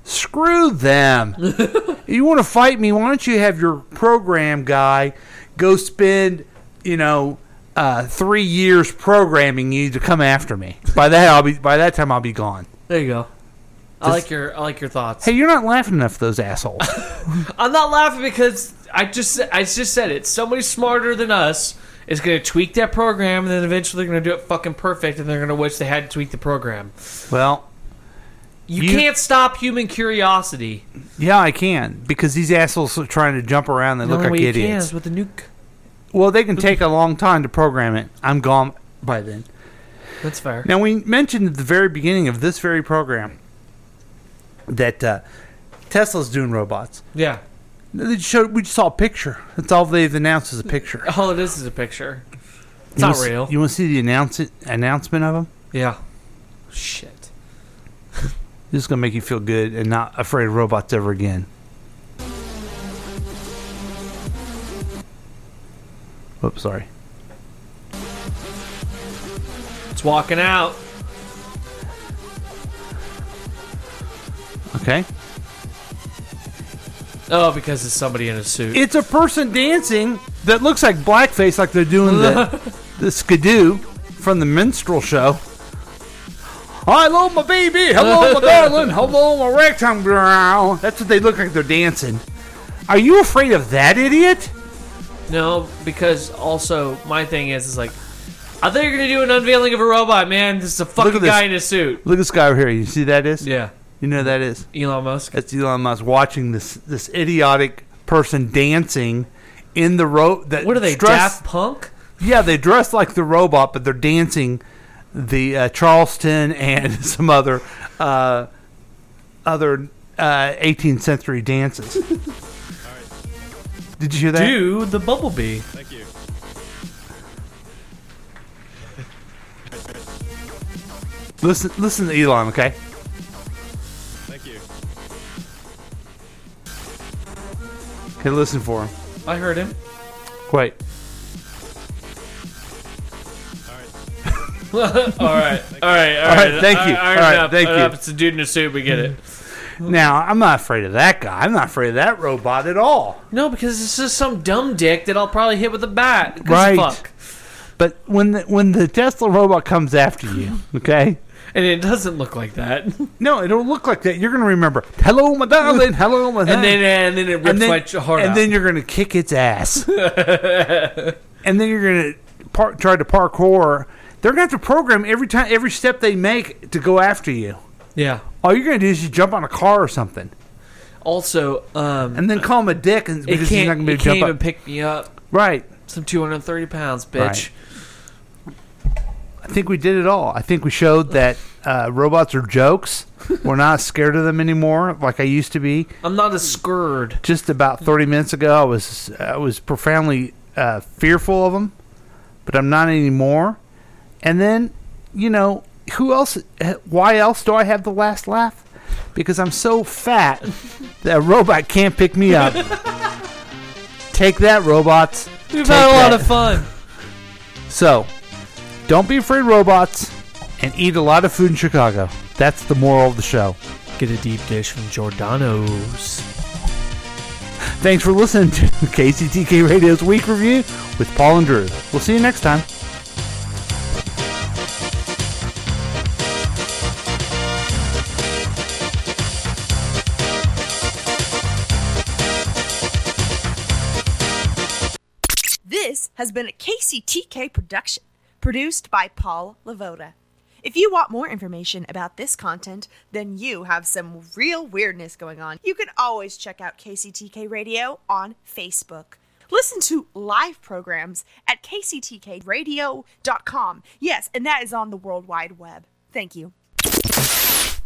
[SPEAKER 7] screw them. you want to fight me? Why don't you have your program guy go spend, you know. Uh, three years programming you to come after me. By that I'll be. By that time I'll be gone.
[SPEAKER 8] There you go. I
[SPEAKER 7] This-
[SPEAKER 8] like your I like your thoughts.
[SPEAKER 7] Hey, you're not laughing enough, at those assholes.
[SPEAKER 8] I'm not laughing because I just I just said it. Somebody smarter than us is going to tweak that program, and then eventually they're going to do it fucking perfect, and they're going to wish they hadn't tweaked the program.
[SPEAKER 7] well,
[SPEAKER 8] You, can't stop human curiosity.
[SPEAKER 7] Yeah, I can because these assholes are trying to jump around. They
[SPEAKER 8] The
[SPEAKER 7] look
[SPEAKER 8] only
[SPEAKER 7] like
[SPEAKER 8] way you can
[SPEAKER 7] idiots.
[SPEAKER 8] is with the nuke.
[SPEAKER 7] Well, they can take a long time to program it. I'm gone by then.
[SPEAKER 8] That's fair.
[SPEAKER 7] Now, we mentioned at the very beginning of this very program that uh, Tesla's doing robots.
[SPEAKER 8] Yeah.
[SPEAKER 7] They just showed, we just saw a picture. That's all they've announced is a picture.
[SPEAKER 8] All it is is a picture. It's
[SPEAKER 7] You
[SPEAKER 8] not
[SPEAKER 7] wanna s-
[SPEAKER 8] Oh, real.
[SPEAKER 7] You want to see the announce announcement of them?
[SPEAKER 8] yeah. Shit.
[SPEAKER 7] This is going to make you feel good and not afraid of robots ever again. Whoops, sorry.
[SPEAKER 8] It's walking out.
[SPEAKER 7] Okay.
[SPEAKER 8] Oh, because it's somebody in a suit.
[SPEAKER 7] It's a person dancing that looks like blackface, like they're doing
[SPEAKER 8] <laughs>
[SPEAKER 7] the, the skidoo from the minstrel show. Hello, my baby.
[SPEAKER 8] <laughs>
[SPEAKER 7] Hello, my darling. Hello, my rectum girl. That's what they look like. They're dancing. Are you afraid of that idiot?
[SPEAKER 8] No, because also my thing is is like I thought you were gonna do an unveiling of a robot, man. This is a fucking
[SPEAKER 7] this.
[SPEAKER 8] guy in a suit.
[SPEAKER 7] Look at this guy over here. You see who that is?
[SPEAKER 8] Yeah.
[SPEAKER 7] You know who that is
[SPEAKER 8] Elon Musk.
[SPEAKER 7] That's Elon Musk watching this this idiotic person dancing in the rope. That
[SPEAKER 8] What are they,
[SPEAKER 7] dress-
[SPEAKER 8] Daft Punk?
[SPEAKER 7] Yeah, they dress like the robot, but they're dancing the uh, Charleston and <laughs> some other uh, other uh, 18th
[SPEAKER 6] <laughs>
[SPEAKER 7] century dances. Did you hear that?
[SPEAKER 8] Do the bumblebee.
[SPEAKER 6] Thank you.
[SPEAKER 7] Listen, listen to Elon. Okay.
[SPEAKER 6] Thank you.
[SPEAKER 7] Okay, listen for him.
[SPEAKER 8] I heard him.
[SPEAKER 7] Wait.
[SPEAKER 8] all right, all <laughs> right, all right.
[SPEAKER 7] All right, thank you.
[SPEAKER 8] Iron
[SPEAKER 7] All right,
[SPEAKER 8] up,
[SPEAKER 7] thank
[SPEAKER 8] iron
[SPEAKER 7] you.
[SPEAKER 8] up. It's a dude in a suit. We get it.
[SPEAKER 7] Now, I'm not afraid of that guy. I'm not afraid of that robot at all.
[SPEAKER 8] No, because this is some dumb dick that I'll probably hit with a bat. 'cause
[SPEAKER 7] Right.
[SPEAKER 8] Fuck.
[SPEAKER 7] But when the, when the Tesla robot comes after you, okay?
[SPEAKER 8] And it doesn't look like that. <laughs>
[SPEAKER 7] No, it don't look like that. You're gonna remember, hello, my darling, hello, my.
[SPEAKER 8] And
[SPEAKER 7] darling."
[SPEAKER 8] then- and then it rips my ch- heart
[SPEAKER 7] And
[SPEAKER 8] out.
[SPEAKER 7] then you're gonna kick its
[SPEAKER 8] <laughs>
[SPEAKER 7] ass. and then you're gonna par- try to parkour. They're gonna have to program every time, every step they make to go after you.
[SPEAKER 8] Yeah.
[SPEAKER 7] All you're gonna do is you jump on a car or something,
[SPEAKER 8] Also, um,
[SPEAKER 7] and then call him a dick, and
[SPEAKER 8] it
[SPEAKER 7] because he's not gonna
[SPEAKER 8] can't,
[SPEAKER 7] be
[SPEAKER 8] it
[SPEAKER 7] able to
[SPEAKER 8] can't
[SPEAKER 7] jump
[SPEAKER 8] even
[SPEAKER 7] up.
[SPEAKER 8] pick me up.
[SPEAKER 7] Right.
[SPEAKER 8] Some 230 pounds, bitch.
[SPEAKER 7] Right. I think we did it all. I think we showed that uh, robots are
[SPEAKER 8] <laughs>
[SPEAKER 7] jokes. We're not scared of them anymore, like I used to be.
[SPEAKER 8] I'm not a scourge.
[SPEAKER 7] Just about 30 minutes ago, I was I was profoundly uh, fearful of them, but I'm not anymore. And then, you know, who else? eh, Why else do I have the last laugh? Because I'm so fat <laughs> that a robot can't pick me
[SPEAKER 8] <laughs>
[SPEAKER 7] up. Take that, robots.
[SPEAKER 8] We've
[SPEAKER 7] Take
[SPEAKER 8] had a lot
[SPEAKER 7] that.
[SPEAKER 8] of fun.
[SPEAKER 7] So, don't be afraid of robots and eat a lot of food in Chicago. That's the moral of the show.
[SPEAKER 8] Get a deep dish from Giordano's.
[SPEAKER 7] Thanks for listening to <laughs> KCTK Radio's Week Review with Paul and Drew. We'll see you next time.
[SPEAKER 9] This has been a KCTK production, produced by Paul Lavoda. If you want more information about this content, then you have some real weirdness going on. You can always check out KCTK Radio on Facebook. Listen to live programs at kctkradio.com. Yes, and that is on the World Wide Web. Thank you.